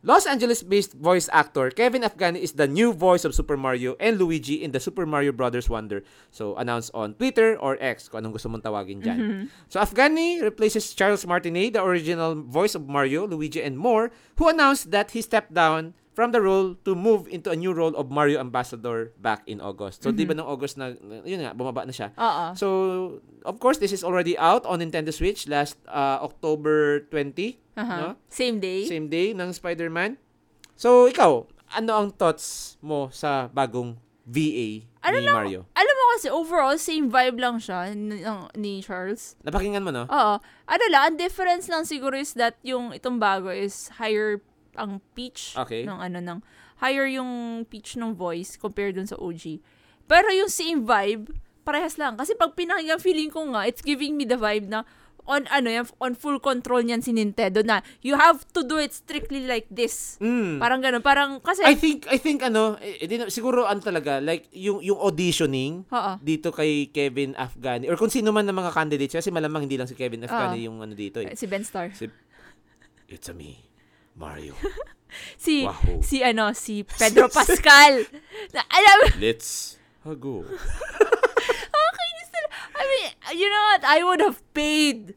Los Angeles-based voice actor Kevin Afghani is the new voice of Super Mario and Luigi in the Super Mario Brothers Wonder. So, announced on Twitter or X, kung anong gusto mong tawagin dyan. So, Afghani replaces Charles Martinet, the original voice of Mario, Luigi, and more, who announced that he stepped down from the role to move into a new role of Mario Ambassador back in August. So, di ba noong August na, yun nga, bumaba na siya.
Oo.
So, of course, this is already out on Nintendo Switch last uh, October 20.
Aha.
No?
Uh-huh. Same day.
Same day ng Spider-Man. So, ikaw, ano ang thoughts mo sa bagong VA
Ano
ni
lang-
Mario?
Alam mo kasi, overall, same vibe lang siya ni, ng- ni Charles.
Napakinggan mo, no?
Oo. Ano lang, ang difference lang siguro is that yung itong bago is higher ang pitch
Okay.
ng ano ng higher yung pitch ng voice compared dun sa OG. Pero yung same vibe, parehas lang. Kasi pag pinakinggan feeling ko nga, it's giving me the vibe na on ano yan, on full control niyan si Nintendo na you have to do it strictly like this.
Mm.
Parang ganun. Parang kasi,
I think I think ano, eh, eh, di na- siguro ano talaga like yung yung auditioning
Oo.
dito kay Kevin Afghani or kung sino man ng mga candidates kasi malamang hindi lang si Kevin Afghani
Oo.
yung ano dito eh.
si Ben Star.
Si, it's a me, Mario.
Si,
Wahoo.
si ano, si Pedro Pascal. na, alam mo,
Let's go.
I mean, you know what? I would have paid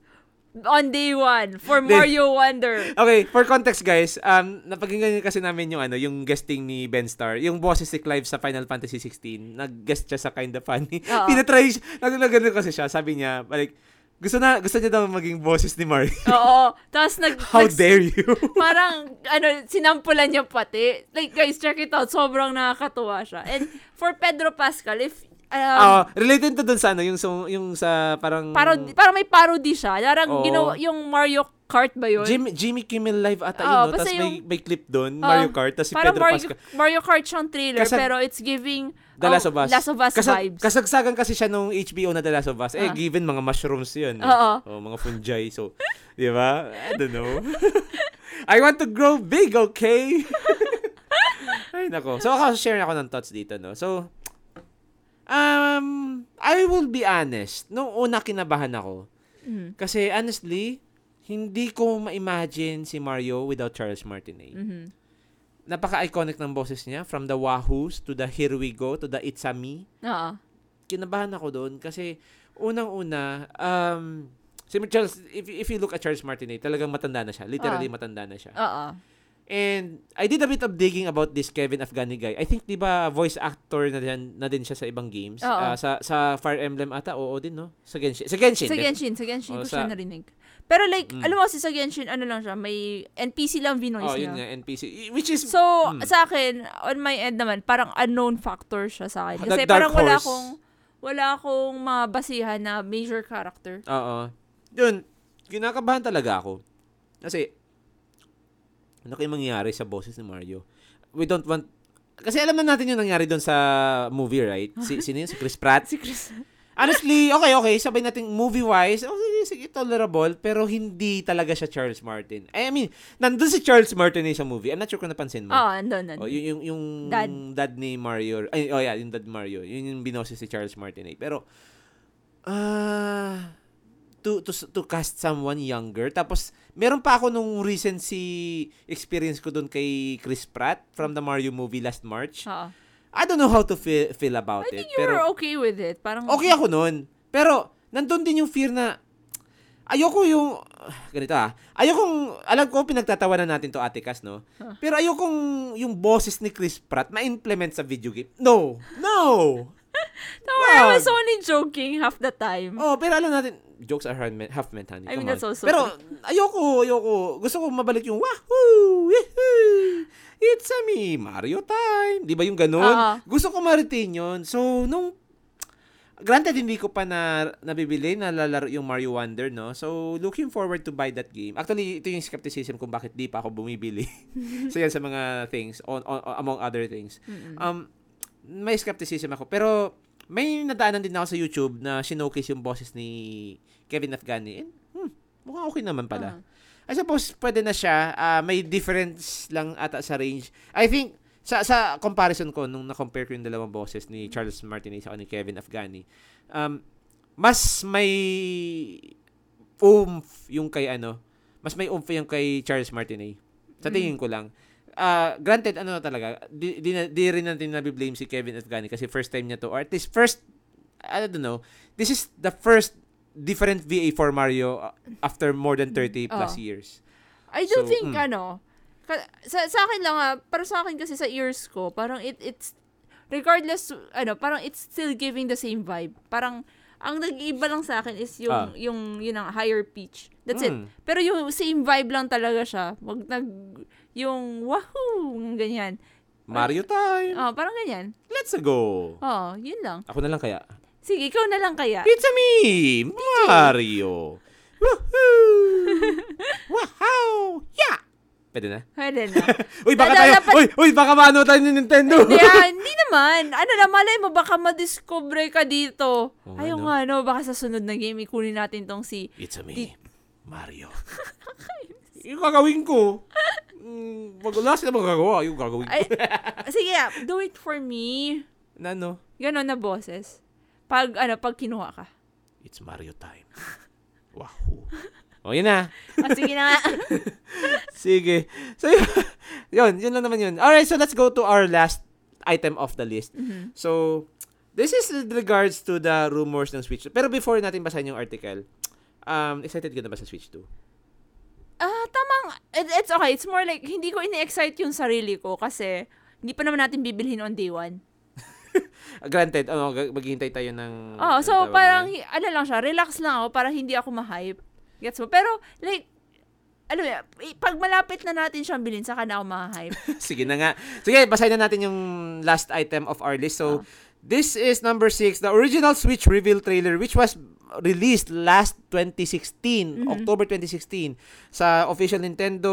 on day one for
Then-
Mario Wonder.
Okay, for context guys, um napakinggan niyo kasi namin yung ano, yung guesting ni Ben Star, yung boses ni Clive sa Final Fantasy 16. Nag-guest siya sa Kinda Funny.
Oo.
Pinatry siya, nag nagano kasi siya, sabi niya, like gusto na gusto niya daw maging boses ni Mario.
Oo. Tapos nag...
How
nags-
dare you?
Parang, ano, sinampulan niya pati. Like, guys, check it out. Sobrang nakakatuwa siya. And for Pedro Pascal, if... Um,
Ah, related to dun sa ano, yung sa, yung sa parang
parody, parang may parody siya.
Oo.
Parang, ginawa, yung Mario Kart ba yun?
Jimmy, Jimmy Kimmel Live ata
Oo,
yun, no?
basta
Tapos may,
yung-
may clip doon,
Oo.
Mario Kart, tapos si
parang
Pedro
Mario,
Pascal.
Mario Kart siyang trailer,
Kasag-
pero it's giving...
The Last of Us.
Oh, Last of Us
Kasa-
vibes.
Kasagsagan kasi siya nung HBO na The Last of Us. Eh,
Ah.
given mga mushrooms yun. eh.
Oo.
Oh, mga fungi. So, di ba? I don't know. I want to grow big, okay? Ay, nako. So, ako, share ako ng thoughts dito, no? So, um, I will be honest. Nung una, kinabahan ako.
Mhm.
Kasi, honestly, hindi ko ma-imagine si Mario without Charles Martinet
Mhm.
napaka-iconic ng boses niya. From the Wahoos to the Here We Go to the It's A Me.
Oo.
Kinabahan ako doon kasi unang-una, um, si Charles, if, if you look at Charles Martinet, talagang matanda na siya. Literally
Ah.
matanda na siya.
Oo.
And I did a bit of digging about this Kevin Afghani guy. I think, di ba, voice actor na din, na din siya sa ibang games.
Oo.
Ah, sa, sa Fire Emblem ata, oo din, no? Sa Genshin. Sa Genshin.
Sa Genshin, sa Genshin
Oh,
ko
sa-
siya narinig. Pero like,
Mm.
alam mo kasi sa Genshin, ano lang siya, may NPC lang
Oh,
vinoise
yun
niya.
nga, NPC. Which is,
So,
Mm.
sa akin, on my end naman, parang unknown factor siya sa akin. Kasi
Dark- dark
parang wala
horse.
akong, wala akong mabasihan na major character.
Oo. Yun, kinakabahan talaga ako. Kasi, ano kayong mangyayari sa boses ni Mario? We don't want... Kasi alam na natin yung nangyari doon sa movie, right? Si, sino yun? Si Chris Pratt?
Si Chris.
Honestly, okay, okay. Sabay natin movie-wise, okay, sige, tolerable. Pero hindi talaga siya Charles Martin. Eh, I mean, nandun si Charles Martin eh sa movie. I'm not sure kung napansin mo.
Oo, Ah, andun,
Oh,
andun.
yung, yung, yung
Dad.
dad. ni Mario. Ay, oh yeah, yung dad Mario. Yun yung binoses si Charles Martinet. Pero, ah, to, to, to cast someone younger. Tapos, meron pa ako nung recency experience ko dun kay Chris Pratt from the Mario movie last March.
Oo.
I don't know how to feel, feel about
Ah. I think
it.
you were okay with it. Parang,
Okay ako nun. Pero, nandun din yung fear na, ayoko yung, ah, ganito ah, ayokong, alam ko pinagtatawanan natin to Ate Cas, no?
Huh.
Pero ayokong yung boses ni Chris Pratt ma-implement sa video game. No! No!
no, I
wag.
was only joking half the time.
Oh, pero alam natin, jokes are half meant, half meant honey.
I mean,
Come on.
that's also
Pero ayoko, ayoko. Gusto ko mabalik yung wahoo! Yehoo! It's a me, Mario time. Di ba yung ganun?
Oo.
Gusto ko ma-retain yun. So, nung Granted, hindi ko pa na nabibili, nalalaro yung Mario Wonder, no? So, looking forward to buy that game. Actually, ito yung skepticism kung bakit di pa ako bumibili. so, yan sa mga things, on, on, among other things. Um, may skepticism ako. Pero, may nadaanan din ako sa YouTube na sinokis yung boses ni Kevin Afghani. And, hmm, mukhang okay naman
Ah.
pala. I suppose, pwede na siya. Ah, may difference lang ata sa range. I think, sa sa comparison ko, nung na-compare ko yung dalawang boses ni Charles Martinez at ni Kevin Afghani, um, mas may oomph yung kay ano, mas may oomph yung kay Charles Martinez. Sa
Mm.
tingin ko lang. Ah, granted, ano talaga, di, di, na- di rin natin nabiblame si Kevin Afghani kasi first time niya to, or at least first, I don't know, this is the first different VA for Mario uh, after more than 30 plus
Oo.
years.
I do
So,
think,
mm.
ano, ka- sa, sa akin lang ha, para sa akin kasi sa ears ko, parang it, it's, regardless, ano, parang it's still giving the same vibe. Parang, ang nag-iiba lang sa akin is yung,
Ah.
yung, yun ang higher pitch. That's it.
Mm.
Pero yung same vibe lang talaga siya. Wag nag, yung wahoo, ganyan.
Mario time!
Oh, parang ganyan.
Let's go!
Oh, yun lang.
Ako na lang kaya.
Sige, ikaw na lang kaya.
It's a me, Mario. Woohoo! Wow! Yeah! Pwede na?
Pwede na.
Uy, baka
Dada-
tayo,
dapat-
uy, uy, baka maano tayo ni Nintendo.
Kaya, hindi ah. naman. Ano na, malay mo, baka madiscover ka dito.
Oo nga,
Ayaw
no?
nga, no? Baka sa sunod na game, ikunin natin tong si...
It's a me,
Di-
Mario. yung gagawin ko, mm, wag wala sila magagawa, yung gagawin ko.
Ay, sige, ah, do it for me.
Na ano?
Ganon na boses. Pag, ano, pag kinuha ka.
It's Mario time. Wahoo. O, yun na.
O, Ah, sige na nga.
Sige. So, yun, yun, yun lang naman yun. Alright, so let's go to our last item of the list.
Mm-hmm.
So, this is with regards to the rumors ng Switch. Pero before natin basahin yung article, um, excited ka na ba sa Switch 2?
Ah, tamang, it, it's okay. It's more like, hindi ko ini-excite yung sarili ko kasi hindi pa naman natin bibilhin on day one.
Ah, Granted, ano, g- maghihintay tayo ng... ng
Oh, so
tawag
parang,
niya.
hi- ano lang siya, relax lang ako para hindi ako ma-hype. Gets mo? Pero, like, alam mo, yan, i- pag malapit na natin siyang bilhin, saka na ako ma-hype.
Sige na nga. Sige, basahin na natin yung last item of our list. So, this is number 6, the original Switch reveal trailer which was released last 2016, October 2016 sa official Nintendo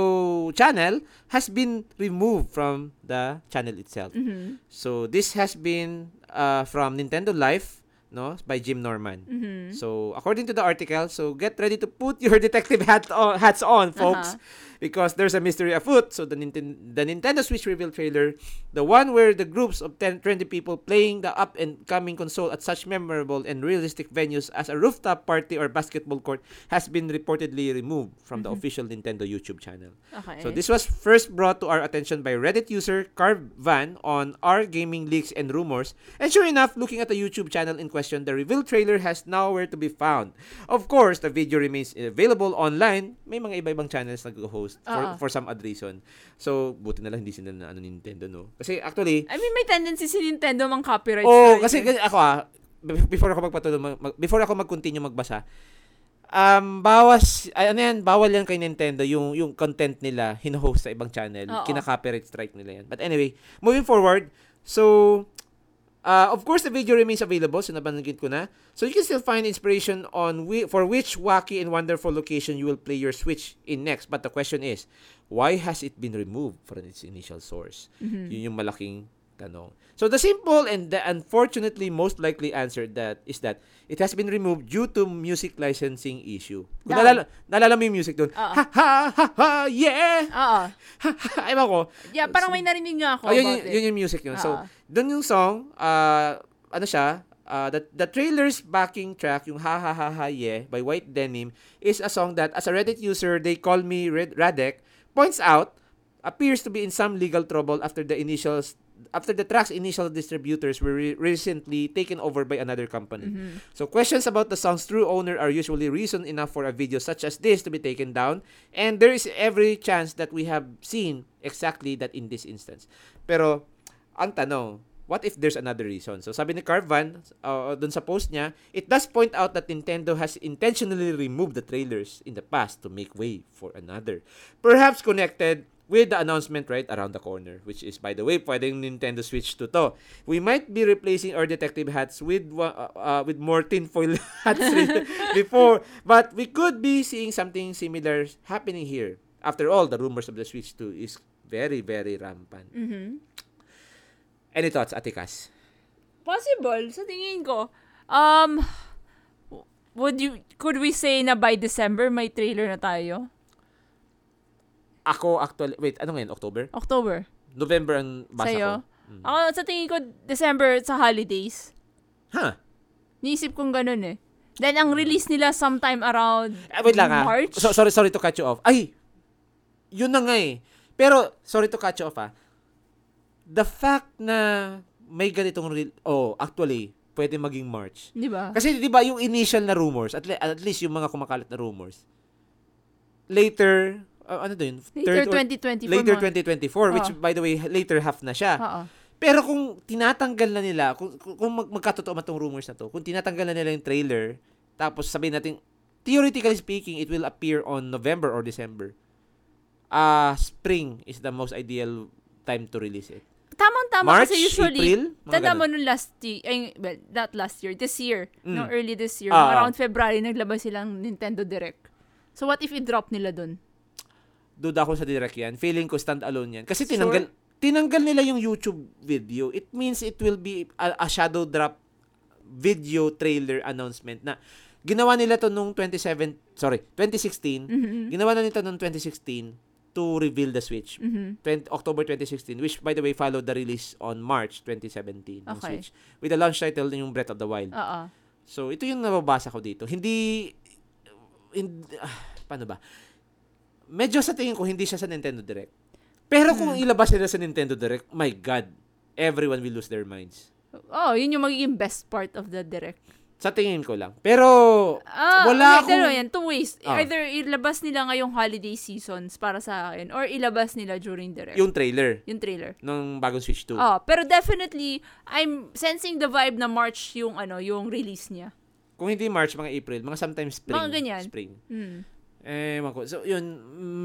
channel has been removed from the channel itself.
Mhm.
So, this has been uh, from Nintendo Life no by Jim Norman.
Mhm.
So, according to the article, so get ready to put your detective hat on, hats on, folks, because there's a mystery afoot. So, the, Ninten- the Nintendo Switch reveal trailer, the one where the groups of 10, 20 people playing the up and coming console at such memorable and realistic venues as a rooftop party or basketball court, has been reportedly removed from the official Nintendo YouTube channel.
Okay.
So this was first brought to our attention by Reddit user Carvan on our gaming leaks and rumors. And sure enough, looking at the YouTube channel in question, the reveal trailer has nowhere to be found. Of course, the video remains available online. May mga iba-ibang channels nag-host for,
Oo.
for some odd reason. So, buti na lang hindi sila na ano Nintendo, no? Kasi actually,
I mean, may tendency si Nintendo mang copyright.
oh,
strike
kasi
eh.
kasi ako ah, be- before ako magpatuloy mag, mag- before ako mag-continue magbasa. Um, bawas ay, ano yan, bawal yan kay Nintendo yung yung content nila hinohost sa ibang channel.
Oo.
Kina-copyright strike nila yan. But anyway, moving forward, so uh, of course the video remains available so nabanggit ko na. So you can still find inspiration on wi- for which wacky and wonderful location you will play your Switch in next. But the question is, why has it been removed from its initial source?
Mm-hmm.
Yun yung malaking tanong. So the simple and the unfortunately most likely answer that is that it has been removed due to music licensing issue. Kung
Dam.
nalala, nalala mo yung music doon.
Oo.
Ha ha ha ha yeah!
Oo.
Ha ha ha. Ewan ko.
Yeah, parang may narinig nga ako
Oh, yun,
about
yun,
it.
yun yung music yun. So,
Oo.
doon yung song, ah, ano siya, ah, the, the trailer's backing track, yung Ha Ha Ha Ha Yeah by White Denim, is a song that, as a Reddit user, they call me Red Radek, points out, appears to be in some legal trouble after the initials after the track's initial distributors were re- recently taken over by another company. So questions about the song's true owner are usually reason enough for a video such as this to be taken down and there is every chance that we have seen exactly that in this instance. Pero ang tanong, what if there's another reason? So sabi ni Carvan uh, dun sa post niya, it does point out that Nintendo has intentionally removed the trailers in the past to make way for another. Perhaps connected with the announcement right around the corner, which is, by the way, pwedeng Nintendo Switch to to. We might be replacing our detective hats with wa- uh, uh, with more tinfoil hats re- before, but we could be seeing something similar happening here. After all, the rumors of the Switch 2 is very, very rampant.
Mhm.
Any thoughts, Atikas?
Possible, sa tingin ko. Um, w- would you, could we say na by December may trailer na tayo?
Ako, actually, wait, ano ngayon? October?
October.
November ang basa
Sa'yo?
ko. Mm.
Ako, sa tingin ko, December sa holidays.
Huh.
Niisip kong ganun eh. Then, ang release nila sometime around
Mm. Ah, wait lang ha.
March.
So, sorry, sorry to cut you off. Ay! Yun na nga eh. Pero, sorry to cut you off ha. The fact na may ganitong real... Oh, actually, pwede maging March.
Di ba?
Kasi di ba yung initial na rumors, at, le- at least yung mga kumakalat na rumors, later, ah, ano to yun?
Later Oh.
Third or-
2024.
later ah.
mga-
2024, which by the way, later half na siya.
Oo.
Pero kung tinatanggal na nila, kung, kung- kung mag, magkatotoo man tong rumors na to, kung tinatanggal na nila yung trailer, tapos sabihin natin, theoretically speaking, it will appear on November or December. Ah, spring is the most ideal time to release it.
Tamang-tama
March,
kasi usually,
April, mga
tanda mo
ganun.
nung last year, ay, well, not last year, this year,
Mm.
no early this year,
Ah.
around February, naglabas silang Nintendo Direct. So, what if i-drop nila dun?
Duda ako sa direct yan. Feeling ko stand alone yan. Kasi tinanggal tinanggal nila yung YouTube video. It means it will be a, a shadow drop video trailer announcement na ginawa nila to nung 27 sorry 2016
Mhm.
Ginawa na nito noong 2016 to reveal the Switch.
Mhm.
20, October 2016, which by the way followed the release on March 2017 ng
Okay. Ah.
Switch. With the launch title yung Breath of the Wild.
Oo.
So ito yung nababasa ko dito. Hindi, hindi ah, paano ba? Medyo sa tingin ko hindi siya sa Nintendo Direct. Pero kung
Mm.
ilabas nila sa Nintendo Direct, my God, everyone will lose their minds.
Oh, yun yung magiging best part of the direct.
Sa tingin ko lang. Pero
Ah,
wala
okay,
akong...
dalawa yan, two ways.
Ah.
Either ilabas nila ngayong holiday seasons para sa akin or ilabas nila during direct.
yung
Yung,
trailer
trailer.
ng bagong Switch 2.
Oh, pero definitely I'm sensing the vibe na March yung ano, yung release niya.
Kung hindi March, mga April, mga sometimes spring.
Mga ganyan.
Spring.
Hmm.
Eh, ewan ko. So, yun,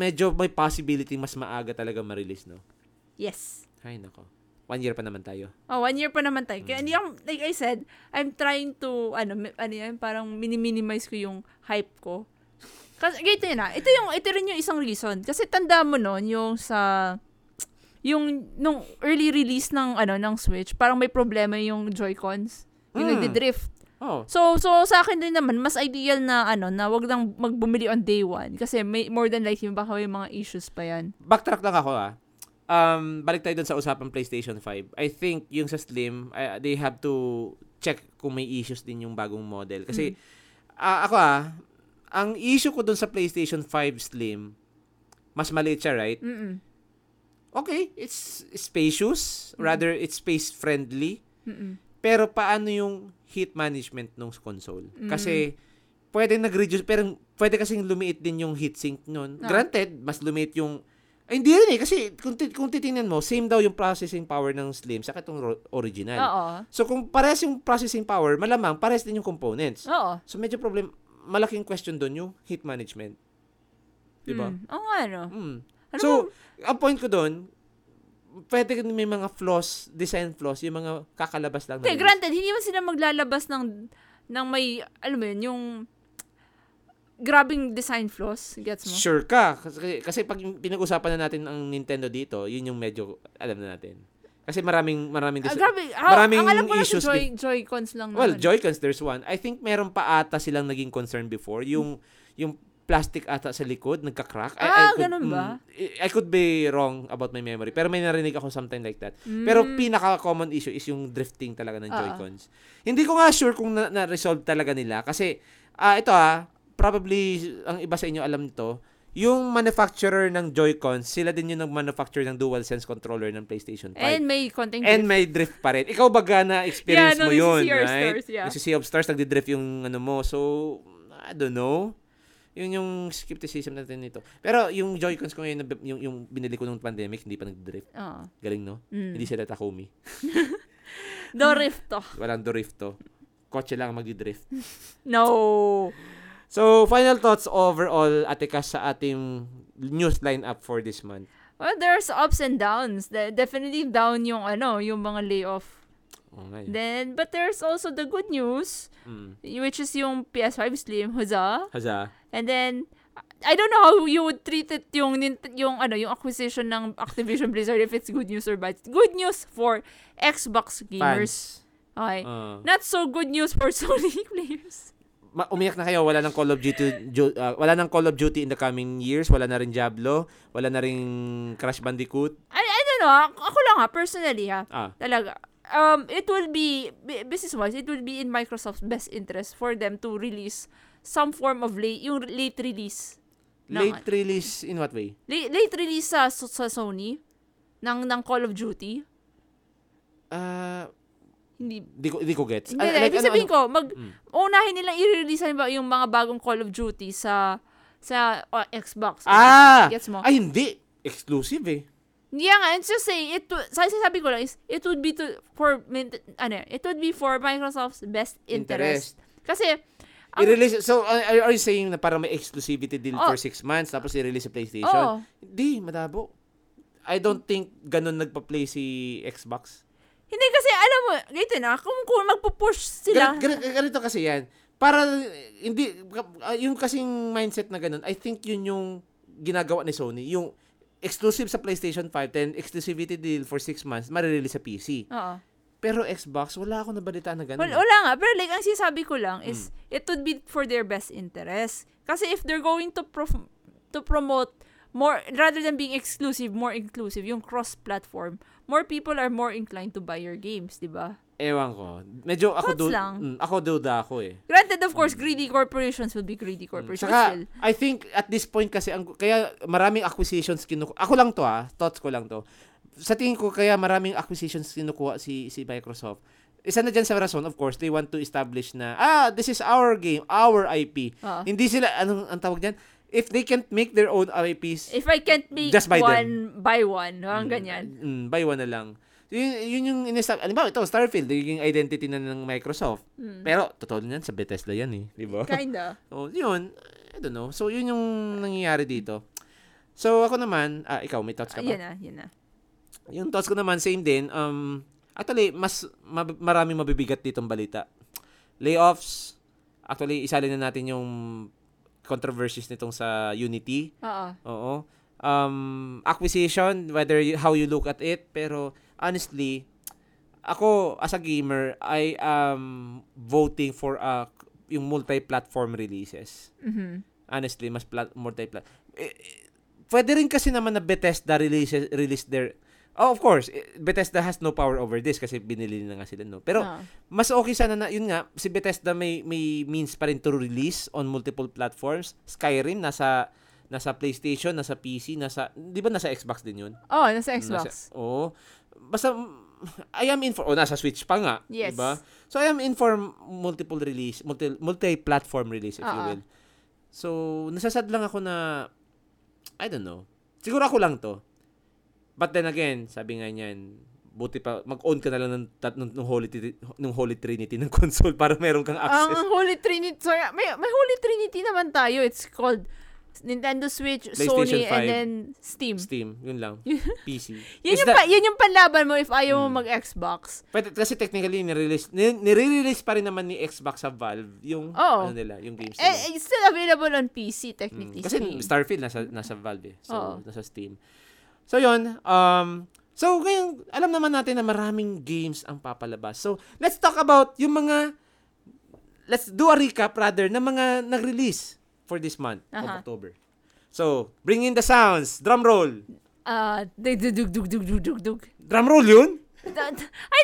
medyo may possibility mas maaga talaga ma-release, no?
Yes.
Ay, nako. One year pa naman tayo.
Oh, one year pa naman tayo. Kaya hindi ako- like I said, I'm trying to, ano, mi- ano yan, parang mini-minimize ko yung hype ko. Kasi, ganito yun ah. Ito, yung, ito rin yung isang reason. Kasi tanda mo noon yung sa, yung, nung early release ng, ano, ng Switch, parang may problema yung Joy-Cons. Yung
Mm.
nagdi-drift.
Oh.
So, so sa akin din naman, mas ideal na, ano, na wag lang magbumili on day one. Kasi may, more than likely, baka may mga issues pa yan.
Backtrack lang ako, ah. Um, balik tayo dun sa usapang PlayStation 5. I think yung sa Slim, I- they have to check kung may issues din yung bagong model. Kasi, ah, ako ah, ang issue ko dun sa PlayStation 5 Slim, mas maliit siya, right?
Mm-mm.
Okay, it's spacious. Rather, it's space-friendly.
Mm-mm.
Pero paano yung heat management ng console? Kasi pwede nag-reduce pero pwede kasing lumiit din yung heat sink nun.
Ah.
Granted, mas lumiit yung ay, hindi rin eh kasi kung, tit- kung titingnan mo, same daw yung processing power ng Slim sa itong ro- original.
Oo.
So kung pares yung processing power, malamang pares din yung components.
Oo.
So medyo problem malaking question doon yung heat management. 'Di ba?
Mm. Oo nga, no.
Mm.
Ano
Diba? so, ang point ko doon, pwede may mga flaws, design flaws, yung mga kakalabas lang. na
Hindi,
release.
granted, hindi man sila maglalabas ng, ng may, alam mo yun, yung grabing design flaws. Gets mo?
Sure ka. Kasi, kasi pag pinag-usapan na natin ang Nintendo dito, yun yung medyo alam na natin. Kasi maraming maraming
Ah,
dis-
grabe. How,
maraming
ang alam ko lang sa
issues
Joy, Joy-Cons lang
Well,
naman.
Joy-Cons there's one. I think meron pa ata silang naging concern before yung yung plastic ata sa likod nagka-crack.
Ah,
could-
ganun ba?
mm, I could be wrong about my memory, pero may narinig ako something like that. Pero pinaka-common issue is yung drifting talaga ng
Mm. Ah.
Joy-Cons. Hindi ko nga sure kung na- na-resolve talaga nila kasi ah ito ah, probably ang iba sa inyo alam nito, yung manufacturer ng Joy-Cons, sila din yung nag-manufacture ng DualSense controller ng PlayStation 5.
And may konting
And
drift.
may drift pa rin. Ikaw ba na experience
Yeah,
mo
no,
yun,
nagsisi of
right?
stars, yeah.
Nagsisi of stars, nagdi-drift yung ano mo. So, I don't know. Yun yung skepticism natin nito. Pero yung Joy-Cons ko ngayon, nab- yung, yung binili ko nung pandemic, hindi pa nag-drift.
Oo.
Galing, no?
Mm.
Hindi sila Takumi.
No rift to.
Walang drift to. Kotse lang ang magdi-drift.
No.
So, final thoughts overall, Ate Cass, sa ating news lineup for this month.
Well, there's ups and downs. De- definitely down yung ano, yung mga layoff.
Oo nga yun.
Then, but there's also the good news,
Oh, Mm.
which is yung PS5 Slim, huza.
Haza.
And then, I don't know how you would treat it yung, Nint- yung, ano, yung acquisition ng Activision Blizzard if it's good news or bad. Good news for Xbox gamers.
Fans.
Okay.
Ah.
Not so good news for Sony players.
Ma- umiyak na kayo, wala ng Call of Duty Ju- ah, wala ng Call of Duty in the coming years, wala na rin Diablo, wala na rin Crash Bandicoot.
I, I don't know. Ako, ako lang ha, personally ha.
Ah,
Talaga. Um, it will be, bu- business-wise, it will be in Microsoft's best interest for them to release some form of late, yung late release. ng-
late release in what way?
late, late release sa, sa Sony ng, ng Call of Duty.
Ah,
Hindi,
di ko di ko gets.
hindi,
Ah,
like,
like,
ibig
ano-
sabihin ko, mag,
Mm.
unahin nilang i-release halimbawa yung mga bagong Call of Duty sa sa uh, Xbox.
Ah!
Gets mo?
Ay, hindi. Exclusive eh.
Yeah nga, it's just saying, it, w- sa sabi ko lang is, it would be to, for, main- ano, it would be for Microsoft's best interest. Kasi, ang-
I-release, so are, are- are you saying na parang may exclusivity deal
Ah. Oh.
for six months tapos i-release sa PlayStation?
oh,
Hindi, madabo. I don't think ganun nagpa-play si Xbox.
hindi kasi, alam mo, ganito na, kung, kung magpupush sila,
Gan- gan- ganito kasi yan. Para eh, hindi ah, yung kasing mindset na ganun, I think yun yung ginagawa ni Sony, yung exclusive sa PlayStation 5, then exclusivity deal for six months, marirelease sa PC.
oo.
Pero Xbox, wala akong nabalitaan na ganun.
Wal- wala nga. Pero like, ang sinasabi ko lang
Mm.
is, it would be for their best interest. Kasi if they're going to prof- to promote more, rather than being exclusive, more inclusive, yung cross-platform, more people are more inclined to buy your games, di ba?
Ewan ko. Medyo ako
Thoughts lang.
mm, ako duda ako eh.
Granted, of course, greedy corporations will be
Mm.
greedy corporations. but
Saka,
still,
I think at this point kasi, ang, kaya maraming acquisitions kinukuha. Ako lang to ah, thoughts ko lang to. Sa tingin ko, kaya maraming acquisitions kinukuha si, si Microsoft. Isa na dyan sa rason, of course, they want to establish na, ah, this is our game, our IP.
Oo.
Hindi sila, anong ang tawag dyan? If they can't make their own IPs,
if I can't make
Just buy them.
one by one, parang ganyan.
Mm, buy one na lang. So, yun, yun yung inestab... Alimbawa, ito, Starfield, naging identity na ng Microsoft.
Mm.
Pero, totoo niyan, sa Bethesda yan eh. Di ba?
Kinda.
So, yun. I don't know. So, yun yung nangyayari dito. So, ako naman, ah, ikaw, may thoughts ka
Yan
ba?
na, yan na.
Yung thoughts ko naman, same din. Um, actually, mas mab- maraming mabibigat ditong balita. Layoffs. Actually, isali na natin yung controversies nitong sa Unity.
Oo.
Oo. Um, acquisition, whether you- how you look at it, pero honestly, ako as a gamer, I am voting for a yung multi-platform releases.
Mhm.
Honestly, mas plat- multi-platform. Pwede rin kasi naman na Bethesda releases release their Oh, of course, eh, Bethesda has no power over this kasi binili na nga sila, no. Pero
Oo.
mas okay sana na, yun nga, si Bethesda may, may means pa rin to release on multiple platforms. Skyrim, nasa, nasa PlayStation, nasa PC, nasa, di ba nasa Xbox din yun?
Oh, nasa Xbox.
Nasa- Oo. Basta, mm, I am in for, oh, nasa Switch pa nga. Di
Yes.
ba? So, I am in for m- multiple release, multi, multi-platform release, if you
Oo.
will. So, nasasad lang ako na, I don't know. Siguro ako lang to. But then again, sabi nga niyan, buti pa, mag-own ka na lang ng, tat, ng, ng, Holy, Tri- ng Holy Trinity ng console para meron kang
Ang
access.
Holy Trinity, sorry, may, may Holy Trinity naman tayo. It's called Nintendo Switch, Sony,
PlayStation
and
5.
then Steam.
Steam, yun lang. PC.
Yun
Is
yung,
that- Hmm.
pa, yun yung panlaban mo if ayaw mo mag-Xbox.
Pwede, kasi technically, nirelease, ni- nire-release pa rin naman ni Xbox sa Valve yung, ano
Oo.
nila, yung games nila.
Eh, it's still available on PC,
Mm,
technically.
Kasi
Steam.
Starfield nasa, nasa Valve eh. So,
Oo.
nasa Steam. So, yun. Um, so, ngayon, alam naman natin na maraming games ang papalabas. So, let's talk about yung mga, let's do a recap rather, ng mga nag-release for this month of
Aha.
October. So, bring in the sounds. Drum roll.
Ah, dug dug dug dug dug dug dug dug.
Drum roll yun?
I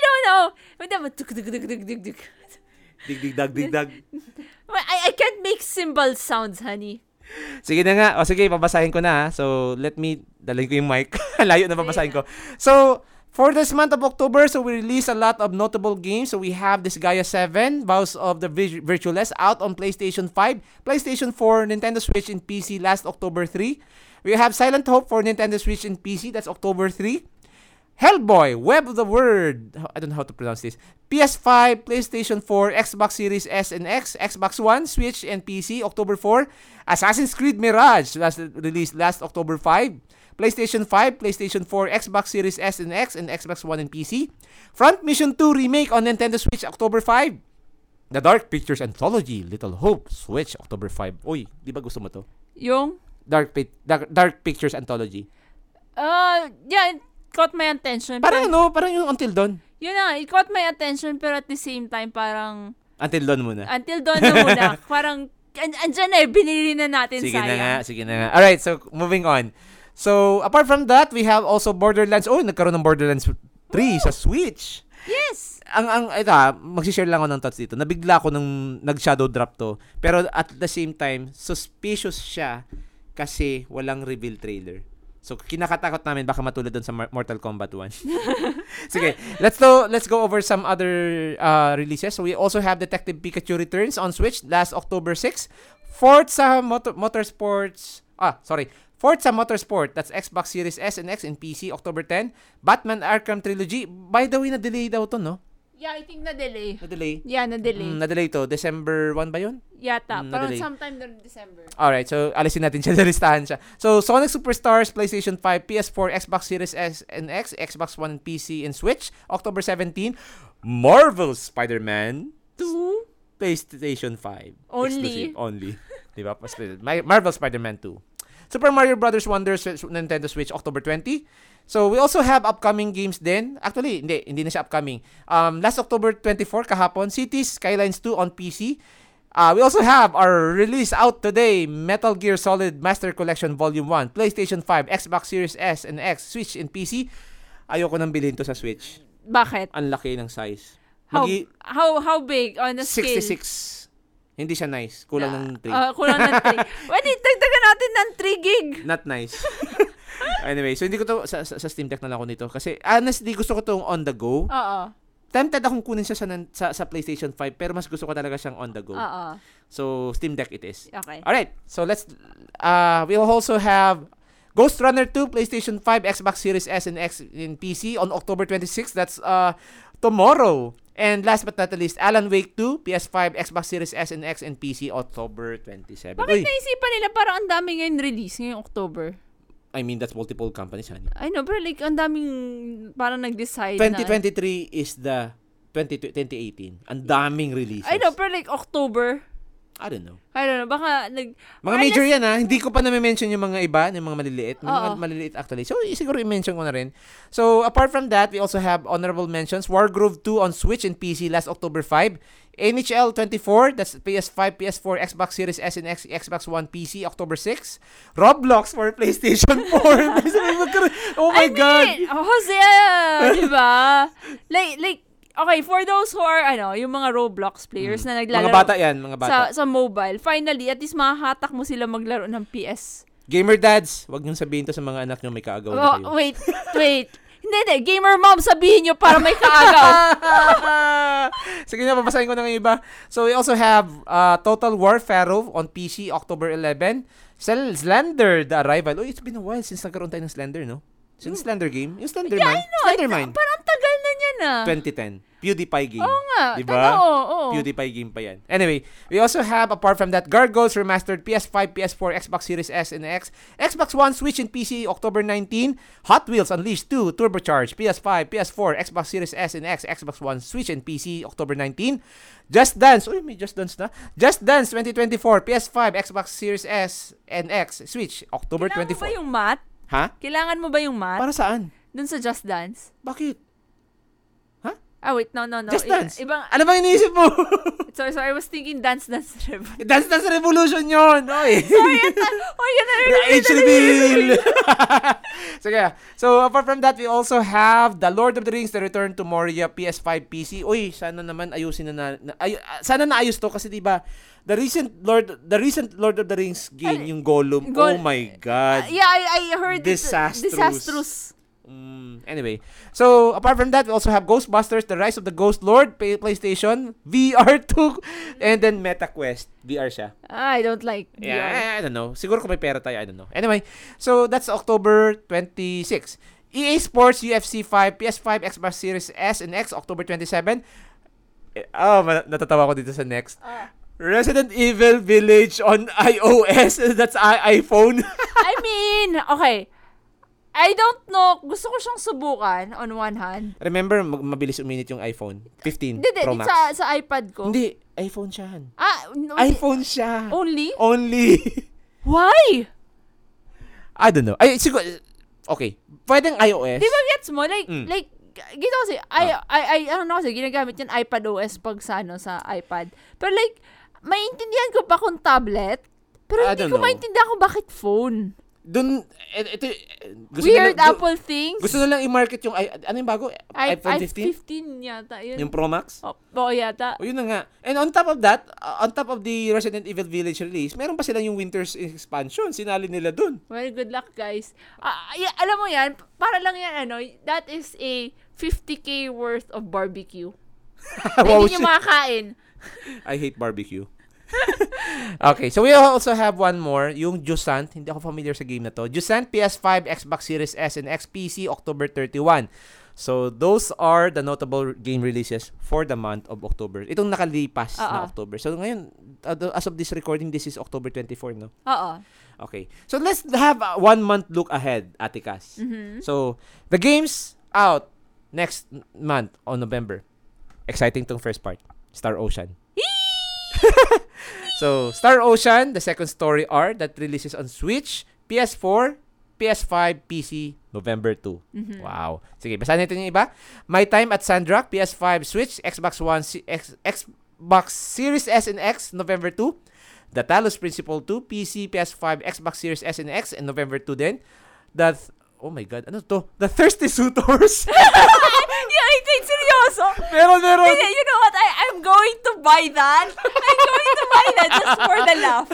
don't know. But then, dug dug dug dug dug dug.
Dig, dig, dag, dig, dag.
Well, I, I can't make cymbal sounds, honey.
Sige na nga. O sige, babasahin ko na ha. So, let me, dalhin ko yung mic. Layo na babasahin ko. So, for this month of October, so we release a lot of notable games. So, we have this Gaia 7, Vows of the Vir- Virtueless, out on PlayStation 5, PlayStation 4, Nintendo Switch, and PC last October 3. We have Silent Hope for Nintendo Switch and PC. That's October 3. Hellboy, Web of the Word. I don't know how to pronounce this. PS5, PlayStation 4, Xbox Series S and X, Xbox One, Switch, and PC, October 4. Assassin's Creed Mirage, last, released last October 5. PlayStation 5, PlayStation 4, Xbox Series S and X, and Xbox One and PC. Front Mission 2 Remake on Nintendo Switch, October 5. The Dark Pictures Anthology, Little Hope, Switch, October 5. Uy, di ba gusto mo to?
Yung,
Dark, Pi- Dark, Dark Pictures Anthology.
uh, yeah, it caught my attention.
Parang
pero,
ano, parang yung Until Dawn.
Yun na, nga, it caught my attention, pero at the same time, parang,
Until Dawn muna.
until dawn na muna, parang, an- andyan na eh, binili na natin,
Sige na
sayang.
nga, sige na nga. Alright, so moving on. So, apart from that, we have also Borderlands. Oh, nagkaroon ng Borderlands 3 sa Switch.
Yes!
Ang, ang, ito ha, magsishare lang ako ng thoughts dito. Nabigla ako nung nag-shadow drop to. Pero at the same time, suspicious siya kasi walang reveal trailer. So, kinakatakot namin baka matulad dun sa Mar- Mortal Kombat 1. Sige, let's go let's go over some other uh, releases. So we also have Detective Pikachu Returns on Switch last October 6. Forza Motor- Motorsports. Ah, sorry. Forza Motorsport, that's Xbox Series S and X and PC October 10. Batman Arkham Trilogy. By the way, na-delay daw to, no?
Yeah, I think na-delay.
Na-delay.
Yeah, na-delay.
Mm, na-delay to. December 1 ba yun?
Yata.
Mm,
parang
na-delay.
sometime during December.
Alright, so alisin natin siya sa listahan siya. So, Sonic Superstars, PlayStation 5, PS4, Xbox Series S and X, Xbox One and PC and Switch, October 17. Marvel Spider-Man 2, PlayStation 5. Exclusive,
Only.
only. diba? Mas- Ma- Marvel Spider-Man 2. Super Mario Brothers Wonder Switch- Nintendo Switch October 20. So we also have upcoming games then. Actually, hindi hindi na siya upcoming. Um last October 24 kahapon, Cities Skylines 2 on PC. Uh, we also have our release out today, Metal Gear Solid Master Collection Volume 1, PlayStation 5, Xbox Series S and X, Switch and PC. Ayoko nang bilhin to sa Switch.
Bakit?
Ang laki ng size.
How,
Magi-
how, how big on a scale?
66. Hindi siya nice. Kulang ng 3.
Ah, kulang ng 3. Pwede, dagdagan natin ng 3 gig.
Not nice. anyway, so hindi ko to sa, sa, sa Steam Deck na lang ako nito kasi honestly gusto ko tong on the go.
Oo.
Tempted akong kunin siya sa, nan- sa sa PlayStation 5 pero mas gusto ko talaga siyang on the go. Ah,
Oo.
So Steam Deck it is.
Okay.
All right. So let's uh we'll also have Ghost Runner 2 PlayStation 5 Xbox Series S and X in PC on October 26. That's uh tomorrow. And last but not the least, Alan Wake 2 PS5 Xbox Series S and X and PC October 27.
Bakit
Uy,
naisipan nila parang ang dami ngayon release ngayong October?
I mean that's multiple companies, honey.
I know, pero like ang daming parang nag-decide na.
2023 is the 20, 2018. Ang daming releases.
I know, pero like October.
I don't know.
I don't know, baka nag...
Mga
Unless-
major yan ha. Hindi ko pa na-mention yung mga iba, yung mga maliliit. May mga
Oo.
maliliit actually. So, i- siguro i-mention ko na rin. So, apart from that, we also have honorable mentions. Wargroove 2 on Switch and PC last October 5. NHL 24, that's PS5, PS4, Xbox Series S and X, Xbox One, PC, October 6. Roblox for PlayStation 4. oh my
I mean,
God!
Jose, ah, di ba? Like, like, okay, for those who are, ano, yung mga Roblox players na
Mm.
naglalaro
Mga bata yan, mga bata.
sa, sa mobile, finally, at least mahahatak mo sila maglaro ng PS.
Gamer dads, wag niyong sabihin to sa mga anak niyo may kaagaw na kayo.
Oh, wait, wait. Hindi, hindi. Gamer mom, sabihin nyo para may kaagaw.
Sige na, babasahin ko na ng iba. So, we also have uh, Total War Pharaoh on PC, October 11. Sel- Slender, The Arrival. Oh, it's been a while since nagkaroon tayo ng Slender, no? Since Slender game. Yung Slender
Hmm. yeah, I
Mind.
know.
Slender
Ito,
Mind.
Parang tagal na niya na.
2010. PewDiePie game.
Oo nga.
Diba?
Totoo, oo.
PewDiePie game pa yan. Anyway, we also have, apart from that, Gargoyles Remastered, PS5, PS4, Xbox Series S and X, Xbox One, Switch, and PC, October 19, Hot Wheels Unleashed 2, Turbocharged, PS5, PS4, Xbox Series S and X, Xbox One, Switch, and PC, October 19, Just Dance, uy, may Just Dance na, Just Dance 2024, PS5, Xbox Series S and X, Switch, October
Kailangan mo ba
24.
yung math?
Ha?
Kailangan mo ba yung math?
Para saan?
Dun sa Just Dance?
Bakit?
Ah, wait. No, no, no.
Just
Iba-
Dance?
Ibang,
Ano bang iniisip mo?
sorry, sorry. I was thinking Dance Dance Revolution.
Dance Dance Revolution yun! Oy!
Oh, yun na rin.
Age reveal! so, yeah. So, apart from that, we also have The Lord of the Rings, The Return to Moria, PS5, PC. Uy, sana naman ayusin na, na, na ay, ah, sana naayos to kasi 'di ba the recent Lord the recent Lord of the Rings game, yung Gollum. oh
Gol-
my god.
Ah, Yeah, I, I heard it's, uh,
Disastrous.
disastrous.
Mm, anyway, so apart from that, we also have Ghostbusters: The Rise of the Ghost Lord, Play- PlayStation VR2, and then MetaQuest VR siya.
Ah, I don't like
Yeah,
VR.
I- I don't know. Siguro kung may pera tayo, I don't know. Anyway, so that's October 26. EA E Sports UFC 5, PS5, Xbox Series S and X, October 27. Eh, Ah, ma- natatawa ko dito sa next. Resident Evil Village on iOS. That's i- iPhone.
I mean, okay. I don't know. Gusto ko siyang subukan on one hand.
Remember, mag- mabilis uminit yung iPhone. 15
Hindi, di-
Pro
di-
Max.
sa, sa iPad ko.
Hindi, iPhone siya. Han.
Ah, no,
iPhone Oh. siya.
Only?
Only.
Why?
I don't know. Ay, siguro, okay. Pwedeng iOS.
Di ba Diba gets mo? Like,
Mm. Ah.
like, gito kasi, I, I, I, ano na kasi, ginagamit yung iPad OS pag sa, ano, sa iPad. Pero like, maintindihan ko pa kung tablet, pero
I
hindi
don't
ko
know.
maintindihan kung bakit phone.
Dun, eh, ito, eh, gusto
Weird
nila- gu-
Apple things.
Gusto na lang i-market yung, i- ano yung bago?
I,
iPhone 15?
15? yata. Yun.
Yung Pro Max?
Oh, oo, yata.
O yun na nga. And on top of that, uh, on top of the Resident Evil Village release, meron pa silang yung Winter's Expansion. Sinali nila dun.
Well, good luck, guys. Ah, ay- alam mo yan, para lang yan, ano, that is a 50k worth of barbecue. Na
Wow,
hindi
Oh, shit.
nyo makakain.
I hate barbecue. okay, so we also have one more, yung Jusant. Hindi ako familiar sa game na to. Jusant PS5, Xbox Series S, and XPC October 31. So those are the notable game releases for the month of October. Itong nakalipas na
Oo.
October. So ngayon, uh, as of this recording, this is October 24, no?
Oo.
Okay. So let's have a one month look ahead, Atikas.
Mm-hmm. mhm.
So the games out next n- month on November. Exciting tong first part. Star Ocean. so Star Ocean, the second story R that releases on Switch, PS4, PS5, PC, November 2. Wow. Sige, basahin natin yung iba. My Time at Sandrock, PS5, Switch, Xbox One, Si- X, Xbox Series S and X, November 2. The Talos Principle 2, PC, PS5, Xbox Series S and X, and November 2 din. The, th- oh my God, ano to? The Thirsty Suitors.
yeah, I think, seryoso.
meron, meron.
Hindi, you know what? I, I'm going to buy that. I'm going to buy that just for the laugh.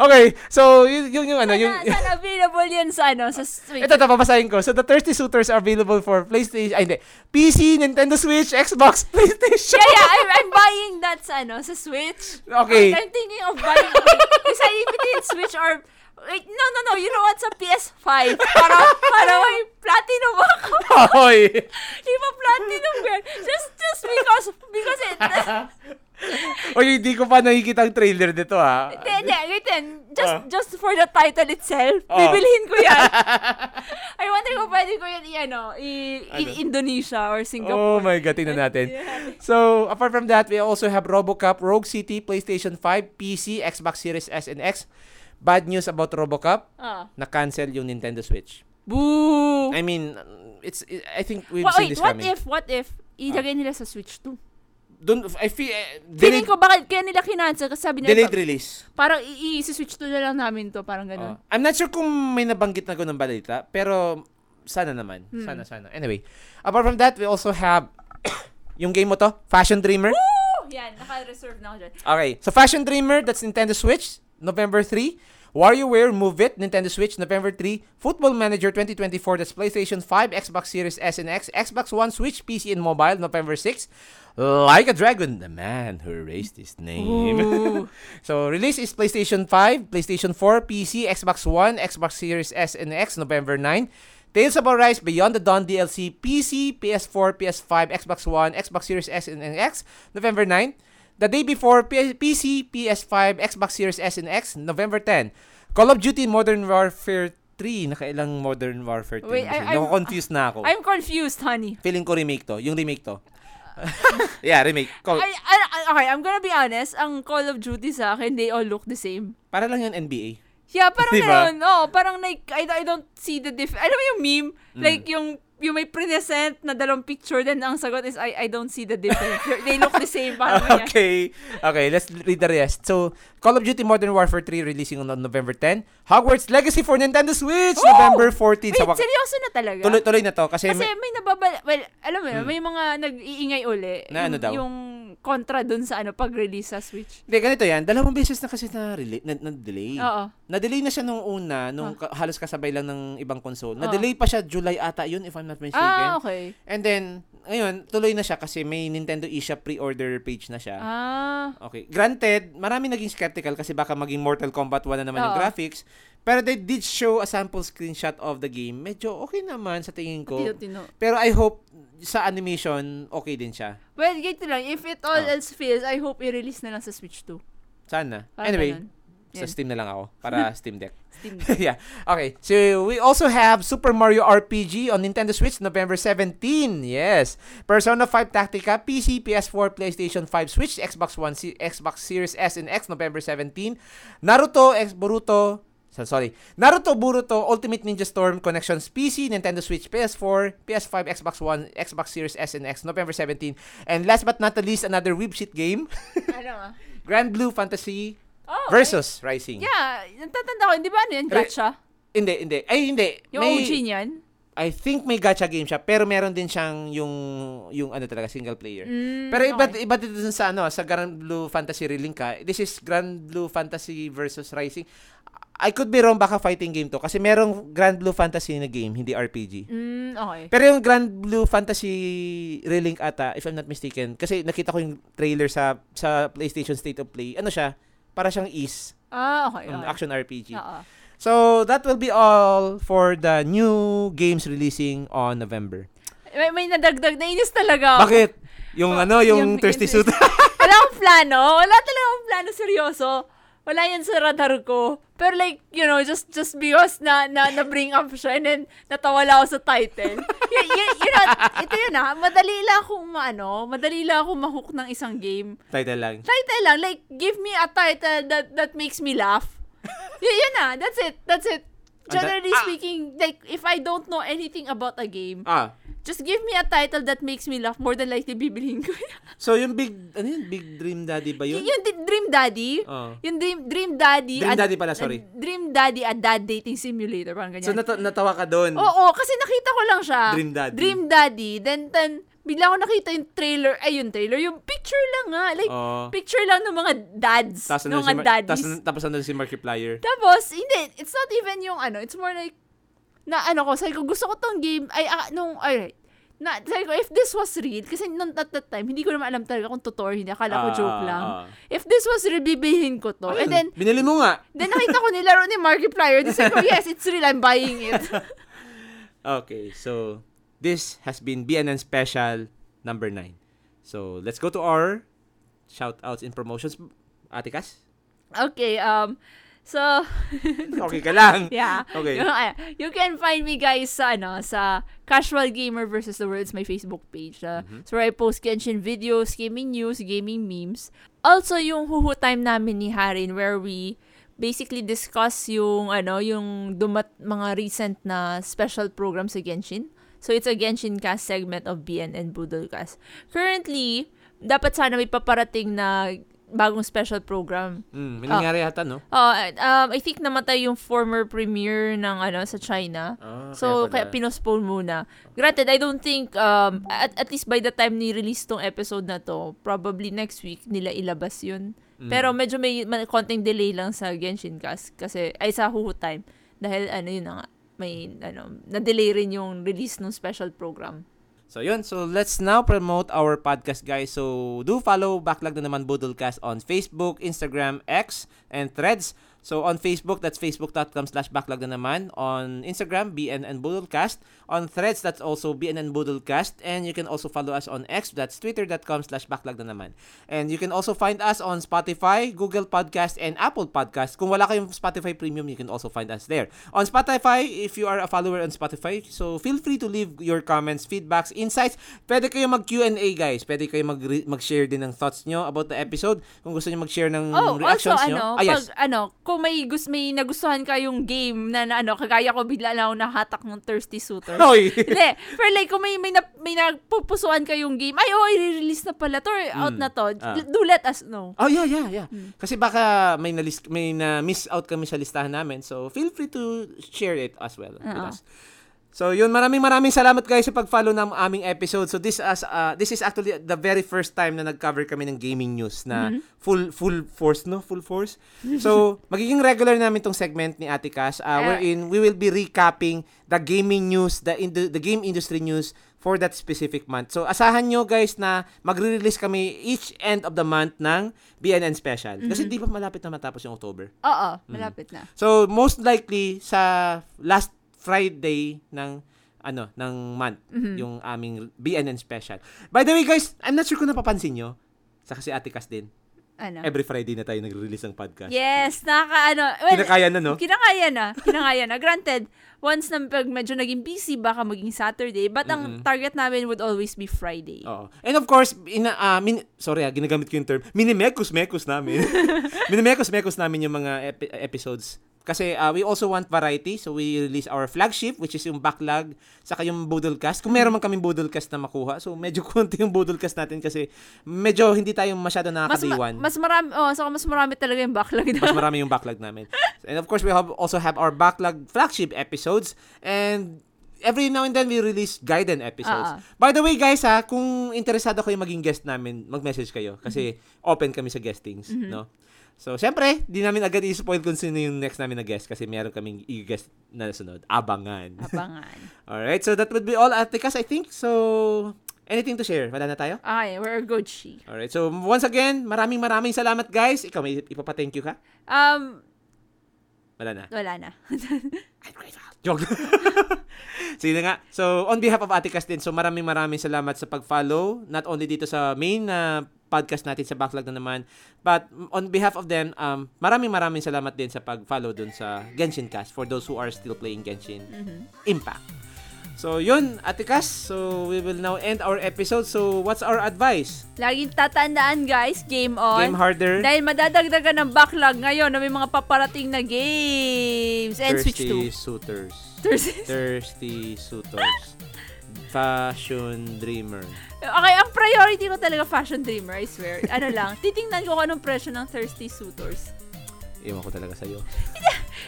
Okay, so yun, yun yung ano, yung...
Sana, sana available yan sa, ano, sa Switch.
Ito, ito, papasahin ko. So, the Thirsty Suitors are available for PlayStation, ay, hindi, PC, Nintendo Switch, Xbox, PlayStation.
Yeah, yeah, I'm, I'm buying that sa, ano, sa Switch.
Okay.
I'm, I'm thinking of buying, okay, deciding between Switch or, wait, no, no, no, you know what, sa PS5, para, para may platinum ako.
Hoy.
Iba platinum ko yan. Just, just because, because it,
Oy, hindi ko pa nakikita ang trailer nito ah. ha.
hindi, hindi, wait yan. Just,
Ah.
just for the title itself,
Ah.
bibilihin ko yan. I wonder kung pwede ko yan, i- ano, i, in
Ano?
Indonesia or
Oh
Singapore.
my God, tingnan natin. So, apart from that, we also have RoboCop, Rogue City, PlayStation 5, PC, Xbox Series S and X. Bad news about RoboCop,
Ah.
na-cancel yung Nintendo Switch.
Boo!
I mean, it's I think we've
Wa-
seen
wait,
this
what
coming.
if, what if, ilagay nila sa Switch 2?
Don't, I feel, eh, delayed,
Feeling ko bakit kaya nila kinansel kasi sabi nila
delayed release.
parang i-switch to na lang namin to, parang
Oh.
ganun.
I'm not sure kung may nabanggit na ng balita, pero sana naman.
Hmm.
Sana, sana. Anyway, apart from that, we also have yung game mo to, Fashion Dreamer.
Oh, yan, naka-reserve na ako dyan.
Okay. So Fashion Dreamer, that's Nintendo Switch, November 3. WarioWare Move It, Nintendo Switch, November 3. Football Manager 2024, that's PlayStation 5, Xbox Series S and X, Xbox One, Switch, PC, and mobile, November 6. Like a Dragon, the man who erased his name. so release is PlayStation 5, PlayStation 4, PC, Xbox One, Xbox Series S and X, November 9. Tales of Arise Beyond the Dawn DLC, PC, PS4, PS5, Xbox One, Xbox Series S and X, November 9. The day before, P- PC, PS5, Xbox Series S and X, November 10. Call of Duty Modern Warfare 3. Nakailang Modern Warfare 3.
Wait, I- I'm-
confused na ako.
I'm confused, honey.
Feeling ko remake to. Yung remake to. yeah, remake. Call-
I, I, I- okay, I'm gonna be honest, ang Call of Duty sa akin, they all look the same.
para lang yun NBA.
Yeah, parang
Diba?
ganun. Oh, parang like, I, I don't see the diff... Alam mo yung meme? Like, yung yung may present na dalawang picture then ang sagot is I I don't see the difference. They're- they look the same parang
Ah,
ganyan.
okay. Okay, let's read the rest. So, Call of Duty Modern Warfare 3 releasing on November 10. Hogwarts Legacy for Nintendo Switch,
Oh!
November 14.
Wait,
Sa wak-
seryoso na talaga?
Tuloy-tuloy na to kasi,
Kasi
may-
may nababala, well, alam mo, yun, may mga nag-iingay uli.
Hmm. Na ano
yung,
daw?
Yung kontra dun sa ano, pag-release sa Switch.
Hindi, ganito yan. Dalawang beses na kasi na, rela- na, na delay.
Oo.
Na-delay na siya nung una, nung
Ah.
ka- halos kasabay lang ng ibang console.
Ah.
Na-delay pa siya July ata yun, if I'm not
Ah,
mistaken.
okay.
And then, ngayon, tuloy na siya kasi may Nintendo eShop pre-order page na siya.
Ah,
Okay. Granted, marami naging skeptical kasi baka maging Mortal Kombat 1 na naman yung
Oo.
graphics. Pero they did show a sample screenshot of the game. Medyo okay naman sa tingin ko.
Tino-tino.
Pero I hope sa animation, okay din siya.
Well, ganito lang. If it all
Ah.
else fails, I hope i-release na lang sa Switch 2.
Sana.
Parang
anyway,
ganun.
sa
Yan.
Steam na lang ako. Para Steam Deck.
Steam.
yeah. Okay. So we also have Super Mario RPG on Nintendo Switch November 17. Yes. Persona 5 Tactica PC, PS4, PlayStation 5, Switch, Xbox One, Se- Xbox Series S and X November 17. Naruto X Boruto so- Sorry. Naruto Boruto Ultimate Ninja Storm Connections PC, Nintendo Switch, PS4, PS5, Xbox One, Xbox Series S and X November 17. And last but not the least, another weeb shit game,
ano nga?
Grand Blue Fantasy
Oh,
versus Rising.
Yeah, natatanda ko. Hindi ba ano yan?
Re-
Gacha?
Hindi, hindi. Ay, hindi.
Yung
May-
OG niyan?
I think may gacha game siya pero meron din siyang yung yung ano talaga single player.
Mm,
Pero iba
okay.
iba din dun sa ano sa Grand Blue Fantasy Relink ka. This is Grand Blue Fantasy versus Rising. I could be wrong baka fighting game to kasi merong Grand Blue Fantasy na game hindi RPG.
Mm, okay.
Pero yung Grand Blue Fantasy Relink ata if I'm not mistaken kasi nakita ko yung trailer sa sa PlayStation State of Play. Ano siya? Para siyang is
Ah, okay.
um,
okay.
action RPG.
Oo.
So that will be all for the new games releasing on November.
May, may nadagdag. Nainis talaga. ako.
Bakit? Yung
Oh,
ano, yung,
yung-
thirsty suit.
yung Wala akong plano. Wala talaga akong plano. Seryoso. Wala yan sa radar ko. Pero like, you know, just just because na na, na bring up siya and then natawa lang ako sa title. y- y- you know, ito yun ah. Madali lang akong maano, madali lang akong mahook ng isang game.
Title lang.
Title lang, like, give me a title that that makes me laugh. y- yun ah, that's it, that's it.
Ah, that-
Generally
ah!
speaking, like, if I don't know anything about a game,
Ah,
just give me a title that makes me laugh. More than likely, bibilihin ko yan.
so yung big, ano yun? Big Dream Daddy ba yun?
Y- yung D- Dream Daddy,
Oh.
Yung Dream Dream Daddy. uh,
Dream Daddy pala, sorry.
Dream Daddy at Dad Dating Simulator, parang ganyan.
So nata- natawa ka doon.
Oo, kasi nakita ko lang siya.
Dream Daddy.
Dream Daddy. Then, then bigla ko nakita yung trailer. Ay, yung trailer. Yung picture lang nga. Like,
Oo.
picture lang ng mga dads.
Oh. Tapos
ng
ano
mga
si Mar-
daddies.
tapos, tapos ano si Markiplier.
Tapos, hindi. It's not even yung ano. It's more like, na ano ko, sabi ko, gusto ko tong game. Ay, ah, nung, alright. Na, sabi ko, if this was real, kasi nung, at that time, hindi ko naman alam talaga kung totoo or hindi. Akala ko
Ah,
joke lang.
ah.
If this was real, bibihin ko to. And then,
Binili mo nga.
Then nakita ko nilaro ni Markiplier. Then sabi ko, yes, it's real. I'm buying it.
Okay, so this has been BNN Special number 9. So let's go to our shoutouts and promotions. Ate Cas?
Okay, um, so,
Okay ka lang.
yeah.
Okay.
Yung, ah, you can find me guys sa, ano, sa Casual Gamer versus the World. It's my Facebook page. Uh, So, where I post Genshin videos, gaming news, gaming memes. Also, yung huhu time namin ni Harin where we basically discuss yung, ano, yung dumat mga recent na special program sa Genshin. So, it's a Genshin cast segment of BNN Budolcast. Currently, dapat sana may paparating na bagong special program
Mm, may nangyari yata, no?
Oh, and, um, I think namatay yung former premier ng ano sa China.
Ah,
so, kaya,
kaya pala.
pinospone muna. Granted, I don't think, um, at, at least by the time ni-release tong episode na to, probably next week nila ilabas yun.
Hmm. Mm.
Pero medyo may, may konting delay lang sa Genshin Cast kasi, ay sa Huhu Time. Dahil ano yun na nga, may, ano, na-delay rin yung release ng special program.
So yun, so let's now promote our podcast guys. So do follow Backlog na naman Budolcast on Facebook, Instagram, X, and Threads. So on Facebook, that's facebook.com slash backlog na naman. On Instagram, BNN Budolcast. On Threads, that's also BNN Budolcast. And you can also follow us on X, that's twitter.com slash backlog na naman. And you can also find us on Spotify, Google Podcast, and Apple Podcast. Kung wala kayong Spotify Premium, you can also find us there. On Spotify, if you are a follower on Spotify, so feel free to leave your comments, feedbacks, insights. Pwede kayo mag-Q&A, guys. Pwede kayo mag- mag-share din ng thoughts nyo about the episode. Kung gusto nyo mag-share ng
Oh, also,
Mm, reactions nyo.
ano,
Ah, yes.
pag, ano, kung may, gus may nagustuhan kayong game na, na ano, kagaya ko, bigla lang ako nahatak ng Thirsty Suitor.
Hoy!
Hindi. Pero like, kung may, may, na, may nagpupusuan kayong game, ay, oh, i-release na pala to, or out na to,
Ah.
do let us know.
Oh, yeah, yeah, yeah. Kasi baka may na may na-miss out kami sa listahan namin. So, feel free to share it as well with
Oo.
us. So, yun, maraming maraming salamat guys sa pag-follow ng aming episode. So, this as uh, this is actually the very first time na nag-cover kami ng gaming news na
Mm-hmm.
full full force, no? Full force.
Hmm.
So, magiging regular namin tong segment ni Ate Cash uh,
Ah.
wherein we will be recapping the gaming news, the indu- the game industry news for that specific month. So asahan nyo guys na magre-release kami each end of the month ng BNN special. Kasi
Mm-hmm.
di pa malapit na matapos yung October.
Oo, malapit na.
So most likely sa last Friday ng ano ng month
Mm-hmm.
yung aming BNN special. By the way guys, I'm not sure kung napapansin nyo sa kasi Ate Cas din.
Ano?
Every Friday na tayo nagre-release ng podcast.
Yes, nakaka ano. Well,
Kinakaya na no?
Kinakaya na. Kinakaya na. Granted, once na pag medyo naging busy, baka maging Saturday. But ang target namin would always be Friday.
Oo. And of course, ina, ah, min- sorry ah, ginagamit ko yung term, minimekos-mekos namin. minimekos-mekos namin yung mga epi- episodes. Kasi ah, we also want variety, so we release our flagship, which is yung backlog, saka yung Budolcast. Kung meron man kaming Budolcast na makuha, so medyo konti yung Budolcast natin kasi medyo hindi tayo masyado
mas, ma-
nakakadiwan.
mas marami, oh, so mas marami talaga yung backlog
Mas
na.
marami yung backlog namin. And of course, we have also have our backlog flagship episodes and every now and then we release guidance episodes.
Ah, ah.
By the way, guys, ha, kung interesado kayo maging guest namin, mag-message kayo kasi
Mm-hmm.
open kami sa guestings, no? So, syempre, di namin agad i-spoil kung sino yung next namin na guest kasi meron kaming i-guest na sunod. Abangan.
Abangan.
Alright, so that would be all, Ate Cas, I think. So, anything to share? Wala na tayo?
Okay, we're Gucci.
Alright, so once again, maraming maraming salamat, guys. Ikaw, may ipapa-thank you ka?
Um,
Wala na.
wala na.
I'm grateful. Joke. Sige na nga. So, on behalf of Ate Cas din, so maraming maraming salamat sa pag-follow. Not only dito sa main na podcast natin sa Backlog na naman, but on behalf of them, um, maraming maraming salamat din sa pag-follow dun sa Genshin Cast for those who are still playing Genshin
Mm-hmm.
Impact. So, yun, Ate Cas. So, we will now end our episode. So, what's our advice?
Laging tatandaan guys, game on.
Game harder.
Dahil madadagdagan ng backlog ngayon na may mga paparating na games. And Switch 2.
Thirsty suitors.
Thursday.
Thirsty suitors. Fashion dreamer.
Okay, ang priority ko talaga fashion dreamer, I swear. Ano lang, titingnan ko kung anong presyo ng thirsty suitors.
Iwan ko talaga sa'yo.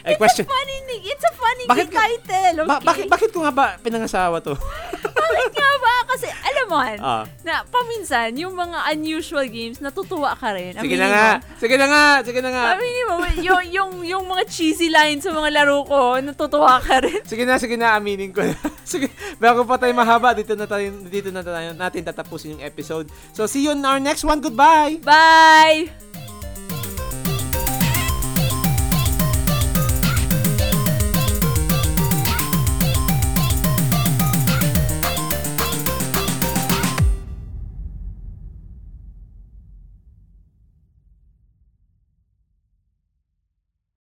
Ay, question.
Funny name. It's a funny
Bakit
name title, okay?
Ba- bakit, bakit ko nga ba pinangasawa to?
Bakit nga ba? Kasi, alam mo, Han,
ah,
na paminsan, yung mga unusual games, natutuwa ka rin.
sige na
Aminin
nga.
mo.
Sige na nga. Sige na nga.
Aminin mo, yung, yung, yung mga cheesy lines sa mga laro ko, natutuwa ka rin.
Sige na, sige na, aminin ko na. sige, bago pa tayo mahaba, dito na tayo, dito na tayo natin tatapusin yung episode. So, see you on our next one. Goodbye!
Bye!